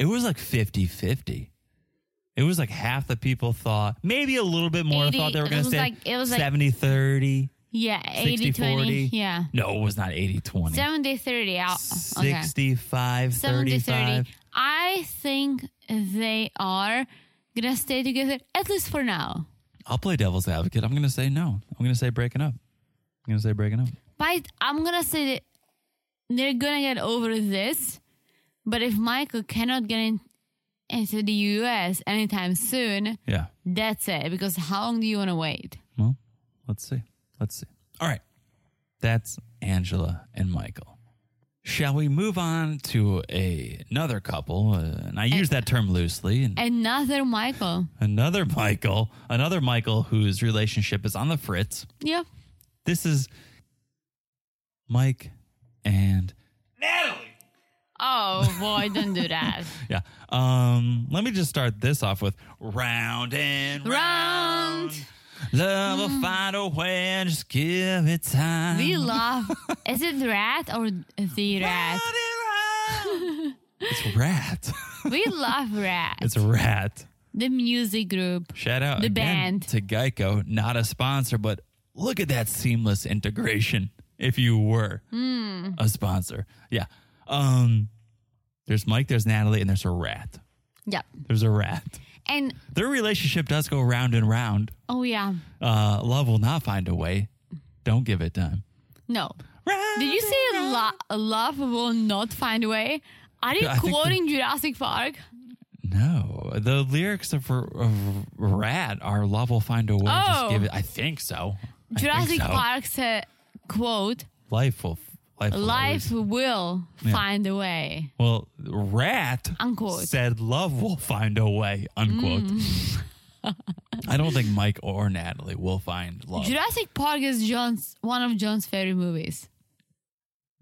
[SPEAKER 1] It was like 50 50. It was like half the people thought, maybe a little bit more
[SPEAKER 2] 80
[SPEAKER 1] thought they were
[SPEAKER 2] it
[SPEAKER 1] going to
[SPEAKER 2] was
[SPEAKER 1] stay.
[SPEAKER 2] like- it was like-
[SPEAKER 1] 70 30,
[SPEAKER 2] yeah,
[SPEAKER 1] 60
[SPEAKER 2] 80
[SPEAKER 1] 40.
[SPEAKER 2] 20. Yeah.
[SPEAKER 1] No, it was not 80 20.
[SPEAKER 2] 70 30. Out. uh, Okay.
[SPEAKER 1] 65
[SPEAKER 2] 70
[SPEAKER 1] 35.
[SPEAKER 2] 30. I think they are gonna stay together at least for now.
[SPEAKER 1] I'll play devil's advocate. I'm gonna say no. I'm gonna say breaking up. I'm gonna say breaking up.
[SPEAKER 2] But I'm gonna say that they're gonna get over this. But if Michael cannot get in, into the U.S. anytime soon,
[SPEAKER 1] Yeah.
[SPEAKER 2] that's it. Because how long do you wanna wait?
[SPEAKER 1] Well, let's see. Let's see. All right. That's Angela and Michael. Shall we move on to a, another couple? Uh, and I use that term loosely. And
[SPEAKER 2] Another Michael.
[SPEAKER 1] another Michael, another Michael whose relationship is on the fritz.
[SPEAKER 2] Yeah.
[SPEAKER 1] This is Mike and
[SPEAKER 2] Oh boy, don't do that.
[SPEAKER 1] yeah. Um, let me just start this off with round and round.
[SPEAKER 2] Round.
[SPEAKER 1] Love will find a way and just give it time.
[SPEAKER 2] We love. Is it rat or the rat?
[SPEAKER 1] Round and round. it's rat.
[SPEAKER 2] We love rat.
[SPEAKER 1] it's rat.
[SPEAKER 2] the music group.
[SPEAKER 1] Shout out
[SPEAKER 2] The
[SPEAKER 1] again
[SPEAKER 2] band.
[SPEAKER 1] to Geico, not a sponsor, but look at that seamless integration. If you were
[SPEAKER 2] Hmm.
[SPEAKER 1] a sponsor, yeah. Um, there's Mike, there's Natalie, and there's a rat.
[SPEAKER 2] Yep.
[SPEAKER 1] There's a rat.
[SPEAKER 2] And
[SPEAKER 1] Their relationship does go round and round.
[SPEAKER 2] oh yeah,
[SPEAKER 1] Uh, love will not find a way. Don't give it time.
[SPEAKER 2] no.
[SPEAKER 1] Round
[SPEAKER 2] Did you
[SPEAKER 1] and
[SPEAKER 2] say lo- love will not find a way? Are you
[SPEAKER 1] Yeah, I think
[SPEAKER 2] quoting Jurassic Park?
[SPEAKER 1] No, the lyrics of, of Rat are "Love will find a way." Just
[SPEAKER 2] Oh.
[SPEAKER 1] give it. I think so. I think
[SPEAKER 2] Jurassic
[SPEAKER 1] so.
[SPEAKER 2] Park said, "quote
[SPEAKER 1] Life will. Life. Will
[SPEAKER 2] Life
[SPEAKER 1] always-
[SPEAKER 2] will find a way."
[SPEAKER 1] Well, Rat
[SPEAKER 2] Unquote.
[SPEAKER 1] said, "Love will find a way." Unquote.
[SPEAKER 2] Mm.
[SPEAKER 1] I don't think Mike or Natalie will find love.
[SPEAKER 2] Jurassic Park is John's one of John's favorite movies.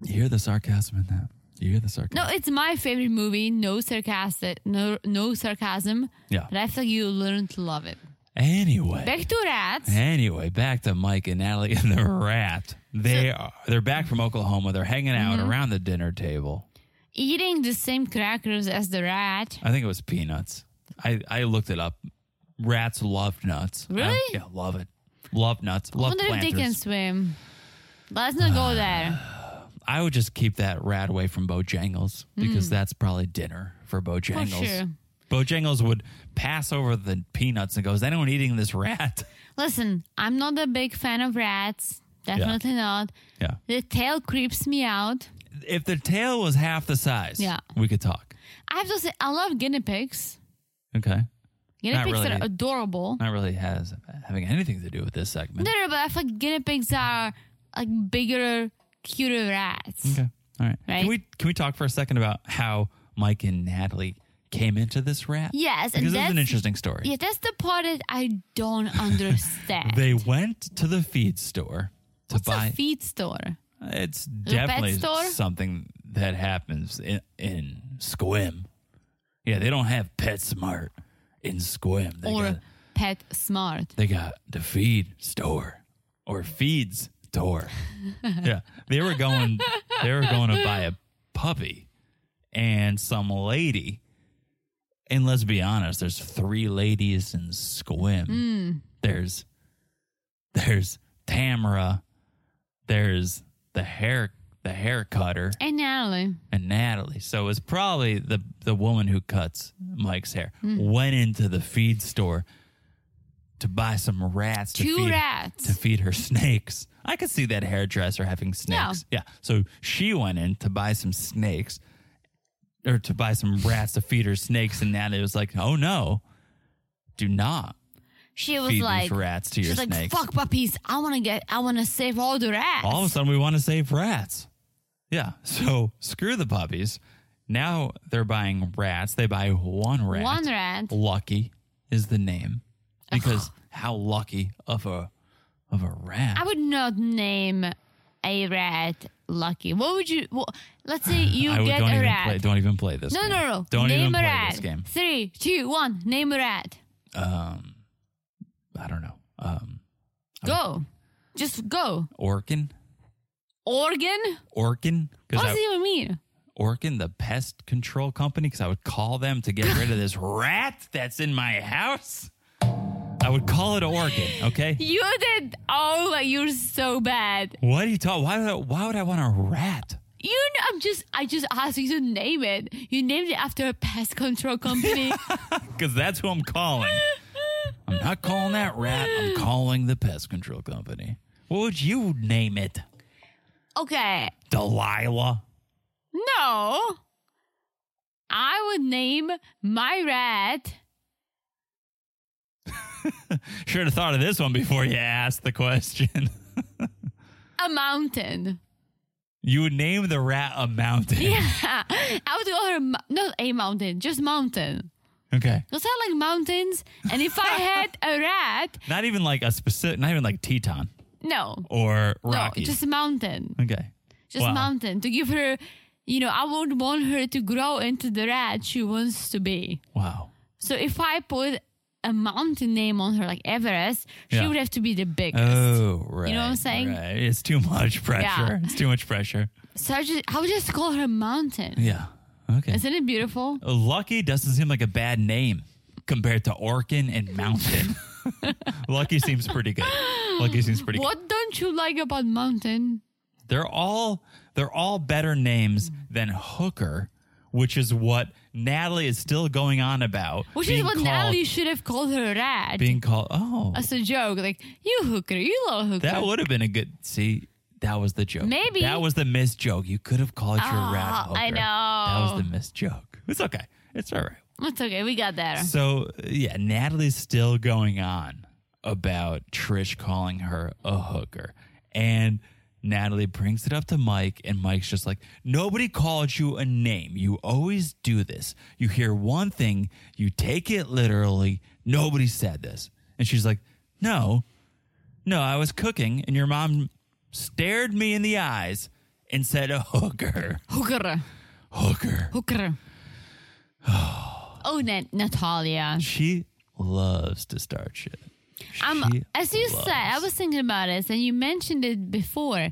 [SPEAKER 1] you hear the sarcasm in that? You hear the sarcasm?
[SPEAKER 2] No, it's my favorite movie. No sarcastic, no no sarcasm.
[SPEAKER 1] Yeah.
[SPEAKER 2] But I feel you learn to love it.
[SPEAKER 1] Anyway.
[SPEAKER 2] Back to rats.
[SPEAKER 1] Anyway, back to Mike and Natalie and the rat. They are they're back from Oklahoma. They're hanging out
[SPEAKER 2] Mm-hmm.
[SPEAKER 1] around the dinner table.
[SPEAKER 2] Eating the same crackers as the rat.
[SPEAKER 1] I think it was peanuts. I, I looked it up. Rats love nuts. I don't-
[SPEAKER 2] Really?
[SPEAKER 1] yeah, love it. Love nuts.
[SPEAKER 2] I
[SPEAKER 1] Love
[SPEAKER 2] wonder if
[SPEAKER 1] planters. Ah,
[SPEAKER 2] they can swim. Let's not go there.
[SPEAKER 1] I would just keep that rat away from Bojangles because that's probably dinner for Bojangles.
[SPEAKER 2] Hmm. sure.
[SPEAKER 1] Bojangles would pass over the peanuts and go, "Is anyone eating this rat?"
[SPEAKER 2] Listen, I'm not a big fan of rats. Definitely not.
[SPEAKER 1] Yeah.
[SPEAKER 2] The tail creeps me out.
[SPEAKER 1] If the tail was half the size,
[SPEAKER 2] Yeah.
[SPEAKER 1] we could talk.
[SPEAKER 2] I have to say, I love guinea pigs.
[SPEAKER 1] Okay.
[SPEAKER 2] Guinea
[SPEAKER 1] Not
[SPEAKER 2] pigs
[SPEAKER 1] really.
[SPEAKER 2] are adorable.
[SPEAKER 1] Not really has having anything to do with this segment.
[SPEAKER 2] No, no, but I feel like guinea pigs are like bigger, cuter rats.
[SPEAKER 1] Okay. All right.
[SPEAKER 2] Right?
[SPEAKER 1] Can we can we talk for a second about how Mike and Natalie came into this rat?
[SPEAKER 2] Yes, and
[SPEAKER 1] Because this is an
[SPEAKER 2] that's-
[SPEAKER 1] interesting story.
[SPEAKER 2] Yeah, that's the part that I don't understand.
[SPEAKER 1] They went to the feed store to
[SPEAKER 2] What's
[SPEAKER 1] buy.
[SPEAKER 2] a feed store?
[SPEAKER 1] it's definitely
[SPEAKER 2] store?
[SPEAKER 1] something that happens in, in Squim. Yeah, they don't have PetSmart in Squim. They
[SPEAKER 2] or
[SPEAKER 1] got
[SPEAKER 2] Pet Smart?
[SPEAKER 1] they got the feed store or feeds store. yeah, they were going. They were going to buy a puppy, and some lady. And let's be honest, there's three ladies in Squim. There's, there's Tamara. There's the hair, the hair cutter,
[SPEAKER 2] And Natalie.
[SPEAKER 1] and Natalie. So it's probably the the woman who cuts Mike's hair
[SPEAKER 2] Hmm.
[SPEAKER 1] went into the feed store to buy some rats to
[SPEAKER 2] Two
[SPEAKER 1] feed,
[SPEAKER 2] rats.
[SPEAKER 1] to feed her snakes. I could see that hairdresser having snakes. Yeah. So she went in to buy some snakes or to buy some rats to feed her snakes and Natalie was like, "Oh no. Do not
[SPEAKER 2] She was
[SPEAKER 1] feed these
[SPEAKER 2] like,
[SPEAKER 1] rats to your
[SPEAKER 2] she's like,
[SPEAKER 1] snakes."
[SPEAKER 2] fuck puppies. I want to get, I want to save all the rats.
[SPEAKER 1] all of a sudden we want to save rats. Yeah. So screw the puppies. Now they're buying rats. They buy one rat.
[SPEAKER 2] One rat.
[SPEAKER 1] Lucky is the name. Because how lucky of a of a rat.
[SPEAKER 2] I would not name a rat lucky. What would you? What, let's say you
[SPEAKER 1] I would-
[SPEAKER 2] get
[SPEAKER 1] don't
[SPEAKER 2] a
[SPEAKER 1] even
[SPEAKER 2] rat.
[SPEAKER 1] play don't even play this
[SPEAKER 2] no,
[SPEAKER 1] game.
[SPEAKER 2] no, no.
[SPEAKER 1] Don't
[SPEAKER 2] name
[SPEAKER 1] even play
[SPEAKER 2] a rat.
[SPEAKER 1] this game.
[SPEAKER 2] Three, two, one. Name a rat.
[SPEAKER 1] Um I don't know. Um
[SPEAKER 2] Go. Just go.
[SPEAKER 1] Orkin?
[SPEAKER 2] Organ?
[SPEAKER 1] Orkin?
[SPEAKER 2] What
[SPEAKER 1] Because
[SPEAKER 2] does it even mean?
[SPEAKER 1] Orkin, the pest control company, because I would call them to get rid of this rat that's in my house. I would call it Orkin, okay?
[SPEAKER 2] You did. Oh, you're so bad.
[SPEAKER 1] What are you talking? Why would I, why would I want a rat?
[SPEAKER 2] You know, I'm just, I just asked you to name it. You named it after a pest control company.
[SPEAKER 1] because that's who I'm calling. I'm not calling that rat. I'm calling the pest control company. What would you name it?
[SPEAKER 2] okay,
[SPEAKER 1] Delilah.
[SPEAKER 2] no, I would name my rat.
[SPEAKER 1] Should have thought of this one before you asked the question.
[SPEAKER 2] a mountain.
[SPEAKER 1] You would name the rat a mountain.
[SPEAKER 2] Yeah, I would call her mo- not a mountain, just mountain.
[SPEAKER 1] Okay.
[SPEAKER 2] Because I like mountains, and if I had a rat,
[SPEAKER 1] Not even like a specific. Not even like Teton
[SPEAKER 2] no,
[SPEAKER 1] or Rocky.
[SPEAKER 2] no, just mountain,
[SPEAKER 1] okay.
[SPEAKER 2] just
[SPEAKER 1] Wow.
[SPEAKER 2] mountain. To give her, you know, I would want her to grow into the rat she wants to be.
[SPEAKER 1] Wow.
[SPEAKER 2] So if I put a mountain name on her, like Everest, she
[SPEAKER 1] Yeah.
[SPEAKER 2] would have to be the biggest.
[SPEAKER 1] Oh, right.
[SPEAKER 2] You know what I'm saying?
[SPEAKER 1] Right. It's too much pressure.
[SPEAKER 2] Yeah.
[SPEAKER 1] It's too much pressure.
[SPEAKER 2] So I just, I would just call her mountain.
[SPEAKER 1] Yeah. Okay.
[SPEAKER 2] Isn't it beautiful?
[SPEAKER 1] Lucky doesn't seem like a bad name compared to Orkin and Mountain. Lucky seems pretty good. Lucky seems pretty
[SPEAKER 2] What don't you like about mountain?
[SPEAKER 1] good. They're all they're all better names than Hooker, which is what Natalie is still going on about.
[SPEAKER 2] Which
[SPEAKER 1] being
[SPEAKER 2] is what
[SPEAKER 1] called,
[SPEAKER 2] Natalie should have called her rat.
[SPEAKER 1] being called. Oh,
[SPEAKER 2] as a joke, like you hooker, you little hooker.
[SPEAKER 1] that would have been a good. See, that was the joke.
[SPEAKER 2] Maybe.
[SPEAKER 1] that was the missed joke. You could have called your rat.
[SPEAKER 2] Oh, I
[SPEAKER 1] Hooker. That
[SPEAKER 2] know.
[SPEAKER 1] was the missed joke. It's okay. It's all right.
[SPEAKER 2] That's okay. We got there.
[SPEAKER 1] So yeah, Natalie's still going on about Trish calling her a hooker, and Natalie brings it up to Mike, and Mike's just like, "Nobody called you a name. You always do this. You hear one thing, you take it literally. Nobody said this." And she's like, "No, no, I was cooking, and your mom stared me in the eyes and said a hooker,
[SPEAKER 2] Hooker,
[SPEAKER 1] hooker."
[SPEAKER 2] hooker. oh, Nat- Natalia.
[SPEAKER 1] She loves to start shit.
[SPEAKER 2] I'm,
[SPEAKER 1] She
[SPEAKER 2] as you
[SPEAKER 1] loves-
[SPEAKER 2] said, I was thinking about this, and you mentioned it before.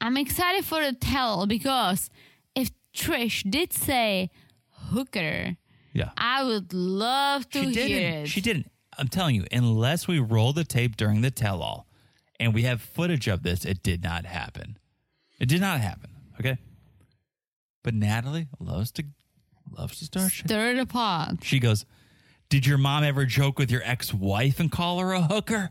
[SPEAKER 2] I'm excited for the tell because if Trish did say hooker,
[SPEAKER 1] Yeah.
[SPEAKER 2] I would love to
[SPEAKER 1] she
[SPEAKER 2] hear
[SPEAKER 1] didn't.
[SPEAKER 2] it.
[SPEAKER 1] She didn't. I'm telling you, unless we roll the tape during the tell all and we have footage of this, it did not happen. It did not happen. Okay. But Natalie loves to loves to start shit.
[SPEAKER 2] Stir the pot.
[SPEAKER 1] She goes, Did your mom ever joke with your ex wife and call her a hooker?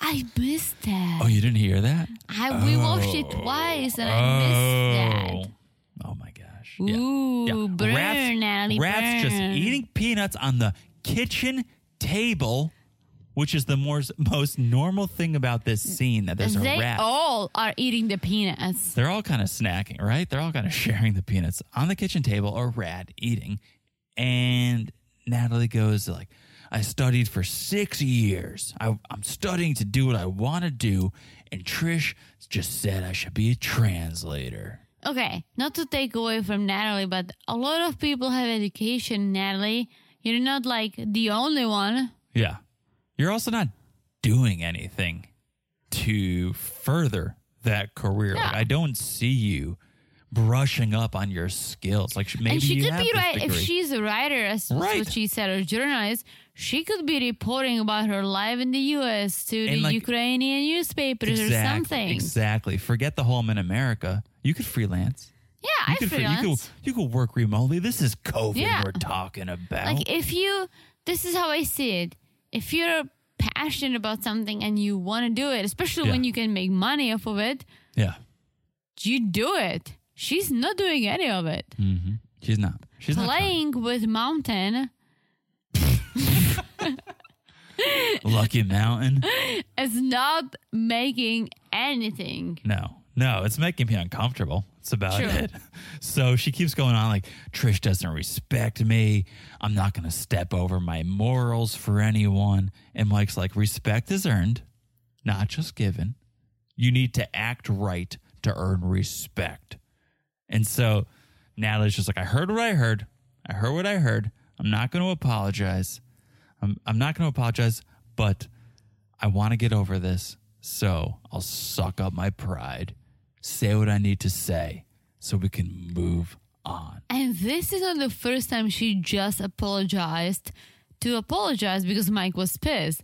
[SPEAKER 2] I missed that.
[SPEAKER 1] Oh, you didn't hear that?
[SPEAKER 2] I we watched it twice and I missed that.
[SPEAKER 1] Oh. Oh my gosh. Yeah.
[SPEAKER 2] Ooh, burn, Natalie,
[SPEAKER 1] Rats just
[SPEAKER 2] burn.
[SPEAKER 1] eating peanuts on the kitchen table, which is the more, most normal thing about this scene that there's a
[SPEAKER 2] They
[SPEAKER 1] rat.
[SPEAKER 2] all are eating the peanuts.
[SPEAKER 1] They're all kind of snacking, right? They're all kind of sharing the peanuts on the kitchen table, a rat eating. And Natalie goes like, I studied for six years. I, I'm studying to do what I want to do. And Trish just said I should be a translator.
[SPEAKER 2] Okay, not to take away from Natalie, but a lot of people have education, Natalie. You're not like the only one.
[SPEAKER 1] Yeah. You're also not doing anything to further that career. Like,
[SPEAKER 2] No.
[SPEAKER 1] I don't see you brushing up on your skills. Like sh- maybe
[SPEAKER 2] and she
[SPEAKER 1] you
[SPEAKER 2] could
[SPEAKER 1] have
[SPEAKER 2] be
[SPEAKER 1] this
[SPEAKER 2] right if
[SPEAKER 1] degree.
[SPEAKER 2] she's a writer, as that's
[SPEAKER 1] Right.
[SPEAKER 2] what she said, or journalist. She could be reporting about her life in the U.S. to the
[SPEAKER 1] And, like-
[SPEAKER 2] Ukrainian newspapers
[SPEAKER 1] exactly,
[SPEAKER 2] or something.
[SPEAKER 1] Exactly. Forget the whole I'm in America. You could freelance.
[SPEAKER 2] Yeah,
[SPEAKER 1] You
[SPEAKER 2] I
[SPEAKER 1] could, fre-
[SPEAKER 2] freelance.
[SPEAKER 1] you could you could work remotely. This is COVID
[SPEAKER 2] Yeah.
[SPEAKER 1] we're talking about.
[SPEAKER 2] Like if you, this is how I see it. If you're passionate about something and you want to do it, especially
[SPEAKER 1] Yeah.
[SPEAKER 2] when you can make money off of it,
[SPEAKER 1] yeah.
[SPEAKER 2] you do it. She's not doing any of it.
[SPEAKER 1] hmm She's not. She's not trying.
[SPEAKER 2] Playing with mountain
[SPEAKER 1] Lucky Mountain.
[SPEAKER 2] is not making anything.
[SPEAKER 1] No, no, it's making me uncomfortable. It's about
[SPEAKER 2] Sure.
[SPEAKER 1] it. So she keeps going on like Trish doesn't respect me. I'm not going to step over my morals for anyone. And Mike's like, respect is earned, not just given. You need to act right to earn respect. And so Natalie's just like, I heard what I heard. I heard what I heard. I'm not going to apologize. I'm, I'm not going to apologize, but I want to get over this, so I'll suck up my pride, say what I need to say, so we can move on.
[SPEAKER 2] And this is not the first time she just apologized to apologize because Mike was pissed.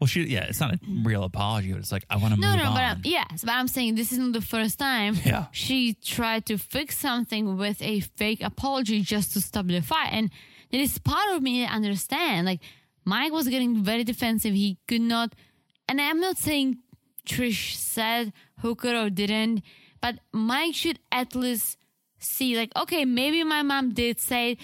[SPEAKER 1] Well, she yeah, it's not a real apology, but it's like I want to
[SPEAKER 2] No,
[SPEAKER 1] move
[SPEAKER 2] no,
[SPEAKER 1] on.
[SPEAKER 2] but I'm, yes, but I'm saying this isn't the first time
[SPEAKER 1] Yeah.
[SPEAKER 2] she tried to fix something with a fake apology just to stop the fight. And there is part of me that understand. Like Mike was getting very defensive. He could not, and I'm not saying Trish said Hooker or didn't, but Mike should at least see like okay, maybe my mom did say. it.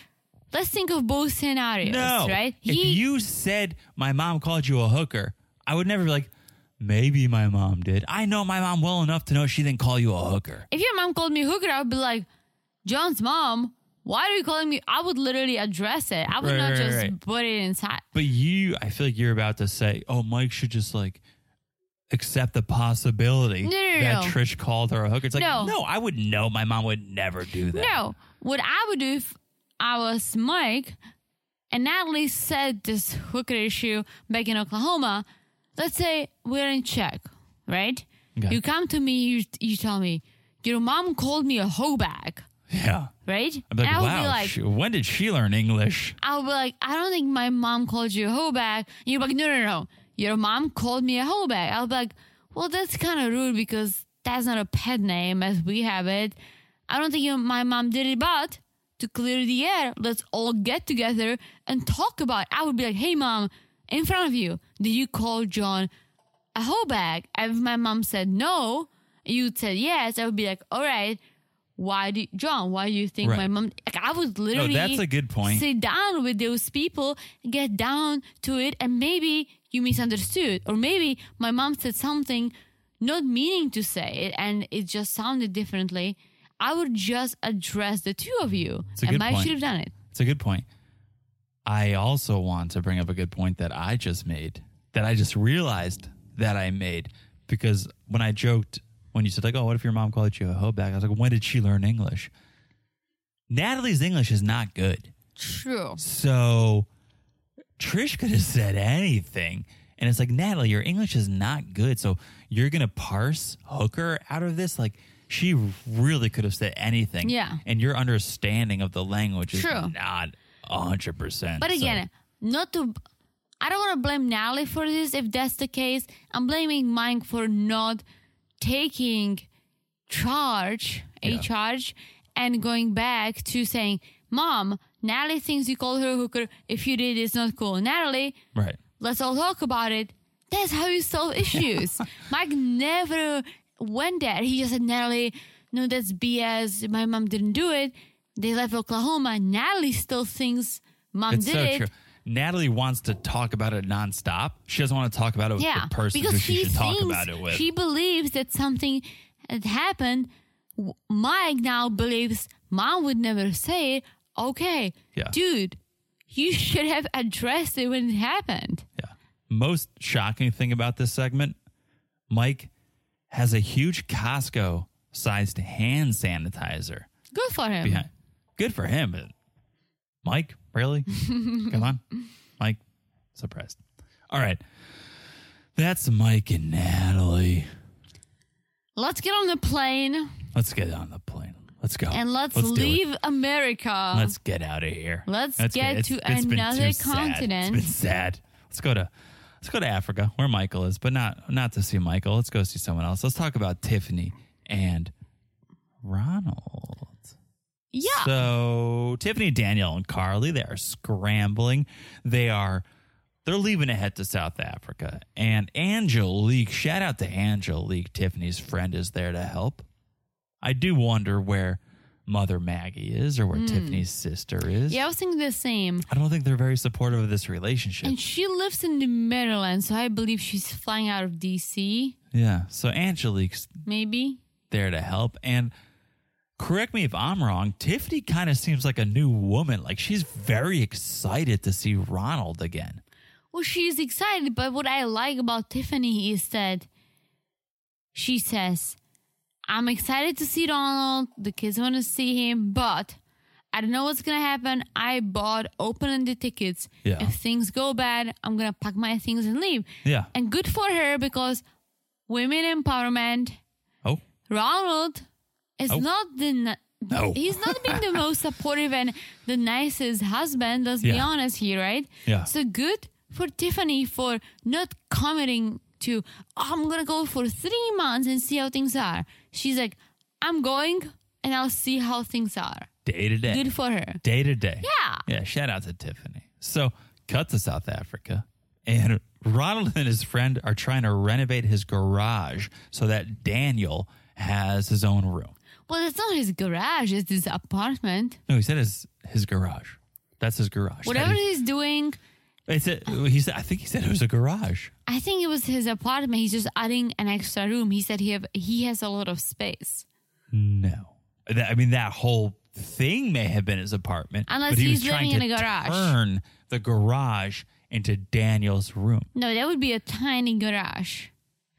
[SPEAKER 2] Let's think of both scenarios,
[SPEAKER 1] no,
[SPEAKER 2] right?
[SPEAKER 1] If you said my mom called you a hooker, I would never be like, maybe my mom did. I know my mom well enough to know she didn't call you a hooker.
[SPEAKER 2] if your mom called me hooker, I would be like, John's mom, why are you calling me? I would literally address it. I would
[SPEAKER 1] Right,
[SPEAKER 2] not
[SPEAKER 1] right,
[SPEAKER 2] just
[SPEAKER 1] right.
[SPEAKER 2] put it inside.
[SPEAKER 1] But you, I feel like you're about to say, oh, Mike should just like accept the possibility
[SPEAKER 2] No, no, no,
[SPEAKER 1] that
[SPEAKER 2] no.
[SPEAKER 1] Trish called her a hooker. It's like,
[SPEAKER 2] No.
[SPEAKER 1] no, I would know. My mom would never do that.
[SPEAKER 2] No, what I would do if I was Mike and Natalie said this hooker issue back in Oklahoma, let's say we're in check, right?
[SPEAKER 1] Okay.
[SPEAKER 2] You come to me, you, you tell me, your mom called me a hoe bag,
[SPEAKER 1] Yeah.
[SPEAKER 2] right?
[SPEAKER 1] I'm like,
[SPEAKER 2] And I would
[SPEAKER 1] wow,
[SPEAKER 2] be like,
[SPEAKER 1] she- when did she learn English?
[SPEAKER 2] I'll be like, I don't think my mom called you a hoe bag. And you're like, no, no, no. Your mom called me a hoe bag. I'll be like, well, that's kind of rude because that's not a pet name as we have it. I don't think your, my mom did it, but to clear the air, let's all get together and talk about it. I would be like, hey, mom, in front of you, did you call John a hoe bag? And if my mom said no, and you said yes, I would be like, all right. Why do John? Why do you think
[SPEAKER 1] Right.
[SPEAKER 2] my mom? Like, I would literally
[SPEAKER 1] No, that's a good point.
[SPEAKER 2] sit down with those people, get down to it, and maybe you misunderstood, or maybe my mom said something not meaning to say it, and it just sounded differently. I would just address the two of you,
[SPEAKER 1] It's a
[SPEAKER 2] and
[SPEAKER 1] good
[SPEAKER 2] Mike
[SPEAKER 1] point.
[SPEAKER 2] should have done it.
[SPEAKER 1] It's a good point. I also want to bring up a good point that I just made, that I just realized that I made, because when I joked, when you said like, "Oh, what if your mom called you a hoe bag?" I was like, "When did she learn English?" Natalie's English is not good,
[SPEAKER 2] True.
[SPEAKER 1] so Trish could have said anything, and it's like, Natalie, your English is not good, so you're gonna parse hooker out of this, like. She really could have said anything.
[SPEAKER 2] Yeah.
[SPEAKER 1] And your understanding of the language is
[SPEAKER 2] True.
[SPEAKER 1] not a hundred percent.
[SPEAKER 2] But
[SPEAKER 1] So-
[SPEAKER 2] again, not to. I don't want to blame Natalie for this. If that's the case, I'm blaming Mike for not taking charge, a
[SPEAKER 1] Yeah.
[SPEAKER 2] charge, and going back to saying, "Mom, Natalie thinks you called her a hooker. If you did, it's not cool." Natalie,
[SPEAKER 1] right.
[SPEAKER 2] let's all talk about it. That's how you solve issues. Mike never went there. He just said, Natalie, no, that's BS. My mom didn't do it. They left Oklahoma. Natalie still thinks mom
[SPEAKER 1] It's
[SPEAKER 2] did
[SPEAKER 1] so
[SPEAKER 2] it.
[SPEAKER 1] true. Natalie wants to talk about it nonstop. She doesn't want to talk about it with
[SPEAKER 2] Yeah,
[SPEAKER 1] the person who
[SPEAKER 2] because
[SPEAKER 1] she
[SPEAKER 2] she
[SPEAKER 1] should talk
[SPEAKER 2] thinks-
[SPEAKER 1] about it with.
[SPEAKER 2] she believes that something had happened. W- Mike now believes mom would never say it. Okay,
[SPEAKER 1] Yeah.
[SPEAKER 2] dude, you should have addressed it when it happened.
[SPEAKER 1] yeah. Most shocking thing about this segment, Mike has a huge Costco sized hand sanitizer
[SPEAKER 2] Good for him.
[SPEAKER 1] behind. Good for him, but Mike, really? Come on. Mike, surprised. All right. That's Mike and Natalie.
[SPEAKER 2] Let's get on the plane.
[SPEAKER 1] Let's get on the plane. Let's go.
[SPEAKER 2] and let's,
[SPEAKER 1] do it.
[SPEAKER 2] leave America.
[SPEAKER 1] Let's get out of here.
[SPEAKER 2] Let's
[SPEAKER 1] That's
[SPEAKER 2] get
[SPEAKER 1] good.
[SPEAKER 2] to
[SPEAKER 1] been
[SPEAKER 2] another
[SPEAKER 1] too sad.
[SPEAKER 2] continent.
[SPEAKER 1] It's been sad. Let's go to let's go to Africa where Michael is, but not not to see Michael. Let's go see someone else. Let's talk about Tiffany and Ronald.
[SPEAKER 2] yeah.
[SPEAKER 1] So Tiffany, Danielle, and Carly, they are scrambling. They are they're leaving to head to South Africa. And Angelique, shout out to Angelique, Tiffany's friend, is there to help. I do wonder where Mother Maggie is or where Tiffany's sister is.
[SPEAKER 2] Hmm. yeah, I was thinking the same.
[SPEAKER 1] I don't think they're very supportive of this relationship.
[SPEAKER 2] And she lives in the Maryland, so I believe she's flying out of DC,
[SPEAKER 1] yeah. So Angelique's
[SPEAKER 2] maybe.
[SPEAKER 1] there to help. And correct me if I'm wrong, Tiffany kind of seems like a new woman. Like she's very excited to see Ronald again.
[SPEAKER 2] Well, she's excited, but what I like about Tiffany is that she says, I'm excited to see Donald. The kids want to see him, but I don't know what's going to happen. I bought open ended tickets.
[SPEAKER 1] Yeah.
[SPEAKER 2] If things go bad, I'm going to pack my things and leave.
[SPEAKER 1] Yeah.
[SPEAKER 2] And good for her because women empowerment.
[SPEAKER 1] Oh,
[SPEAKER 2] Ronald is
[SPEAKER 1] Oh.
[SPEAKER 2] not the ni-
[SPEAKER 1] No.
[SPEAKER 2] he's not been the most supportive and the nicest husband. Let's be
[SPEAKER 1] Yeah.
[SPEAKER 2] honest here, right?
[SPEAKER 1] Yeah.
[SPEAKER 2] So good for Tiffany for not committing to, oh, I'm going to go for three months and see how things are. She's like, I'm going and I'll see how things are.
[SPEAKER 1] Day to day.
[SPEAKER 2] Good for her.
[SPEAKER 1] day to day.
[SPEAKER 2] Yeah.
[SPEAKER 1] Yeah. Shout out to Tiffany. So, cut to South Africa, and Ronald and his friend are trying to renovate his garage so that Daniel has his own room.
[SPEAKER 2] Well, it's not his garage, it's his apartment.
[SPEAKER 1] No, he said his his garage. That's his garage.
[SPEAKER 2] Whatever
[SPEAKER 1] That
[SPEAKER 2] he's doing,
[SPEAKER 1] is- it's a, he said. I think he said it was a garage.
[SPEAKER 2] I think it was his apartment. He's just adding an extra room. He said he have, he has a lot of space.
[SPEAKER 1] No, That- I mean that whole thing may have been his apartment.
[SPEAKER 2] Unless
[SPEAKER 1] but he was
[SPEAKER 2] he's living
[SPEAKER 1] trying
[SPEAKER 2] in
[SPEAKER 1] to
[SPEAKER 2] a garage.
[SPEAKER 1] Turn the garage into Daniel's room.
[SPEAKER 2] No, that would be a tiny garage.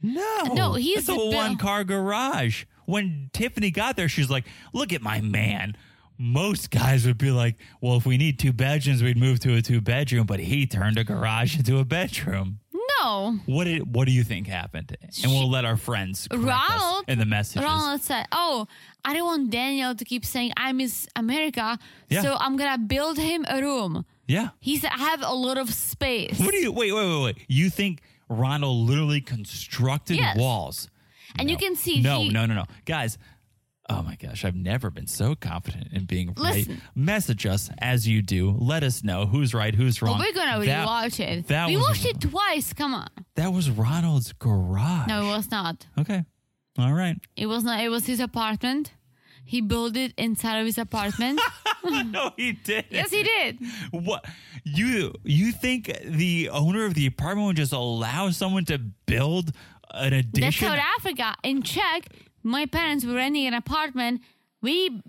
[SPEAKER 1] No,
[SPEAKER 2] No, he's
[SPEAKER 1] it's a
[SPEAKER 2] built-
[SPEAKER 1] one car garage. When Tiffany got there, she's like, "Look at my man." Most guys would be like, "Well, if we need two bedrooms, we'd move to a two bedroom." But he turned a garage into a bedroom.
[SPEAKER 2] No.
[SPEAKER 1] What did, What do you think happened? And we'll let our friends correct us
[SPEAKER 2] Ronald-
[SPEAKER 1] in the messages.
[SPEAKER 2] Ronald said, "Oh, I don't want Daniel to keep saying I miss America,
[SPEAKER 1] Yeah.
[SPEAKER 2] so I'm gonna build him a room."
[SPEAKER 1] Yeah.
[SPEAKER 2] He said, "I have a lot of space."
[SPEAKER 1] What do you? Wait, wait, wait, wait. You think Ronald literally constructed
[SPEAKER 2] Yes.
[SPEAKER 1] walls?
[SPEAKER 2] And you can see
[SPEAKER 1] No,
[SPEAKER 2] he-
[SPEAKER 1] no, no, no, guys. Oh my gosh, I've never been so confident in being right.
[SPEAKER 2] Listen.
[SPEAKER 1] Message us as you do. Let us know who's right, who's
[SPEAKER 2] But
[SPEAKER 1] wrong.
[SPEAKER 2] we're gonna
[SPEAKER 1] that,
[SPEAKER 2] rewatch it.
[SPEAKER 1] that
[SPEAKER 2] we
[SPEAKER 1] was-
[SPEAKER 2] watched it twice. Come on.
[SPEAKER 1] That was Ronald's garage.
[SPEAKER 2] No, it was not.
[SPEAKER 1] Okay. All right.
[SPEAKER 2] It was not. It was his apartment. He built it inside of his apartment.
[SPEAKER 1] no, he did.
[SPEAKER 2] yes, he did.
[SPEAKER 1] What you you think the owner of the apartment would just allow someone to build an
[SPEAKER 2] That's
[SPEAKER 1] addition?
[SPEAKER 2] South Africa. In Czech, my parents were renting an apartment. We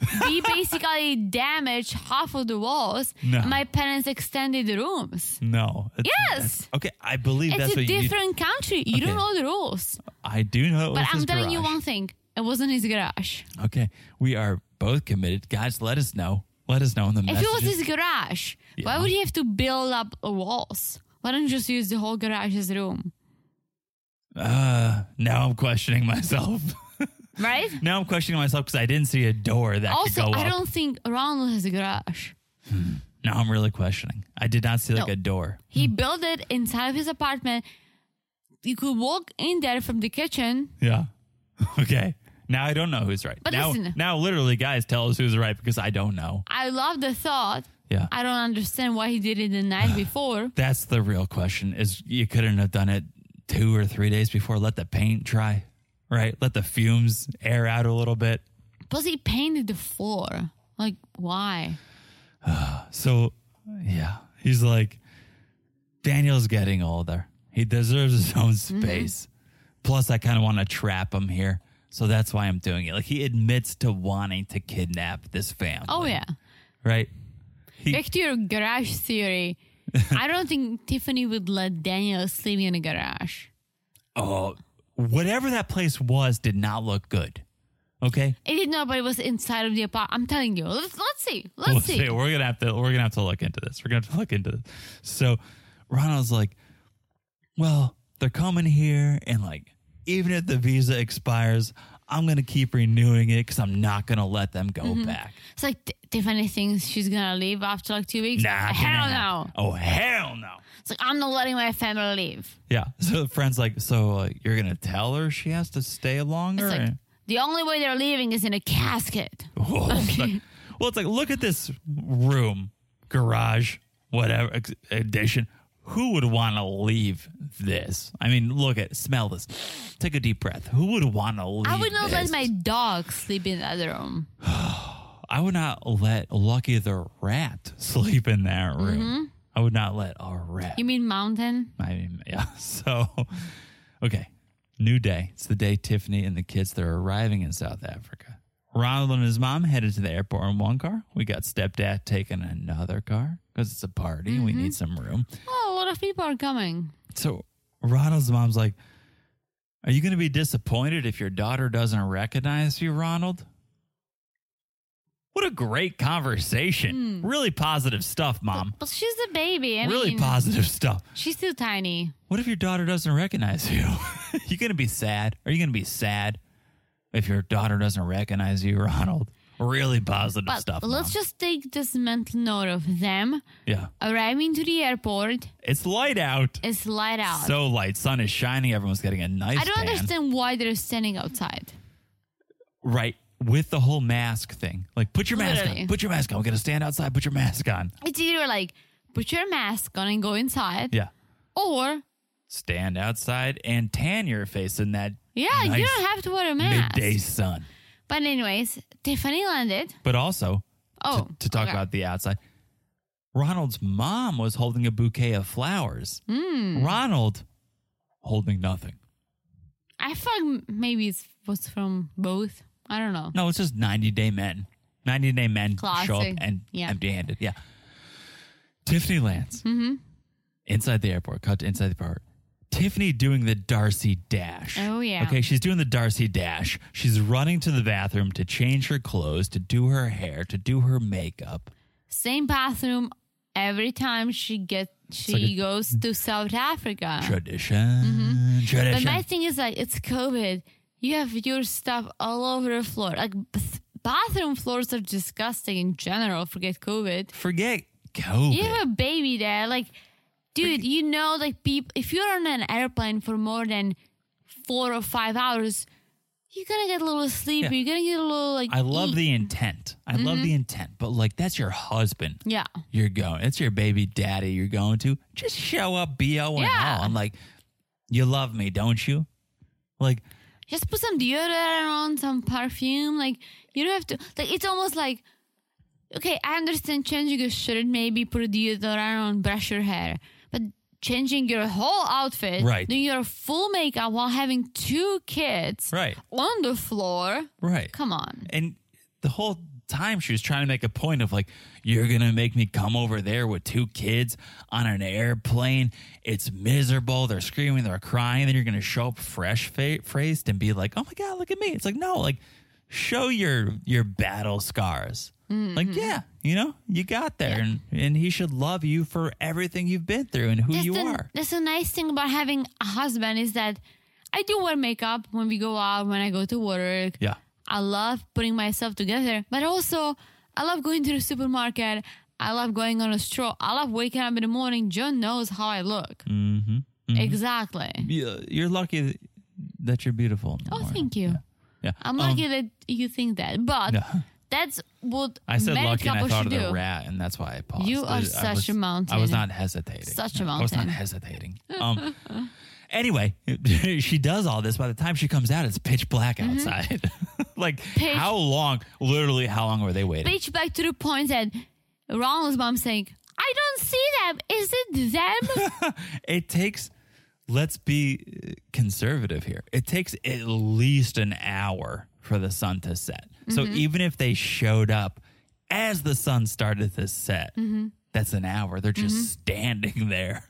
[SPEAKER 2] we basically damaged half of the walls.
[SPEAKER 1] No.
[SPEAKER 2] My parents extended the rooms.
[SPEAKER 1] no. It's-
[SPEAKER 2] Yes.
[SPEAKER 1] Okay, I believe that's
[SPEAKER 2] It's a
[SPEAKER 1] what you.
[SPEAKER 2] different country. You
[SPEAKER 1] Okay.
[SPEAKER 2] don't know the rules.
[SPEAKER 1] I do know. It was
[SPEAKER 2] But I'm
[SPEAKER 1] his
[SPEAKER 2] telling you
[SPEAKER 1] garage.
[SPEAKER 2] one thing. It wasn't his garage.
[SPEAKER 1] Okay, we are both committed, guys. Let us know. Let us know in the
[SPEAKER 2] If
[SPEAKER 1] messages.
[SPEAKER 2] it was his garage, why
[SPEAKER 1] Yeah.
[SPEAKER 2] would he have to build up walls? Why don't you just use the whole garage as a room?
[SPEAKER 1] uh, now I'm questioning myself.
[SPEAKER 2] Right?
[SPEAKER 1] now I'm questioning myself because I didn't see a door that
[SPEAKER 2] also,
[SPEAKER 1] could go
[SPEAKER 2] I
[SPEAKER 1] up.
[SPEAKER 2] don't think Ronald has a garage.
[SPEAKER 1] Now I'm really questioning. I did not see like
[SPEAKER 2] No.
[SPEAKER 1] a door.
[SPEAKER 2] He built it inside of his apartment. You could walk in there from the kitchen.
[SPEAKER 1] Yeah. okay. Now I don't know who's right.
[SPEAKER 2] But
[SPEAKER 1] now,
[SPEAKER 2] listen-
[SPEAKER 1] now literally, guys, tell us who's right because I don't know.
[SPEAKER 2] I love the thought.
[SPEAKER 1] Yeah.
[SPEAKER 2] I don't understand why he did it the night before.
[SPEAKER 1] That's the real question. Is you couldn't have done it two or three days before? Let the paint dry, right? Let the fumes air out a little bit.
[SPEAKER 2] Plus, he painted the floor. Like, why?
[SPEAKER 1] So, yeah, he's like, Daniel's getting older. He deserves his own
[SPEAKER 2] Mm-hmm.
[SPEAKER 1] space. Plus, I kind of want to trap him here. So that's why I'm doing it. Like, he admits to wanting to kidnap this family.
[SPEAKER 2] Oh, yeah.
[SPEAKER 1] Right? He-
[SPEAKER 2] Back to your garage theory. I don't think Tiffany would let Daniel sleep in a garage.
[SPEAKER 1] Oh, whatever that place was did not look good. Okay?
[SPEAKER 2] It did not, but it was inside of the apartment. I'm telling you. Let's, let's see. Let's
[SPEAKER 1] We'll
[SPEAKER 2] see.
[SPEAKER 1] see. We're gonna have to we're gonna have to look into this. We're gonna have to look into this. So Ronald's like, Well, they're coming here and like even if the visa expires, I'm gonna keep renewing it because I'm not gonna let them go
[SPEAKER 2] Mm-hmm.
[SPEAKER 1] back.
[SPEAKER 2] It's like T- Tiffany thinks she's gonna leave after like two weeks.
[SPEAKER 1] Nah,
[SPEAKER 2] Hell
[SPEAKER 1] nah.
[SPEAKER 2] no.
[SPEAKER 1] Oh hell no.
[SPEAKER 2] It's like I'm not letting my family leave.
[SPEAKER 1] Yeah. So the friend's like, so uh, you're gonna tell her she has to stay longer?
[SPEAKER 2] It's like
[SPEAKER 1] And-
[SPEAKER 2] the only way they're leaving is in a casket.
[SPEAKER 1] Whoa. It's like- well, it's like, look at this room, garage, whatever ex- addition. Who would want to leave this? I mean, look at, smell this. Take a deep breath. Who would want to leave?
[SPEAKER 2] I would not
[SPEAKER 1] this?
[SPEAKER 2] let my dog sleep in the other room.
[SPEAKER 1] I would not let Lucky the rat sleep in that room.
[SPEAKER 2] Mm-hmm.
[SPEAKER 1] I would not let a rat.
[SPEAKER 2] You mean mountain?
[SPEAKER 1] I mean, yeah. So, okay. New day. It's the day Tiffany and the kids, they're arriving in South Africa. Ronald and his mom headed to the airport in one car. We got stepdad taking another car because it's a party. We
[SPEAKER 2] Mm-hmm.
[SPEAKER 1] need some room.
[SPEAKER 2] Oh, a lot of people are coming.
[SPEAKER 1] So Ronald's mom's like, Are you going to be disappointed if your daughter doesn't recognize you, Ronald? What a great conversation. Really positive stuff, mom.
[SPEAKER 2] Hmm. But she's a baby. I
[SPEAKER 1] really
[SPEAKER 2] mean,
[SPEAKER 1] positive stuff.
[SPEAKER 2] she's still tiny.
[SPEAKER 1] What if your daughter doesn't recognize you? you gonna be sad? Are you gonna be sad if your daughter doesn't recognize you, Ronald? really positive
[SPEAKER 2] But
[SPEAKER 1] stuff.
[SPEAKER 2] let's
[SPEAKER 1] Mom.
[SPEAKER 2] just take this mental note of them
[SPEAKER 1] yeah.
[SPEAKER 2] arriving to the airport.
[SPEAKER 1] It's light out.
[SPEAKER 2] It's light out.
[SPEAKER 1] So light. Sun is shining. Everyone's getting a nice.
[SPEAKER 2] I don't
[SPEAKER 1] tan.
[SPEAKER 2] understand why they're standing outside.
[SPEAKER 1] Right. With the whole mask thing. Like, put your mask
[SPEAKER 2] Literally.
[SPEAKER 1] on. Put your mask on. We're going to stand outside. Put your mask on.
[SPEAKER 2] It's either like put your mask on and go inside,
[SPEAKER 1] Yeah.
[SPEAKER 2] or
[SPEAKER 1] Stand outside and tan your face in that
[SPEAKER 2] yeah, you
[SPEAKER 1] Nice
[SPEAKER 2] don't have to wear a mask.
[SPEAKER 1] midday sun.
[SPEAKER 2] But anyways, Tiffany landed.
[SPEAKER 1] But also,
[SPEAKER 2] Oh,
[SPEAKER 1] to, to talk
[SPEAKER 2] okay.
[SPEAKER 1] about the outside, Ronald's mom was holding a bouquet of flowers.
[SPEAKER 2] Hmm.
[SPEAKER 1] Ronald holding nothing.
[SPEAKER 2] I thought maybe it was from both. I don't know.
[SPEAKER 1] No, it's just 90 day men. 90 day men show up
[SPEAKER 2] Classic.
[SPEAKER 1] and
[SPEAKER 2] Yeah.
[SPEAKER 1] empty handed. Yeah. Tiffany Lance
[SPEAKER 2] Mm-hmm.
[SPEAKER 1] inside the airport, cut to inside the airport. Tiffany doing the Darcy dash.
[SPEAKER 2] Oh, yeah.
[SPEAKER 1] Okay, she's doing the Darcy dash. She's running to the bathroom to change her clothes, to do her hair, to do her makeup.
[SPEAKER 2] Same bathroom every time she get she
[SPEAKER 1] like a-
[SPEAKER 2] goes to South Africa.
[SPEAKER 1] Tradition.
[SPEAKER 2] But Mm-hmm.
[SPEAKER 1] Tradition.
[SPEAKER 2] my thing is like it's COVID. You have your stuff all over the floor. Like bath- bathroom floors are disgusting in general. Forget COVID.
[SPEAKER 1] Forget COVID.
[SPEAKER 2] You have a baby there. Like, dude, you know, like people. If you're on an airplane for more than four or five hours, you're gonna get a little sleepy.
[SPEAKER 1] Yeah.
[SPEAKER 2] You're gonna get a little like.
[SPEAKER 1] I love
[SPEAKER 2] eat.
[SPEAKER 1] the intent. I love the intent, but like that's your husband.
[SPEAKER 2] Yeah.
[SPEAKER 1] You're going. It's your baby daddy you're going to. Just show up, BO and
[SPEAKER 2] Yeah.
[SPEAKER 1] all. I'm like, you love me, don't you? Like,
[SPEAKER 2] Just put some deodorant on, some perfume. Like you don't have to. Like it's almost like, okay, I understand changing your shirt, maybe put a deodorant on, brush your hair, but changing your whole outfit,
[SPEAKER 1] Right.
[SPEAKER 2] Doing your full makeup while having two kids
[SPEAKER 1] right,
[SPEAKER 2] on the floor.
[SPEAKER 1] right.
[SPEAKER 2] Come on.
[SPEAKER 1] And the whole time she was trying to make a point of like, you're going to make me come over there with two kids on an airplane. It's miserable. They're screaming, they're crying. Then you're going to show up fresh fa- faced and be like, oh my God, look at me. It's like, no, like, show your your battle scars.
[SPEAKER 2] Mm-hmm.
[SPEAKER 1] Like, yeah, you know, you got there. And, and he should love you for everything you've been through and who
[SPEAKER 2] That's
[SPEAKER 1] you
[SPEAKER 2] the,
[SPEAKER 1] are.
[SPEAKER 2] That's the nice thing about having a husband is that I do wear makeup when we go out, when I go to work.
[SPEAKER 1] Yeah.
[SPEAKER 2] I love putting myself together, but also I love going to the supermarket. I love going on a stroll. I love waking up in the morning. John knows how I look. Mm-hmm. Exactly.
[SPEAKER 1] You- You're lucky that you're beautiful. in the
[SPEAKER 2] Oh,
[SPEAKER 1] morning.
[SPEAKER 2] thank you.
[SPEAKER 1] Yeah.
[SPEAKER 2] I'm
[SPEAKER 1] Um,
[SPEAKER 2] lucky that you think that, but
[SPEAKER 1] Yeah.
[SPEAKER 2] that's what
[SPEAKER 1] I said
[SPEAKER 2] married
[SPEAKER 1] lucky, and I
[SPEAKER 2] couples
[SPEAKER 1] thought of
[SPEAKER 2] should
[SPEAKER 1] the
[SPEAKER 2] do.
[SPEAKER 1] rat, and that's why I paused.
[SPEAKER 2] You are
[SPEAKER 1] I
[SPEAKER 2] such
[SPEAKER 1] was-
[SPEAKER 2] a mountain.
[SPEAKER 1] I was not hesitating.
[SPEAKER 2] Such a
[SPEAKER 1] I was not
[SPEAKER 2] mountain.
[SPEAKER 1] hesitating. Um, anyway, she does all this. By the time she comes out, it's pitch black outside. like
[SPEAKER 2] Mm-hmm. Pitch-
[SPEAKER 1] how long? Literally, how long were they waiting?
[SPEAKER 2] Pitch back to the point that Ronald's mom saying, "I don't see them. Is it them?"
[SPEAKER 1] It takes. Let's be uh, conservative here. It takes at least an hour for the sun to set. So even if they showed up as the sun started to set, that's an hour. They're just standing there.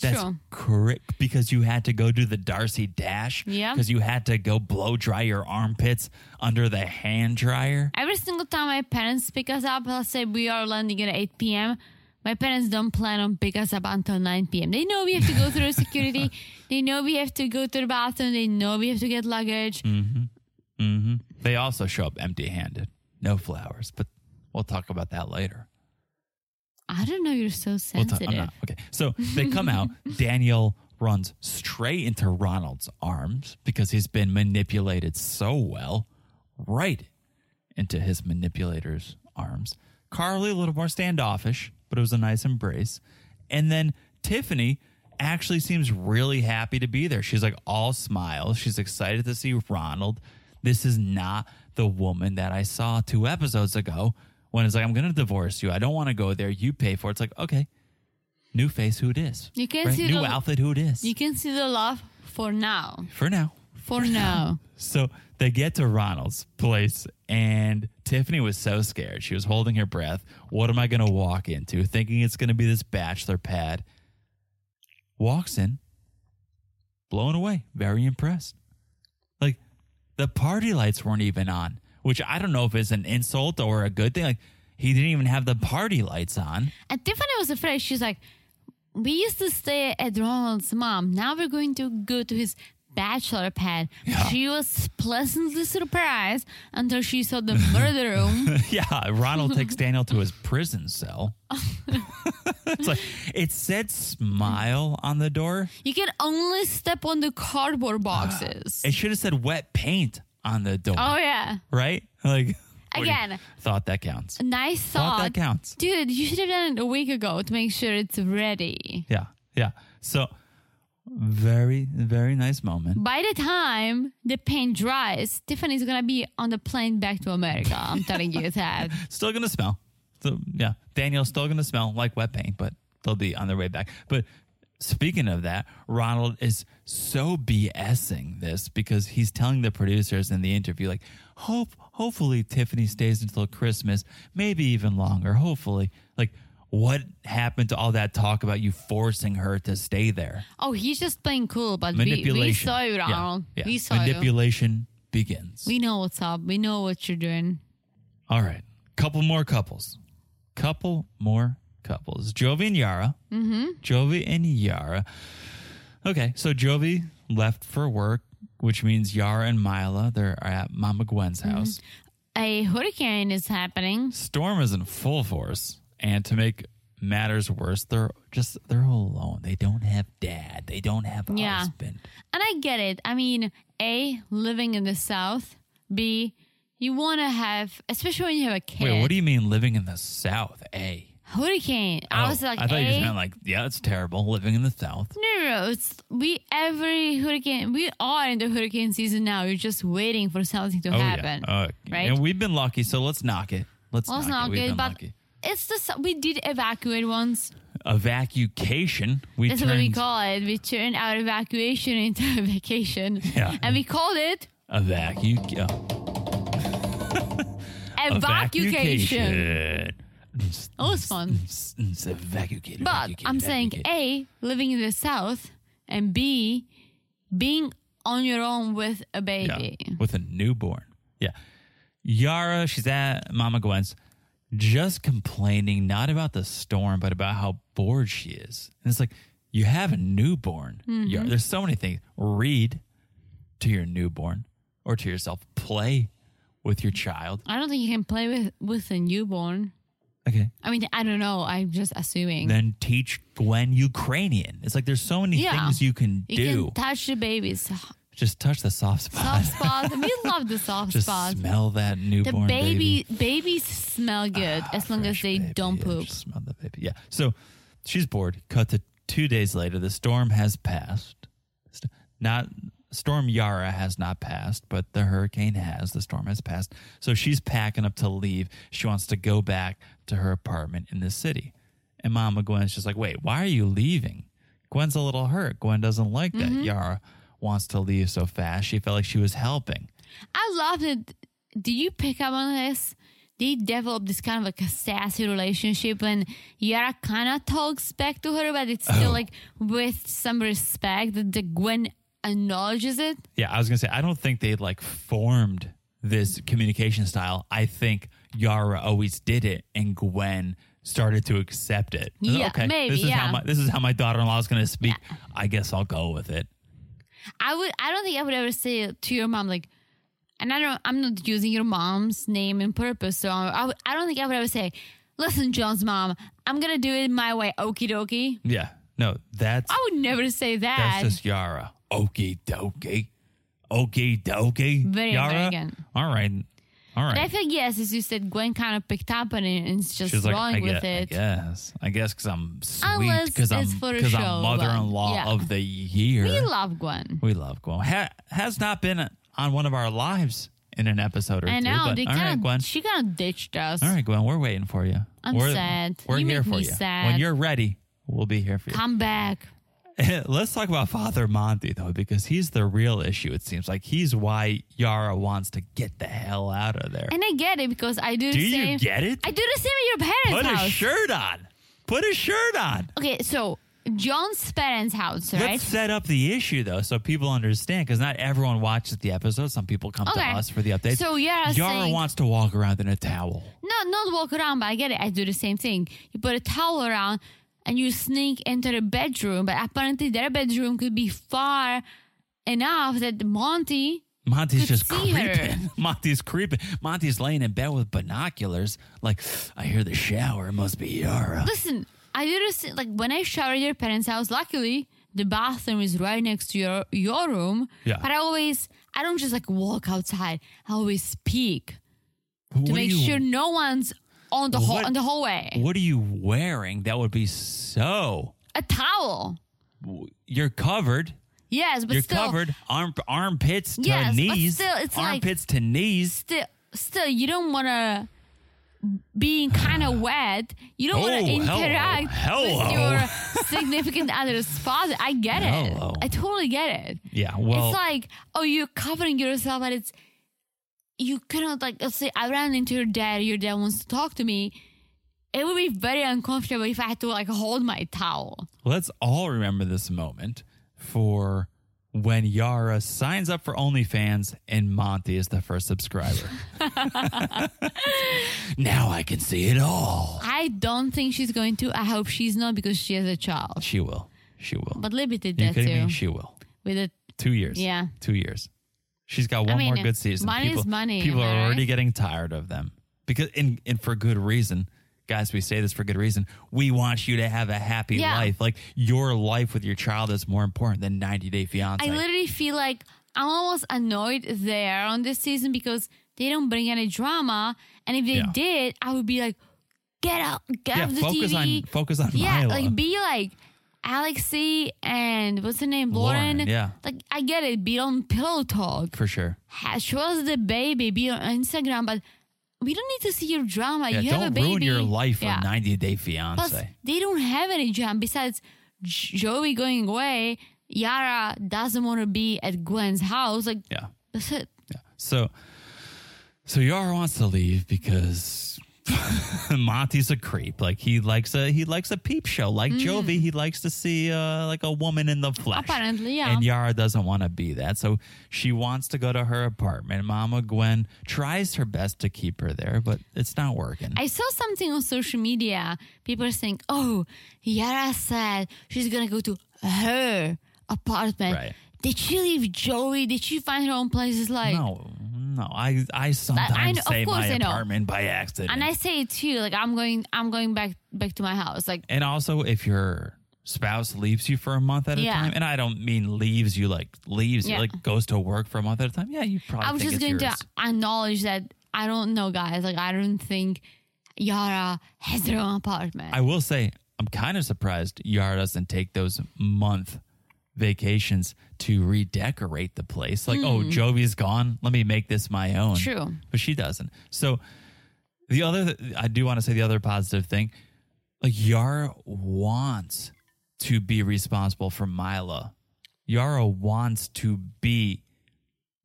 [SPEAKER 1] That's
[SPEAKER 2] True.
[SPEAKER 1] correct because you had to go do the Darcy dash.
[SPEAKER 2] Yeah.
[SPEAKER 1] Because you had to go blow dry your armpits under the hand dryer.
[SPEAKER 2] Every single time my parents pick us up, let's say we are landing at 8 p.m., my parents don't plan on pick us up until 9 p.m. They know we have to go through security. they know we have to go to the bathroom. They know we have to get luggage.
[SPEAKER 1] Mm. Mm-hmm. They also show up empty handed, no flowers, but we'll talk about that later.
[SPEAKER 2] I don't know. You're so
[SPEAKER 1] We'll talk.
[SPEAKER 2] sensitive.
[SPEAKER 1] I'm not. Okay. So they come out. Daniel runs straight into Ronald's arms because he's been manipulated so well, right into his manipulator's arms. Carly, a little more standoffish, but it was a nice embrace. And then Tiffany actually seems really happy to be there. She's like all smiles. She's excited to see Ronald. This is not the woman that I saw two episodes ago when it's like, I'm going to divorce you. I don't want to go there. You pay for it. It's like, okay, new face, who it is.
[SPEAKER 2] You can see
[SPEAKER 1] New
[SPEAKER 2] the-
[SPEAKER 1] outfit, who it is.
[SPEAKER 2] You can see the love for now.
[SPEAKER 1] For now.
[SPEAKER 2] For now.
[SPEAKER 1] So they get to Ronald's place, and Tiffany was so scared. She was holding her breath. What am I going to walk into? Thinking it's going to be this bachelor pad. Walks in, blown away, very impressed. Like the party lights weren't even on, which I don't know if it's an insult or a good thing. Like he didn't even have the party lights on.
[SPEAKER 2] And Tiffany was afraid. She's like, we used to stay at Ronald's mom. Now we're going to go to his bachelor pad.
[SPEAKER 1] Yeah.
[SPEAKER 2] She was pleasantly surprised until she saw the murder room.
[SPEAKER 1] yeah, Ronald takes Daniel to his prison cell. it's like it said smile on the door.
[SPEAKER 2] You can only step on the
[SPEAKER 1] Ah.
[SPEAKER 2] cardboard boxes.
[SPEAKER 1] It should have said wet paint on the door.
[SPEAKER 2] oh yeah.
[SPEAKER 1] Right? Like what do you-
[SPEAKER 2] Again.
[SPEAKER 1] Thought that counts.
[SPEAKER 2] Nice
[SPEAKER 1] Thought
[SPEAKER 2] thought.
[SPEAKER 1] that counts.
[SPEAKER 2] Dude, you should have done it a week ago to make sure it's ready.
[SPEAKER 1] Yeah. Yeah. So very, very nice moment.
[SPEAKER 2] By the time the paint dries, Tiffany's gonna be on the plane back to America. I'm telling you that.
[SPEAKER 1] Still gonna smell. So yeah. Daniel's still gonna smell like wet paint, but they'll be on their way back. But speaking of that, Ronald is so BSing this because he's telling the producers in the interview, like, hope hopefully Tiffany stays until Christmas, maybe even longer, hopefully. Like what happened to all that talk about you forcing her to stay there?
[SPEAKER 2] Oh, he's just playing cool, but we,
[SPEAKER 1] Manipulation.
[SPEAKER 2] we saw you,
[SPEAKER 1] Yeah,
[SPEAKER 2] Ronald.
[SPEAKER 1] yeah.
[SPEAKER 2] We saw you.
[SPEAKER 1] Manipulation begins.
[SPEAKER 2] We know what's up. We know what you're doing.
[SPEAKER 1] All right. Couple more couples. Couple more couples. Jovi and Yara. Mm-hmm. Jovi and Yara. Okay. So Jovi left for work, which means Yara and Mila, they're at Mama Gwen's
[SPEAKER 2] Mm-hmm.
[SPEAKER 1] house.
[SPEAKER 2] A hurricane is happening.
[SPEAKER 1] Storm is in full force. And to make matters worse, they're just, they're all alone. They don't have dad. They don't have a
[SPEAKER 2] Yeah.
[SPEAKER 1] husband.
[SPEAKER 2] And I get it. I mean, A, living in the South. B, you want to have, especially when you have a kid.
[SPEAKER 1] Wait, what do you mean living in the South? A.
[SPEAKER 2] Hurricane. I
[SPEAKER 1] Oh,
[SPEAKER 2] was like, eh?
[SPEAKER 1] I thought
[SPEAKER 2] A,
[SPEAKER 1] you just meant like, yeah, it's terrible living in the South.
[SPEAKER 2] no, no, no. It's, we, every hurricane, we are in the hurricane season now. You're just waiting for something to happen.
[SPEAKER 1] Yeah. Uh,
[SPEAKER 2] right?
[SPEAKER 1] And we've been lucky, so let's knock it. Let's,
[SPEAKER 2] Well, it's
[SPEAKER 1] knock
[SPEAKER 2] not
[SPEAKER 1] it. We've
[SPEAKER 2] good,
[SPEAKER 1] been
[SPEAKER 2] but
[SPEAKER 1] lucky.
[SPEAKER 2] it's the, we did evacuate once.
[SPEAKER 1] Evacuation. We
[SPEAKER 2] That's
[SPEAKER 1] turned
[SPEAKER 2] what we call it. We turned our evacuation into a vacation.
[SPEAKER 1] Yeah.
[SPEAKER 2] And we called it
[SPEAKER 1] evacu- uh,
[SPEAKER 2] evacuation.
[SPEAKER 1] evacuation.
[SPEAKER 2] That was fun.
[SPEAKER 1] It's- it's evacuate,
[SPEAKER 2] But
[SPEAKER 1] evacuate,
[SPEAKER 2] I'm saying
[SPEAKER 1] evacuate.
[SPEAKER 2] A, living in the South, and B, being on your own with a baby.
[SPEAKER 1] Yeah, with a newborn. Yeah. Yara, she's at Mama Gwen's, just complaining not about the storm, but about how bored she is. And it's like, you have a newborn.
[SPEAKER 2] Mm-hmm.
[SPEAKER 1] Yara, there's so many things. Read to your newborn or to yourself. Play with your child.
[SPEAKER 2] I don't think you can play with, with a newborn.
[SPEAKER 1] Okay.
[SPEAKER 2] I mean, I don't know. I'm just assuming.
[SPEAKER 1] Then teach Gwen Ukrainian. It's like there's so many
[SPEAKER 2] Yeah.
[SPEAKER 1] things you can
[SPEAKER 2] you
[SPEAKER 1] do.
[SPEAKER 2] can touch the baby's
[SPEAKER 1] just touch the soft spot.
[SPEAKER 2] soft spot. we love the soft
[SPEAKER 1] just
[SPEAKER 2] spot.
[SPEAKER 1] smell that
[SPEAKER 2] The
[SPEAKER 1] newborn Ah,
[SPEAKER 2] baby, babies smell good as long as
[SPEAKER 1] fresh
[SPEAKER 2] they
[SPEAKER 1] baby.
[SPEAKER 2] don't
[SPEAKER 1] Yeah,
[SPEAKER 2] poop.
[SPEAKER 1] just smell the baby. Yeah. So she's bored. Cut to two days later. The storm has passed. St- Not storm Yara has not passed, but the hurricane has. The storm has passed. So she's packing up to leave. She wants to go back to her apartment in the city. And Mama Gwen's just like, wait, why are you leaving? Gwen's a little hurt. Gwen doesn't like that.
[SPEAKER 2] Mm-hmm.
[SPEAKER 1] Yara wants to leave so fast. She felt like she was helping.
[SPEAKER 2] I love that. Did you pick up on this? They develop this kind of like a sassy relationship when Yara kind of talks back to her, but it's
[SPEAKER 1] Oh.
[SPEAKER 2] still like with some respect that the Gwen acknowledges it.
[SPEAKER 1] Yeah, I was gonna say I don't think they like formed this communication style. I think Yara always did it, and Gwen started to accept it.
[SPEAKER 2] Yeah,
[SPEAKER 1] okay,
[SPEAKER 2] maybe,
[SPEAKER 1] This is
[SPEAKER 2] yeah.
[SPEAKER 1] how my this is how my daughter-in-law is gonna speak. I guess I'll go with it.
[SPEAKER 2] I would. I don't think I would ever say to your mom like, and I don't. I'm not using your mom's name and purpose. So I, would- I don't think I would ever say, "Listen, John's mom, I'm gonna do it my way, okie dokie."
[SPEAKER 1] Yeah, no, that's
[SPEAKER 2] I would never say that.
[SPEAKER 1] that's just Yara. Okie dokie, okie dokie.
[SPEAKER 2] Very
[SPEAKER 1] Yara.
[SPEAKER 2] American.
[SPEAKER 1] All right, all
[SPEAKER 2] But I
[SPEAKER 1] right.
[SPEAKER 2] feel like, yes, as you said, Gwen kind of picked up on it and is just
[SPEAKER 1] She's like,
[SPEAKER 2] rolling
[SPEAKER 1] I
[SPEAKER 2] with
[SPEAKER 1] guess, I
[SPEAKER 2] it.
[SPEAKER 1] guess, I guess, because I'm sweet,
[SPEAKER 2] Unless
[SPEAKER 1] because I'm
[SPEAKER 2] it's for a
[SPEAKER 1] because
[SPEAKER 2] show,
[SPEAKER 1] I'm
[SPEAKER 2] but-
[SPEAKER 1] mother-in-law
[SPEAKER 2] yeah.
[SPEAKER 1] of the year.
[SPEAKER 2] We love Gwen.
[SPEAKER 1] We love Gwen. Ha- has not been on one of our lives in an episode or
[SPEAKER 2] I
[SPEAKER 1] two.
[SPEAKER 2] know
[SPEAKER 1] but
[SPEAKER 2] they
[SPEAKER 1] all right,
[SPEAKER 2] kind of
[SPEAKER 1] Gwen.
[SPEAKER 2] she kind of ditched us.
[SPEAKER 1] all right, Gwen. We're waiting for you.
[SPEAKER 2] I'm
[SPEAKER 1] we're,
[SPEAKER 2] sad.
[SPEAKER 1] We're
[SPEAKER 2] You
[SPEAKER 1] here
[SPEAKER 2] make
[SPEAKER 1] for
[SPEAKER 2] me
[SPEAKER 1] you.
[SPEAKER 2] sad.
[SPEAKER 1] When you're ready, we'll be here for you.
[SPEAKER 2] Come back.
[SPEAKER 1] Let's talk about Father Monty though, because he's the real issue. It seems like he's why Yara wants to get the hell out of there.
[SPEAKER 2] And I get it because I do,
[SPEAKER 1] Do
[SPEAKER 2] the
[SPEAKER 1] you
[SPEAKER 2] same.
[SPEAKER 1] get it?
[SPEAKER 2] I do the same at your
[SPEAKER 1] Put
[SPEAKER 2] parents'
[SPEAKER 1] a
[SPEAKER 2] house.
[SPEAKER 1] shirt on. Put a shirt on.
[SPEAKER 2] Okay, so John's parents' house, right?
[SPEAKER 1] Let's set up the issue though, so people understand. Because not everyone watches the episode. Some people come
[SPEAKER 2] Okay.
[SPEAKER 1] to us for the updates.
[SPEAKER 2] So Yara's
[SPEAKER 1] Yara
[SPEAKER 2] saying-
[SPEAKER 1] wants to walk around in a towel.
[SPEAKER 2] No, not walk around, but I get it. I do the same thing. You put a towel around and you sneak into the bedroom, but apparently their bedroom could be far enough that Monty
[SPEAKER 1] Monty's
[SPEAKER 2] Could
[SPEAKER 1] just
[SPEAKER 2] see her.
[SPEAKER 1] creeping. Monty's creeping. Monty's laying in bed with binoculars. Like, I hear the shower. It must be Yara.
[SPEAKER 2] listen. I noticed like when I shower at your parents' house. Luckily, the bathroom is right next to your your room.
[SPEAKER 1] Yeah.
[SPEAKER 2] But I always I don't just like walk outside. I always peek
[SPEAKER 1] What
[SPEAKER 2] to
[SPEAKER 1] are
[SPEAKER 2] make
[SPEAKER 1] you-
[SPEAKER 2] sure no one's on the hall
[SPEAKER 1] What-
[SPEAKER 2] on the hallway.
[SPEAKER 1] What are you wearing? That would be so.
[SPEAKER 2] A towel.
[SPEAKER 1] You're covered.
[SPEAKER 2] Yes, but
[SPEAKER 1] You're
[SPEAKER 2] still,
[SPEAKER 1] covered. Arm armpits to
[SPEAKER 2] Yes, but
[SPEAKER 1] knees.
[SPEAKER 2] still, it's like-
[SPEAKER 1] armpits to knees.
[SPEAKER 2] still still you don't want to being kind of wet you don't want
[SPEAKER 1] Oh,
[SPEAKER 2] to
[SPEAKER 1] hello.
[SPEAKER 2] interact
[SPEAKER 1] Hello.
[SPEAKER 2] with your significant other's father i get
[SPEAKER 1] Hello.
[SPEAKER 2] it i totally get it
[SPEAKER 1] Yeah. Well,
[SPEAKER 2] it's like oh you're covering yourself but it's you cannot like let's say i ran into your dad your dad wants to talk to me it would be very uncomfortable if i had to like hold my towel
[SPEAKER 1] let's all remember this moment for when Yara signs up for OnlyFans and Monty is the first subscriber. now I can see it all.
[SPEAKER 2] i don't think she's going to i hope she's not because she has a child
[SPEAKER 1] She will. She will.
[SPEAKER 2] but libby did
[SPEAKER 1] you
[SPEAKER 2] that
[SPEAKER 1] kidding
[SPEAKER 2] too
[SPEAKER 1] me? She will.
[SPEAKER 2] with a
[SPEAKER 1] Two years.
[SPEAKER 2] Yeah.
[SPEAKER 1] Two years. She's got one more
[SPEAKER 2] mean,
[SPEAKER 1] good season.
[SPEAKER 2] money is money,
[SPEAKER 1] People
[SPEAKER 2] am I
[SPEAKER 1] are already
[SPEAKER 2] right?
[SPEAKER 1] getting tired of them because, and, and for good reason. Guys, we say this for good reason. We want you to have a happy
[SPEAKER 2] Yeah.
[SPEAKER 1] life. Like your life with your child is more important than 90 Day Fiance.
[SPEAKER 2] I literally feel like I'm almost annoyed there on this season because they don't bring any drama. And if they
[SPEAKER 1] Yeah.
[SPEAKER 2] did, I would be like, get out, get
[SPEAKER 1] yeah,
[SPEAKER 2] off the
[SPEAKER 1] focus
[SPEAKER 2] TV.
[SPEAKER 1] on focus on
[SPEAKER 2] yeah,
[SPEAKER 1] Milo.
[SPEAKER 2] like be like Alexi and what's her name, Lauren.
[SPEAKER 1] Lauren, yeah.
[SPEAKER 2] like I get it. Be on pillow talk.
[SPEAKER 1] for sure.
[SPEAKER 2] Ha- Show us the baby. Be on Instagram, but we don't need to see your drama.
[SPEAKER 1] Yeah,
[SPEAKER 2] you have a
[SPEAKER 1] don't
[SPEAKER 2] baby.
[SPEAKER 1] ruin your life
[SPEAKER 2] Yeah.
[SPEAKER 1] on 90 Day
[SPEAKER 2] Plus,
[SPEAKER 1] Fiance.
[SPEAKER 2] they don't have any jam besides J- Joey going away. Yara doesn't want to be at Gwen's house. Like,
[SPEAKER 1] yeah.
[SPEAKER 2] that's it.
[SPEAKER 1] Yeah. So so Yara wants to leave because Monty's a creep. Like he likes a he likes a peep show. Like
[SPEAKER 2] Mm.
[SPEAKER 1] Jovi, he likes to see uh like a woman in the flesh.
[SPEAKER 2] Apparently, yeah.
[SPEAKER 1] And Yara doesn't want to be that. So she wants to go to her apartment. Mama Gwen tries her best to keep her there, but it's not working.
[SPEAKER 2] I saw something on social media. People are saying, oh, Yara said she's going to go to her apartment.
[SPEAKER 1] Right.
[SPEAKER 2] Did she leave Joey? Did she find her own place? It's like,
[SPEAKER 1] no, no. I I sometimes
[SPEAKER 2] know- of
[SPEAKER 1] say
[SPEAKER 2] course
[SPEAKER 1] my
[SPEAKER 2] I know.
[SPEAKER 1] apartment by accident.
[SPEAKER 2] and I say it too. Like, I'm going, I'm going back, back to my house. Like,
[SPEAKER 1] And also, if your spouse leaves you for a month at a
[SPEAKER 2] Yeah.
[SPEAKER 1] time, and I don't mean leaves you like leaves, you,
[SPEAKER 2] Yeah.
[SPEAKER 1] like goes to work for a month at a time. Yeah, you probably.
[SPEAKER 2] I was
[SPEAKER 1] think
[SPEAKER 2] just
[SPEAKER 1] it's
[SPEAKER 2] going
[SPEAKER 1] yours.
[SPEAKER 2] to acknowledge that I don't know, guys. Like, I don't think Yara has her own apartment.
[SPEAKER 1] I will say, I'm kind of surprised Yara doesn't take those month vacations to redecorate the place. Like,
[SPEAKER 2] Hmm.
[SPEAKER 1] oh, Jovi's gone. Let me make this my own.
[SPEAKER 2] True.
[SPEAKER 1] But she doesn't. So the other, I do want to say the other positive thing, like Yara wants to be responsible for Mila. Yara wants to be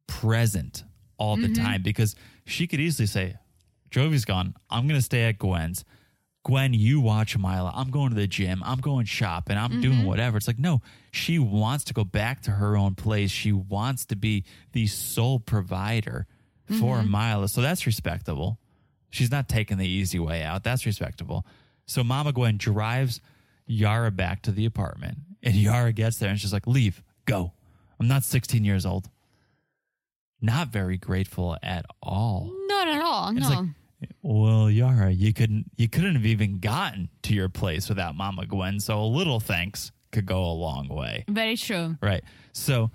[SPEAKER 1] present all the time because she could easily say, Jovi's gone. I'm going to stay at Gwen's. Gwen, you watch Mila. I'm going to the gym. I'm going shopping. I'm doing whatever. It's like, no, she wants to go back to her own place. She wants to be the sole provider for Mila. So that's respectable. She's not taking the easy way out. That's respectable. So Mama Gwen drives Yara back to the apartment, and Yara gets there and she's like, leave, go. I'm not 16 years old. Not very grateful at all.
[SPEAKER 2] Not at all. No.
[SPEAKER 1] It's like, well, Yara, you couldn't you couldn't have even gotten to your place without Mama Gwen, so a little thanks could go a long way.
[SPEAKER 2] Very true.
[SPEAKER 1] Right. So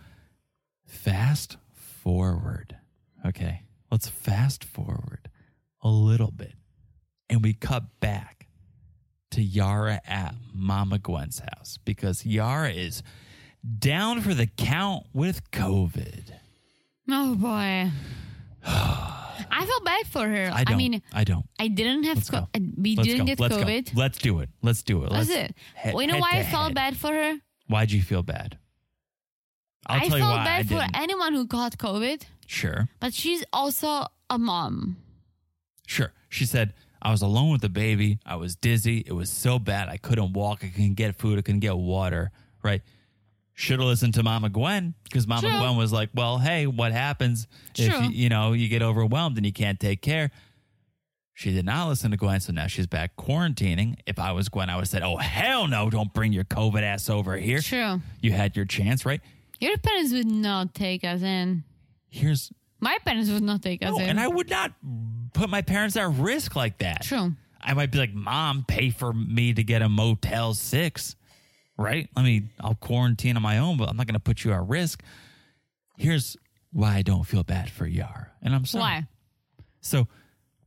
[SPEAKER 1] fast forward. Okay. Let's fast forward a little bit. And we cut back to Yara at Mama Gwen's house because Yara is down for the count with COVID.
[SPEAKER 2] Oh, boy. I felt bad for her.
[SPEAKER 1] I don't
[SPEAKER 2] mean,
[SPEAKER 1] I don't.
[SPEAKER 2] I didn't have, co-
[SPEAKER 1] go.
[SPEAKER 2] I- we
[SPEAKER 1] Let's go.
[SPEAKER 2] didn't get
[SPEAKER 1] Let's go.
[SPEAKER 2] COVID.
[SPEAKER 1] Let's do it. Let's do it.
[SPEAKER 2] That's
[SPEAKER 1] Let's
[SPEAKER 2] it.
[SPEAKER 1] head-
[SPEAKER 2] well, you know
[SPEAKER 1] head
[SPEAKER 2] why
[SPEAKER 1] to
[SPEAKER 2] I felt
[SPEAKER 1] head.
[SPEAKER 2] bad for her?
[SPEAKER 1] Why'd you feel bad? I'll
[SPEAKER 2] I
[SPEAKER 1] tell you
[SPEAKER 2] felt
[SPEAKER 1] why I
[SPEAKER 2] bad for e-
[SPEAKER 1] didn't.
[SPEAKER 2] anyone who got COVID,
[SPEAKER 1] Sure,
[SPEAKER 2] but she's also a mom.
[SPEAKER 1] sure. She said I was alone with the baby. I was dizzy. It was so bad I couldn't walk. I couldn't get food. I couldn't get water. Right. Should have listened to Mama Gwen because Mama
[SPEAKER 2] True.
[SPEAKER 1] Gwen was like, "Well, hey, what happens if
[SPEAKER 2] True.
[SPEAKER 1] you, you know you get overwhelmed and you can't take care?" She did not listen to Gwen, so now she's back quarantining. If I was Gwen, I would have said, "Oh hell no! Don't bring your COVID ass over here."
[SPEAKER 2] True.
[SPEAKER 1] You had your chance, right?
[SPEAKER 2] Your parents would not take us in.
[SPEAKER 1] Here's
[SPEAKER 2] My parents would not take us
[SPEAKER 1] no,
[SPEAKER 2] in.
[SPEAKER 1] Oh, and I would not put my parents at risk like that.
[SPEAKER 2] True.
[SPEAKER 1] I might be like, Mom, pay for me to get a Motel 6, right? Let me, I'll quarantine on my own, but I'm not going to put you at risk. Here's why I don't feel bad for Yara. And I'm sorry.
[SPEAKER 2] Why?
[SPEAKER 1] So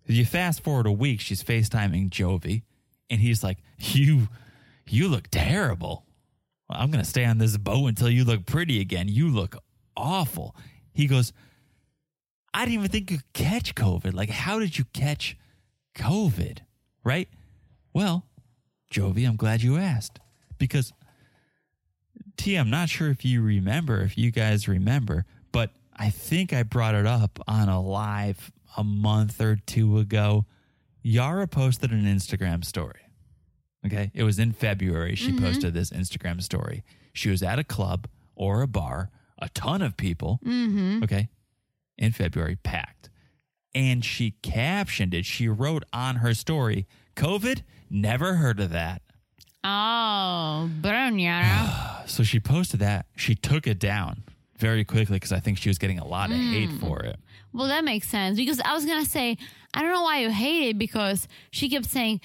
[SPEAKER 1] if you fast forward a week, she's FaceTiming Jovi, and he's like, You, you look terrible. Well, I'm going to stay on this boat until you look pretty again. You look awful. He goes, I didn't even think you could catch COVID. Like, how did you catch COVID? Right? Well, Jovi, I'm glad you asked because T, I'm not sure if you remember, if you guys remember, but I think I brought it up on a live a month or two ago. Yara posted an Instagram story. Okay. It was in February. She posted this Instagram story. She was at a club or a bar, a ton of people. Mm-hmm. Okay. In February, packed. And she captioned it. She wrote on her story, COVID, never heard of that.
[SPEAKER 2] Oh, burn, Yara.
[SPEAKER 1] So she posted that. She took it down very quickly because I think she was getting a lot of
[SPEAKER 2] Hmm.
[SPEAKER 1] hate for it.
[SPEAKER 2] well, that makes sense because I was gonna say I don't know why you hate it because she kept saying,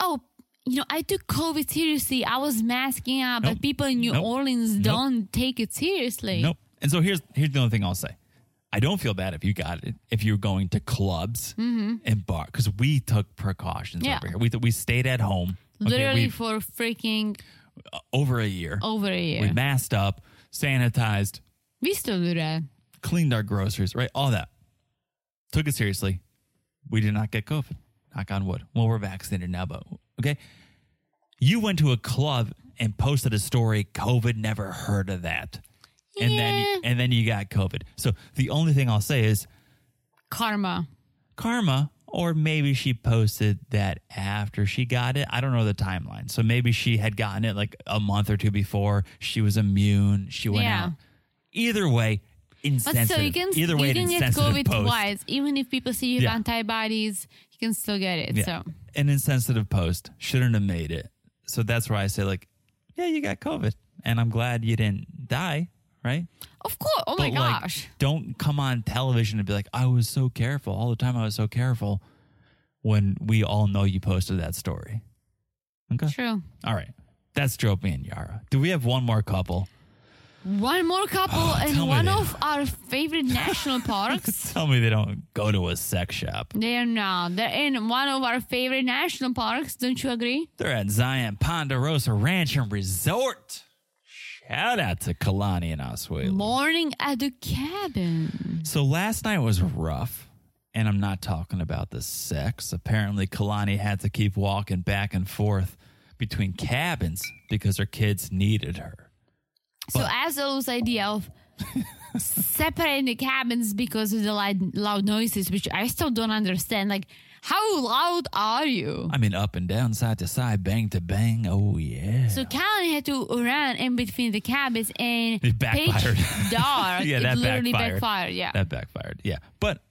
[SPEAKER 2] "Oh, you know, I took COVID seriously. I was masking up,
[SPEAKER 1] Nope.
[SPEAKER 2] but people in New
[SPEAKER 1] Nope.
[SPEAKER 2] Orleans
[SPEAKER 1] Nope.
[SPEAKER 2] don't take it seriously."
[SPEAKER 1] Nope. And so here's here's the only thing I'll say. I don't feel bad if you got it if you're going to clubs and bar because we took precautions
[SPEAKER 2] Mm-hmm. Yeah.
[SPEAKER 1] over here. We we stayed at home okay,
[SPEAKER 2] Literally Oh,
[SPEAKER 1] we-
[SPEAKER 2] for freaking
[SPEAKER 1] over a year.
[SPEAKER 2] over a year.
[SPEAKER 1] We masked up, sanitized,
[SPEAKER 2] we still do that.
[SPEAKER 1] cleaned our groceries, right? All that. Took it seriously. We did not get COVID. Knock on wood. Well, we're vaccinated now, but okay. You went to a club and posted a story, COVID never heard of that. And then
[SPEAKER 2] Yeah.
[SPEAKER 1] and then you got COVID. So the only thing I'll say is
[SPEAKER 2] Karma.
[SPEAKER 1] karma, or maybe she posted that after she got it. I don't know the timeline. So maybe she had gotten it like a month or two before. She was immune. She went
[SPEAKER 2] Yeah.
[SPEAKER 1] out. Either way,
[SPEAKER 2] But
[SPEAKER 1] insensitive.
[SPEAKER 2] so you can
[SPEAKER 1] Either way,
[SPEAKER 2] you
[SPEAKER 1] an
[SPEAKER 2] can get
[SPEAKER 1] insensitive
[SPEAKER 2] COVID
[SPEAKER 1] post.
[SPEAKER 2] twice, even if people see you have
[SPEAKER 1] Yeah.
[SPEAKER 2] antibodies, you can still get it.
[SPEAKER 1] Yeah.
[SPEAKER 2] So
[SPEAKER 1] An insensitive post shouldn't have made it. So that's why I say, like, yeah, you got COVID, and I'm glad you didn't die, right?
[SPEAKER 2] of course, oh my
[SPEAKER 1] But, like,
[SPEAKER 2] gosh,
[SPEAKER 1] don't come on television and be like, I was so careful all the time. I was so careful when we all know you posted that story. Okay.
[SPEAKER 2] true.
[SPEAKER 1] All right. That's Jopi and Yara. Do we have one more couple?
[SPEAKER 2] One more couple
[SPEAKER 1] Ah, tell
[SPEAKER 2] in
[SPEAKER 1] me
[SPEAKER 2] one
[SPEAKER 1] they-
[SPEAKER 2] of our favorite national parks.
[SPEAKER 1] Tell me they don't go to a sex shop.
[SPEAKER 2] They are now. They're in one of our favorite national parks. Don't you agree?
[SPEAKER 1] They're at Zion Ponderosa Ranch and Resort. Shout out to Kalani and Oswego.
[SPEAKER 2] Morning at the cabin.
[SPEAKER 1] So last night was rough, and I'm not talking about the sex. Apparently, Kalani had to keep walking back and forth between cabins because her kids needed her.
[SPEAKER 2] So Azo's idea of separating the cabins because of the loud, loud noises, which I still don't understand. Like, how loud are you?
[SPEAKER 1] I mean, up and down, side to side, bang to bang. Oh, yeah.
[SPEAKER 2] So Callan had to run in between the cabins and
[SPEAKER 1] It backfired.
[SPEAKER 2] pitch dark.
[SPEAKER 1] Yeah,
[SPEAKER 2] it
[SPEAKER 1] that
[SPEAKER 2] literally
[SPEAKER 1] backfired.
[SPEAKER 2] backfired. Yeah.
[SPEAKER 1] that backfired. Yeah. But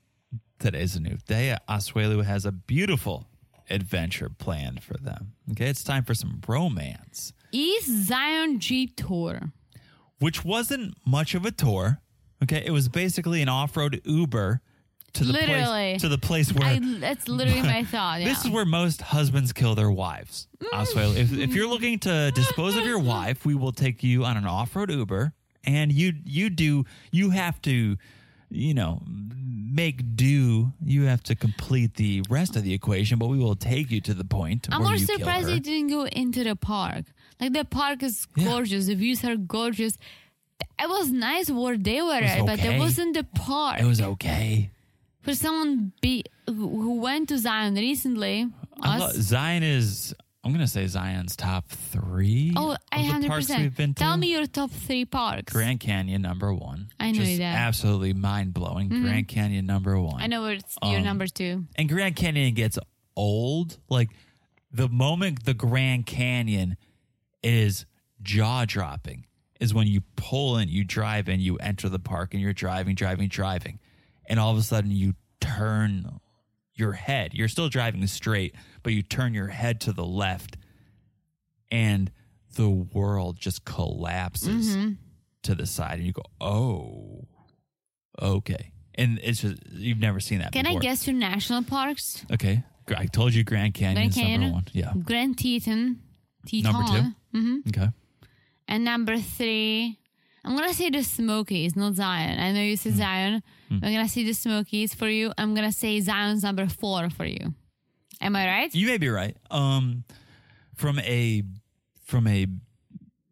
[SPEAKER 1] today's a new day. Oswelu has a beautiful adventure planned for them. Okay. It's time for some romance,
[SPEAKER 2] East Zion Jeep Tour.
[SPEAKER 1] which wasn't much of a tour. Okay. It was basically an off road Uber. To the
[SPEAKER 2] Literally.
[SPEAKER 1] place, to the place where
[SPEAKER 2] I, that's literally my thought. Yeah.
[SPEAKER 1] This is where most husbands kill their wives. Oswald, if, if
[SPEAKER 2] Mm.
[SPEAKER 1] you're looking to dispose of your wife, we will take you on an off-road Uber, and you you do you have to, you know, make do. You have to complete the rest of the equation, but we will take you to the point.
[SPEAKER 2] I'm
[SPEAKER 1] where
[SPEAKER 2] more
[SPEAKER 1] you kill
[SPEAKER 2] surprised
[SPEAKER 1] her.
[SPEAKER 2] they didn't go into the park. Like the park is
[SPEAKER 1] Yeah.
[SPEAKER 2] gorgeous. The views are gorgeous. It was nice where they were at, but
[SPEAKER 1] okay.
[SPEAKER 2] it wasn't the park.
[SPEAKER 1] It was okay.
[SPEAKER 2] For someone be, who who went to Zion recently,
[SPEAKER 1] I lo-
[SPEAKER 2] us-
[SPEAKER 1] Zion is. I'm gonna say Zion's top three.
[SPEAKER 2] oh,
[SPEAKER 1] of
[SPEAKER 2] I
[SPEAKER 1] the
[SPEAKER 2] hundred
[SPEAKER 1] parks we've been
[SPEAKER 2] percent. Tell
[SPEAKER 1] to.
[SPEAKER 2] me your top three parks.
[SPEAKER 1] Grand Canyon number one.
[SPEAKER 2] I know
[SPEAKER 1] Just
[SPEAKER 2] that. Mm-hmm.
[SPEAKER 1] Absolutely mind blowing. Grand Canyon number one.
[SPEAKER 2] I know it's
[SPEAKER 1] Um,
[SPEAKER 2] your number two.
[SPEAKER 1] and Grand Canyon gets old, like the moment the Grand Canyon is jaw dropping is when you pull in, you drive in, you enter the park, and you're driving, driving, driving, and all of a sudden you turn your head. You're still driving straight, but you turn your head to the
[SPEAKER 2] Mm-hmm.
[SPEAKER 1] left, and the world just collapses to the side, and you go, "Oh, okay." And it's just you've never seen that.
[SPEAKER 2] Can I
[SPEAKER 1] before.
[SPEAKER 2] guess your national parks?
[SPEAKER 1] Okay, Gr- I told you Grand Canyon
[SPEAKER 2] Grand
[SPEAKER 1] is number
[SPEAKER 2] Canyon.
[SPEAKER 1] one. Yeah.
[SPEAKER 2] Grand Teton, Teton.
[SPEAKER 1] Number two. Mm-hmm. Okay.
[SPEAKER 2] And number three, I'm gonna say the Smokies, not Zion. I know you
[SPEAKER 1] Hmm.
[SPEAKER 2] said Zion. I'm gonna say the Smokies for you. I'm gonna say Zion's number four for you. Am I right?
[SPEAKER 1] You may be right. Um, from a from a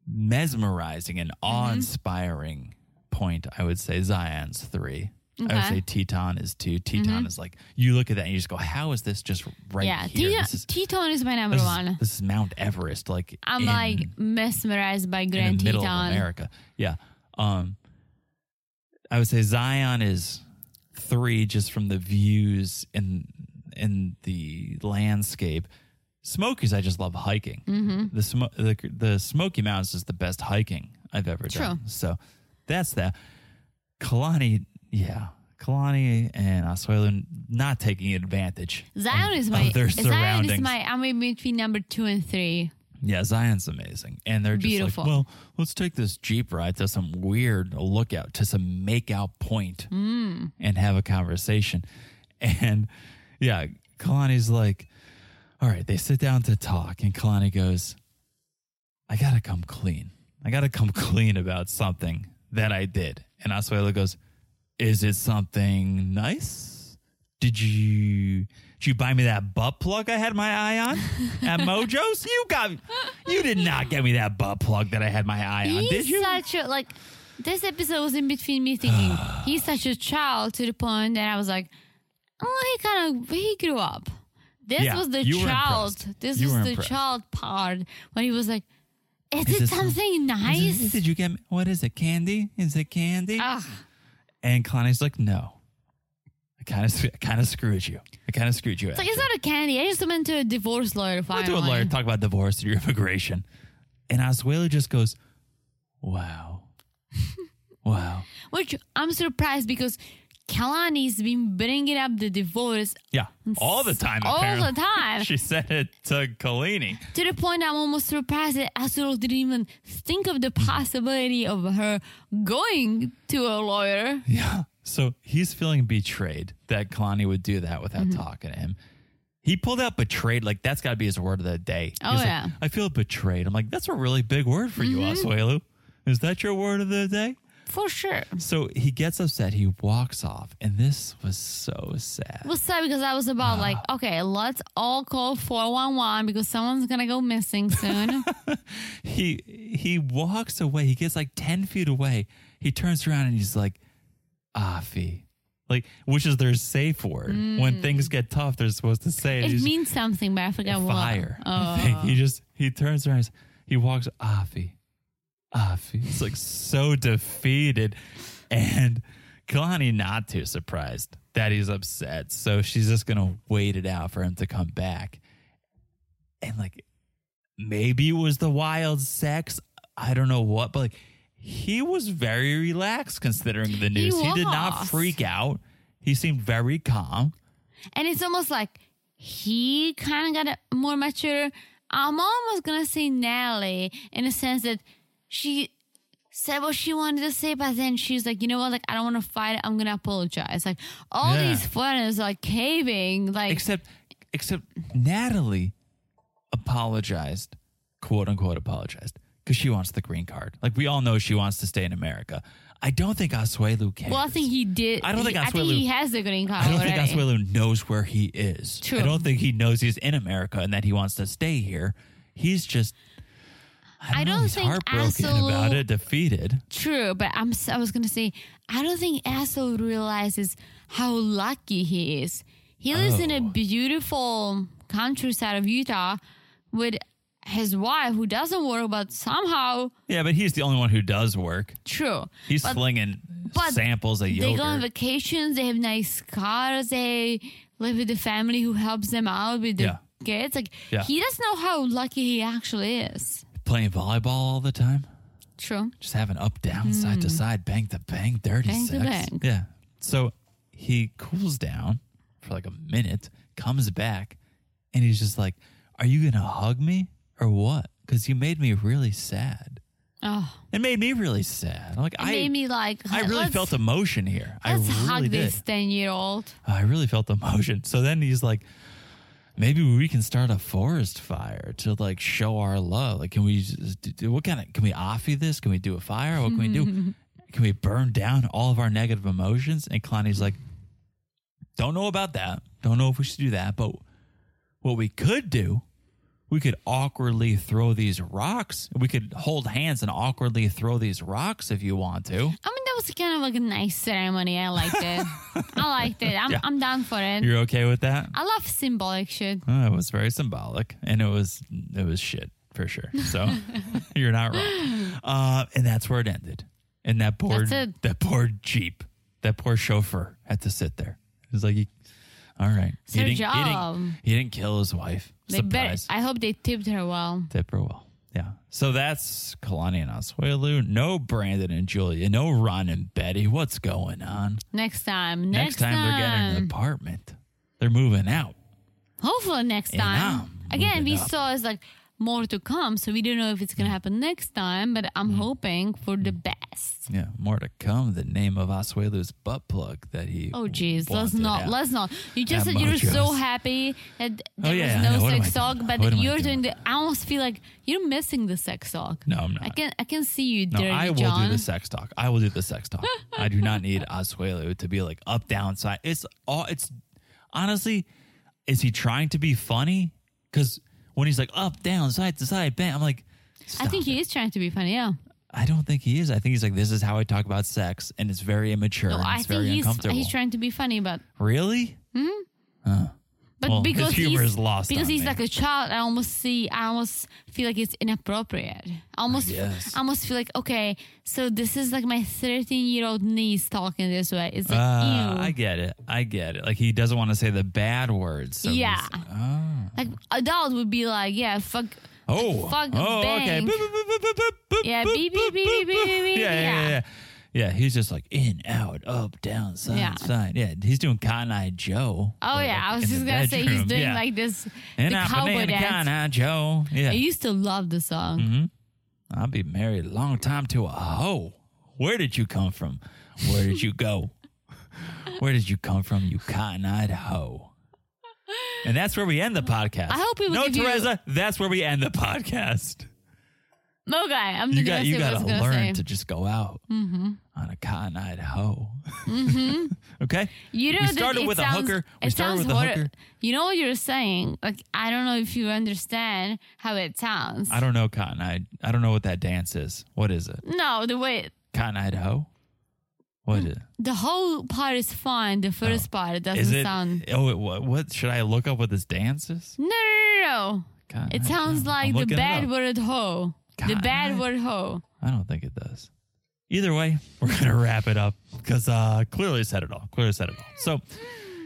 [SPEAKER 1] mesmerizing and
[SPEAKER 2] Mm-hmm.
[SPEAKER 1] awe inspiring point, I would say Zion's three. I would
[SPEAKER 2] Okay. Mm-hmm.
[SPEAKER 1] say Teton is two. Teton is like you look at that and you just go, "How is this just right
[SPEAKER 2] yeah.
[SPEAKER 1] here?
[SPEAKER 2] Teton,
[SPEAKER 1] this is
[SPEAKER 2] Teton is my number
[SPEAKER 1] this
[SPEAKER 2] one.
[SPEAKER 1] is, this is Mount Everest." Like
[SPEAKER 2] I'm
[SPEAKER 1] in-
[SPEAKER 2] like mesmerized by
[SPEAKER 1] in
[SPEAKER 2] Grand
[SPEAKER 1] the middle of
[SPEAKER 2] Teton.
[SPEAKER 1] America. Yeah. Um, I would say Zion is three just from the views and and the landscape. Smokies, I just love hiking.
[SPEAKER 2] Mm-hmm.
[SPEAKER 1] The, Smo- the the Smoky Mountains is the best hiking I've ever done. So that's that. Kalani, yeah, Kalani and Oswego not taking advantage.
[SPEAKER 2] Zion
[SPEAKER 1] of-
[SPEAKER 2] is my
[SPEAKER 1] of their
[SPEAKER 2] Zion is
[SPEAKER 1] surroundings.
[SPEAKER 2] my I'm in between number two and three.
[SPEAKER 1] Yeah, Zion's amazing. And they're just
[SPEAKER 2] Beautiful.
[SPEAKER 1] like, well, let's take this Jeep ride to some weird lookout, to some makeout point and have a conversation. And yeah, Kalani's like, all right, they sit down to talk. And Kalani goes, I got to come clean. I got to come clean about something that I did. And Oswego goes, is it something nice? Did you did you buy me that butt plug I had my eye on at Mojo's? You got you did not get me that butt plug that I had my eye on, did
[SPEAKER 2] He's
[SPEAKER 1] you?
[SPEAKER 2] such a like. This episode was in between me thinking he's such a child to the point that I was like, oh, he kind of he grew up. This
[SPEAKER 1] Yeah,
[SPEAKER 2] was the
[SPEAKER 1] you were
[SPEAKER 2] child.
[SPEAKER 1] impressed.
[SPEAKER 2] This
[SPEAKER 1] You
[SPEAKER 2] was
[SPEAKER 1] were
[SPEAKER 2] the
[SPEAKER 1] impressed.
[SPEAKER 2] child part when he was like, "Is,
[SPEAKER 1] Is
[SPEAKER 2] it
[SPEAKER 1] it some-
[SPEAKER 2] something
[SPEAKER 1] Is it-
[SPEAKER 2] nice?" Uh.
[SPEAKER 1] did you get me, what is it? Candy? Is it candy?
[SPEAKER 2] Ugh.
[SPEAKER 1] and Connie's like, no. I kind of kind of screwed you. I kind of screwed you.
[SPEAKER 2] It's like it's
[SPEAKER 1] actually."
[SPEAKER 2] not a candy. I just went to a divorce lawyer.
[SPEAKER 1] Went
[SPEAKER 2] Finally,
[SPEAKER 1] to a lawyer, talk about divorce and your immigration, and Oswego just goes, wow, wow.
[SPEAKER 2] which I'm surprised because Kalani's been bringing up the divorce
[SPEAKER 1] Yeah, all the time.
[SPEAKER 2] all
[SPEAKER 1] apparently.
[SPEAKER 2] the time.
[SPEAKER 1] she said it to Kalini.
[SPEAKER 2] To the point I'm almost surprised that Asuro didn't even think of the possibility of her going to a lawyer.
[SPEAKER 1] Yeah. So he's feeling betrayed that Kalani would do that without
[SPEAKER 2] Mm-hmm.
[SPEAKER 1] talking to him. He pulled out betrayed. Like that's got to be his word of the day.
[SPEAKER 2] Oh,
[SPEAKER 1] He's like,
[SPEAKER 2] yeah. Mm-hmm.
[SPEAKER 1] I feel betrayed. I'm like, that's a really big word for you, Oswelu. Is that your word of the day?
[SPEAKER 2] For sure.
[SPEAKER 1] So he gets upset. He walks off, and this was so sad.
[SPEAKER 2] Well, sad because I was about like, okay, let's all call 411 because someone's going to go missing soon.
[SPEAKER 1] he he walks away. He gets like ten feet away. He turns around and he's like, "Afi," like which is their safe word when things get tough. They're supposed to say it.
[SPEAKER 2] it
[SPEAKER 1] He's
[SPEAKER 2] means something, but I forgot what.
[SPEAKER 1] fire. I think.
[SPEAKER 2] Oh.
[SPEAKER 1] He just he turns around. He walks Afi, Afi. He's like so defeated, and Kalani not too surprised that he's upset. So she's just gonna wait it out for him to come back, and like maybe it was the wild sex. I don't know what, but like he was very relaxed considering the news. He, did not
[SPEAKER 2] was.
[SPEAKER 1] freak out. He seemed very calm.
[SPEAKER 2] And it's almost like he kind of got a- more mature. I'm almost gonna say Nelly in a sense that she said what she wanted to say, but then she's like, you know what? Like, I don't want to fight. I'm gonna apologize. Like, all
[SPEAKER 1] Yeah.
[SPEAKER 2] these foreigners are caving. Like,
[SPEAKER 1] except except Natalie apologized, quote unquote apologized, because she wants the green card. Like we all know she wants to stay in America. I don't think Asuelu cares.
[SPEAKER 2] well, I think he did.
[SPEAKER 1] I don't think
[SPEAKER 2] he, I think
[SPEAKER 1] Oswego-
[SPEAKER 2] he has the green card
[SPEAKER 1] I don't
[SPEAKER 2] already.
[SPEAKER 1] think Asuelu knows where he is.
[SPEAKER 2] True.
[SPEAKER 1] I don't think he knows he's in America and that he wants to stay here. He's just I don't,
[SPEAKER 2] I
[SPEAKER 1] know,
[SPEAKER 2] don't
[SPEAKER 1] he's
[SPEAKER 2] think
[SPEAKER 1] heartbroken
[SPEAKER 2] Asuelu-
[SPEAKER 1] about it, defeated.
[SPEAKER 2] True, but I'm. s- I was gonna say I don't think Aso realizes how lucky he is. He lives in a
[SPEAKER 1] Oh.
[SPEAKER 2] beautiful countryside of Utah with his wife, who doesn't work, but somehow
[SPEAKER 1] Yeah, but he's the only one who does work.
[SPEAKER 2] true.
[SPEAKER 1] He's
[SPEAKER 2] But-
[SPEAKER 1] flinging
[SPEAKER 2] but
[SPEAKER 1] samples of
[SPEAKER 2] They
[SPEAKER 1] yogurt.
[SPEAKER 2] go on vacations. They have nice cars. They live with the family who helps them out with the
[SPEAKER 1] Yeah.
[SPEAKER 2] kids. Like
[SPEAKER 1] Yeah.
[SPEAKER 2] he doesn't know how lucky he actually is.
[SPEAKER 1] playing volleyball all the time.
[SPEAKER 2] True.
[SPEAKER 1] just having up down side to side bang to bang dirty
[SPEAKER 2] Hmm. Bang to
[SPEAKER 1] sex
[SPEAKER 2] bang.
[SPEAKER 1] yeah so he cools down for like a minute comes back and he's just like are you gonna hug me or what because you made me really sad
[SPEAKER 2] Oh,
[SPEAKER 1] It made me really sad. Like
[SPEAKER 2] it
[SPEAKER 1] I
[SPEAKER 2] made me like.
[SPEAKER 1] I really
[SPEAKER 2] let's-
[SPEAKER 1] felt emotion here. I
[SPEAKER 2] Let's hug
[SPEAKER 1] really did.
[SPEAKER 2] this ten-year-old.
[SPEAKER 1] I really felt the emotion. So then he's like, maybe we can start a forest fire to like show our love. Like, can we, just do, what kind of, can we offy this? Can we do a fire? What can we do? Can we burn down all of our negative emotions? And Kalani's like, don't know about that. Don't know if we should do that. But what we could do, we could awkwardly throw these rocks. We could hold hands and awkwardly throw these rocks if you want to.
[SPEAKER 2] I mean, that was kind of like a nice ceremony. I liked it. I liked it. I'm, I'm down for it.
[SPEAKER 1] You're okay with that?
[SPEAKER 2] I love symbolic shit.
[SPEAKER 1] Uh, it was very symbolic, and it was it was shit for sure. So you're not wrong. Uh, and that's where it ended. And that poor
[SPEAKER 2] That's it.
[SPEAKER 1] that poor jeep, that poor chauffeur had to sit there. It's like, he, all right,
[SPEAKER 2] their
[SPEAKER 1] he, didn't, he
[SPEAKER 2] job.
[SPEAKER 1] didn't he didn't kill his wife.
[SPEAKER 2] They better,
[SPEAKER 1] Surprise,
[SPEAKER 2] I hope they tipped her well.
[SPEAKER 1] tip her well. Yeah. So that's Kalani and Oswelu. No Brandon and Julia. No Ron and Betty. What's going on?
[SPEAKER 2] Next time.
[SPEAKER 1] Next,
[SPEAKER 2] Next,
[SPEAKER 1] time, they're getting an
[SPEAKER 2] time.
[SPEAKER 1] apartment. They're moving out.
[SPEAKER 2] Hopefully next
[SPEAKER 1] And
[SPEAKER 2] time.
[SPEAKER 1] I'm
[SPEAKER 2] Again,
[SPEAKER 1] moving
[SPEAKER 2] we
[SPEAKER 1] up.
[SPEAKER 2] saw it's like more to come, so we don't know if it's gonna happen next time. But I'm
[SPEAKER 1] Mm.
[SPEAKER 2] hoping for the best.
[SPEAKER 1] Yeah, more to come. The name of Oswelu's butt plug that he.
[SPEAKER 2] Oh jeez, let's
[SPEAKER 1] wanted
[SPEAKER 2] not,
[SPEAKER 1] out.
[SPEAKER 2] let's not. You just
[SPEAKER 1] At
[SPEAKER 2] said you were so
[SPEAKER 1] Mojo's.
[SPEAKER 2] happy that there
[SPEAKER 1] Oh, yeah, I
[SPEAKER 2] was
[SPEAKER 1] know.
[SPEAKER 2] no
[SPEAKER 1] What am
[SPEAKER 2] sex
[SPEAKER 1] I
[SPEAKER 2] talk,
[SPEAKER 1] doing?
[SPEAKER 2] but
[SPEAKER 1] What am I
[SPEAKER 2] you're
[SPEAKER 1] doing?
[SPEAKER 2] doing the. I almost feel like you're missing the sex talk.
[SPEAKER 1] No, I'm not.
[SPEAKER 2] I can I can see you,
[SPEAKER 1] No,
[SPEAKER 2] dirty
[SPEAKER 1] I will
[SPEAKER 2] John.
[SPEAKER 1] do the sex talk. I will do the sex talk. I do not need Oswelu to be like up, down, side. It's all. It's honestly, is he trying to be funny? Because when he's like up, down, side to side, bam, I'm like.
[SPEAKER 2] I
[SPEAKER 1] stop
[SPEAKER 2] think
[SPEAKER 1] it.
[SPEAKER 2] he is trying to be funny. Yeah.
[SPEAKER 1] I don't think he is. I think he's like, this is how I talk about sex, and it's very immature.
[SPEAKER 2] No,
[SPEAKER 1] and
[SPEAKER 2] I
[SPEAKER 1] it's
[SPEAKER 2] think
[SPEAKER 1] very
[SPEAKER 2] he's
[SPEAKER 1] uncomfortable.
[SPEAKER 2] he's trying to be funny, but
[SPEAKER 1] really?
[SPEAKER 2] but
[SPEAKER 1] Well, his
[SPEAKER 2] because
[SPEAKER 1] humor
[SPEAKER 2] he's
[SPEAKER 1] is lost
[SPEAKER 2] because
[SPEAKER 1] on
[SPEAKER 2] he's
[SPEAKER 1] me.
[SPEAKER 2] like a child, I almost see, I almost feel like it's inappropriate. I almost,
[SPEAKER 1] guess.
[SPEAKER 2] I almost feel like okay, so this is like my thirteen-year-old niece talking this way. It's like
[SPEAKER 1] Uh,
[SPEAKER 2] ew.
[SPEAKER 1] I get it. I get it. Like he doesn't want to say the bad words. so he's-
[SPEAKER 2] Yeah. Like adult would be like, yeah, fuck.
[SPEAKER 1] Oh.
[SPEAKER 2] Fuck
[SPEAKER 1] oh, okay.
[SPEAKER 2] bank.
[SPEAKER 1] Boop, boop, boop, boop, boop, boop,
[SPEAKER 2] Yeah,
[SPEAKER 1] boop,
[SPEAKER 2] beep,
[SPEAKER 1] boop,
[SPEAKER 2] beep, beep,
[SPEAKER 1] boop,
[SPEAKER 2] beep, beep,
[SPEAKER 1] boop.
[SPEAKER 2] beep,
[SPEAKER 1] Yeah, yeah,
[SPEAKER 2] yeah.
[SPEAKER 1] yeah. Yeah, he's just like in, out, up, down, side,
[SPEAKER 2] Yeah.
[SPEAKER 1] side. Yeah, he's doing Cotton Eye Joe.
[SPEAKER 2] Oh
[SPEAKER 1] or,
[SPEAKER 2] yeah,
[SPEAKER 1] like,
[SPEAKER 2] I was
[SPEAKER 1] in
[SPEAKER 2] just
[SPEAKER 1] the
[SPEAKER 2] gonna say he's
[SPEAKER 1] bedroom.
[SPEAKER 2] doing
[SPEAKER 1] Yeah.
[SPEAKER 2] like this
[SPEAKER 1] and
[SPEAKER 2] the
[SPEAKER 1] I'm
[SPEAKER 2] cowboy
[SPEAKER 1] banana Cotton
[SPEAKER 2] dance.
[SPEAKER 1] Eye Joe.
[SPEAKER 2] I
[SPEAKER 1] Yeah,
[SPEAKER 2] used to love the song.
[SPEAKER 1] Mm-hmm. I'll be married a long time to a hoe. Where did you come from? Where did you go? Where did you come from, you cotton eyed hoe? And that's where we end the podcast.
[SPEAKER 2] I hope we will
[SPEAKER 1] No,
[SPEAKER 2] give you-
[SPEAKER 1] Teresa, that's where we end the podcast.
[SPEAKER 2] Okay, I'm
[SPEAKER 1] You
[SPEAKER 2] gonna
[SPEAKER 1] got
[SPEAKER 2] say
[SPEAKER 1] you
[SPEAKER 2] what I
[SPEAKER 1] got
[SPEAKER 2] was
[SPEAKER 1] to
[SPEAKER 2] gonna
[SPEAKER 1] learn
[SPEAKER 2] say. Mm-hmm.
[SPEAKER 1] to just go out on a cotton eyed hoe. okay,
[SPEAKER 2] You know,
[SPEAKER 1] we
[SPEAKER 2] that
[SPEAKER 1] started
[SPEAKER 2] it
[SPEAKER 1] with
[SPEAKER 2] sounds,
[SPEAKER 1] a hooker. We
[SPEAKER 2] it
[SPEAKER 1] started
[SPEAKER 2] sounds
[SPEAKER 1] with a
[SPEAKER 2] horri-
[SPEAKER 1] hooker.
[SPEAKER 2] You know what you're saying? Like, I don't know if you understand how it sounds.
[SPEAKER 1] I don't know cotton eyed. I don't know what that dance is. What is it?
[SPEAKER 2] no, the way
[SPEAKER 1] Cotton eyed hoe. What is?
[SPEAKER 2] the whole part is fine. The first part it Mm, doesn't
[SPEAKER 1] Oh. Is it?
[SPEAKER 2] sound.
[SPEAKER 1] Oh, it, what, what should I look up? What this dance is?
[SPEAKER 2] No, no, no, no.
[SPEAKER 1] Cotton
[SPEAKER 2] It
[SPEAKER 1] Eye
[SPEAKER 2] sounds
[SPEAKER 1] Joe. I'm
[SPEAKER 2] like the
[SPEAKER 1] looking it
[SPEAKER 2] bad
[SPEAKER 1] up.
[SPEAKER 2] word ho. The
[SPEAKER 1] God.
[SPEAKER 2] bad word ho.
[SPEAKER 1] I don't think it does. Either way, we're gonna wrap it up because uh, clearly said it all. Clearly said it all. So,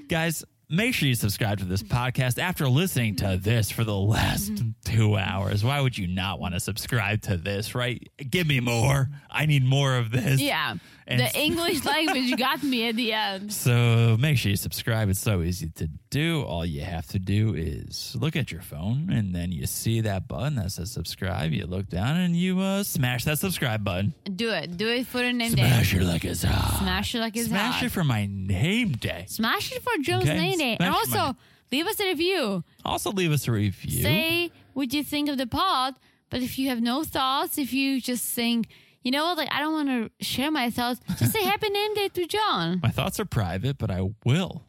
[SPEAKER 1] guys, make sure you subscribe to this podcast after listening to this for the last two hours. Why would you not want to subscribe to this? Right? Give me more. I need more of this.
[SPEAKER 2] Yeah.
[SPEAKER 1] And-
[SPEAKER 2] the English language got me at the end.
[SPEAKER 1] So make sure you subscribe. It's so easy to do. All you have to do is look at your phone, and then you see that button that says subscribe. You look down and you uh, smash that subscribe button.
[SPEAKER 2] Do it. Do it for the name day.
[SPEAKER 1] Smash it like it's hot.
[SPEAKER 2] Smash it like it's
[SPEAKER 1] Smash
[SPEAKER 2] hot.
[SPEAKER 1] it for my name day.
[SPEAKER 2] Smash it for Joe's
[SPEAKER 1] Okay,
[SPEAKER 2] name day. And
[SPEAKER 1] smash
[SPEAKER 2] also,
[SPEAKER 1] my-
[SPEAKER 2] leave us a review.
[SPEAKER 1] Also, leave us a review.
[SPEAKER 2] say what you think of the pod. But if you have no thoughts, if you just think, you know what, like I don't want to share my thoughts, just say happy name day to John.
[SPEAKER 1] my thoughts are private, but I will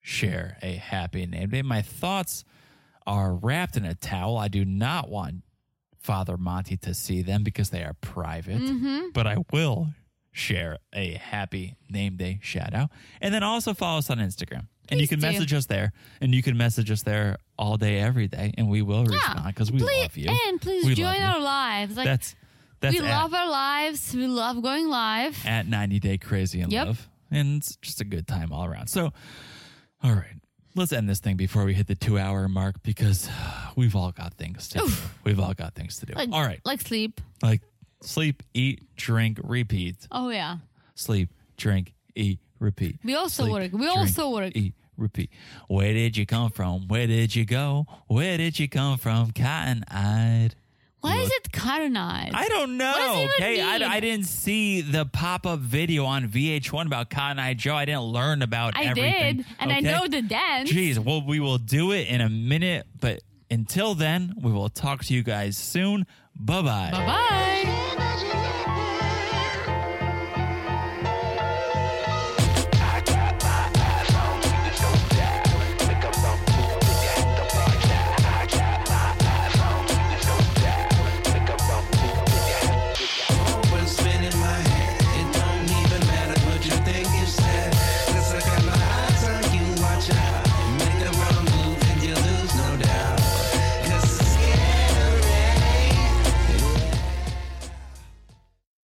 [SPEAKER 1] share a happy name day. My thoughts are wrapped in a towel. I do not want Father Monty to see them because they are private,
[SPEAKER 2] Mm-hmm.
[SPEAKER 1] but I will share a happy name day shout out. And then also follow us on Instagram. And you
[SPEAKER 2] Please
[SPEAKER 1] can
[SPEAKER 2] do.
[SPEAKER 1] message us there, and you can message us there all day, every day, and we will respond because we
[SPEAKER 2] please,
[SPEAKER 1] love you.
[SPEAKER 2] And please
[SPEAKER 1] We love
[SPEAKER 2] join
[SPEAKER 1] you.
[SPEAKER 2] our lives. Like
[SPEAKER 1] that's that's at-
[SPEAKER 2] we love our lives. We love going live.
[SPEAKER 1] at 90 Day Crazy in
[SPEAKER 2] Yep.
[SPEAKER 1] Love. And it's just a good time all around. So, all right, let's end this thing before we hit the two hour mark because we've all got things to do. We've all got things to do.
[SPEAKER 2] Like,
[SPEAKER 1] all right,
[SPEAKER 2] Like sleep.
[SPEAKER 1] like sleep, eat, drink, repeat.
[SPEAKER 2] Oh yeah.
[SPEAKER 1] Sleep, drink, eat, repeat.
[SPEAKER 2] We also
[SPEAKER 1] Sleep,
[SPEAKER 2] work. We
[SPEAKER 1] drink,
[SPEAKER 2] also work.
[SPEAKER 1] Eat, repeat. Where did you come from? Where did you go? Where did you come from? Cotton eyed.
[SPEAKER 2] Why is it cotton-eyed?
[SPEAKER 1] I don't know.
[SPEAKER 2] does it even
[SPEAKER 1] okay,
[SPEAKER 2] mean?
[SPEAKER 1] I, I didn't see the pop-up video on VH1 about Cotton Eye Joe. I didn't learn about
[SPEAKER 2] I
[SPEAKER 1] everything.
[SPEAKER 2] did, and I
[SPEAKER 1] okay?
[SPEAKER 2] know the dance.
[SPEAKER 1] Jeez, well, we will do it in a minute, but until then, we will talk to you guys soon. Bye bye.
[SPEAKER 2] Bye bye.
[SPEAKER 3] What's been in my head? It don't even matter what you think you said. 'Cause I got my eyes on you, watch out. Make a wrong move and you lose, no doubt. 'Cause it's scary.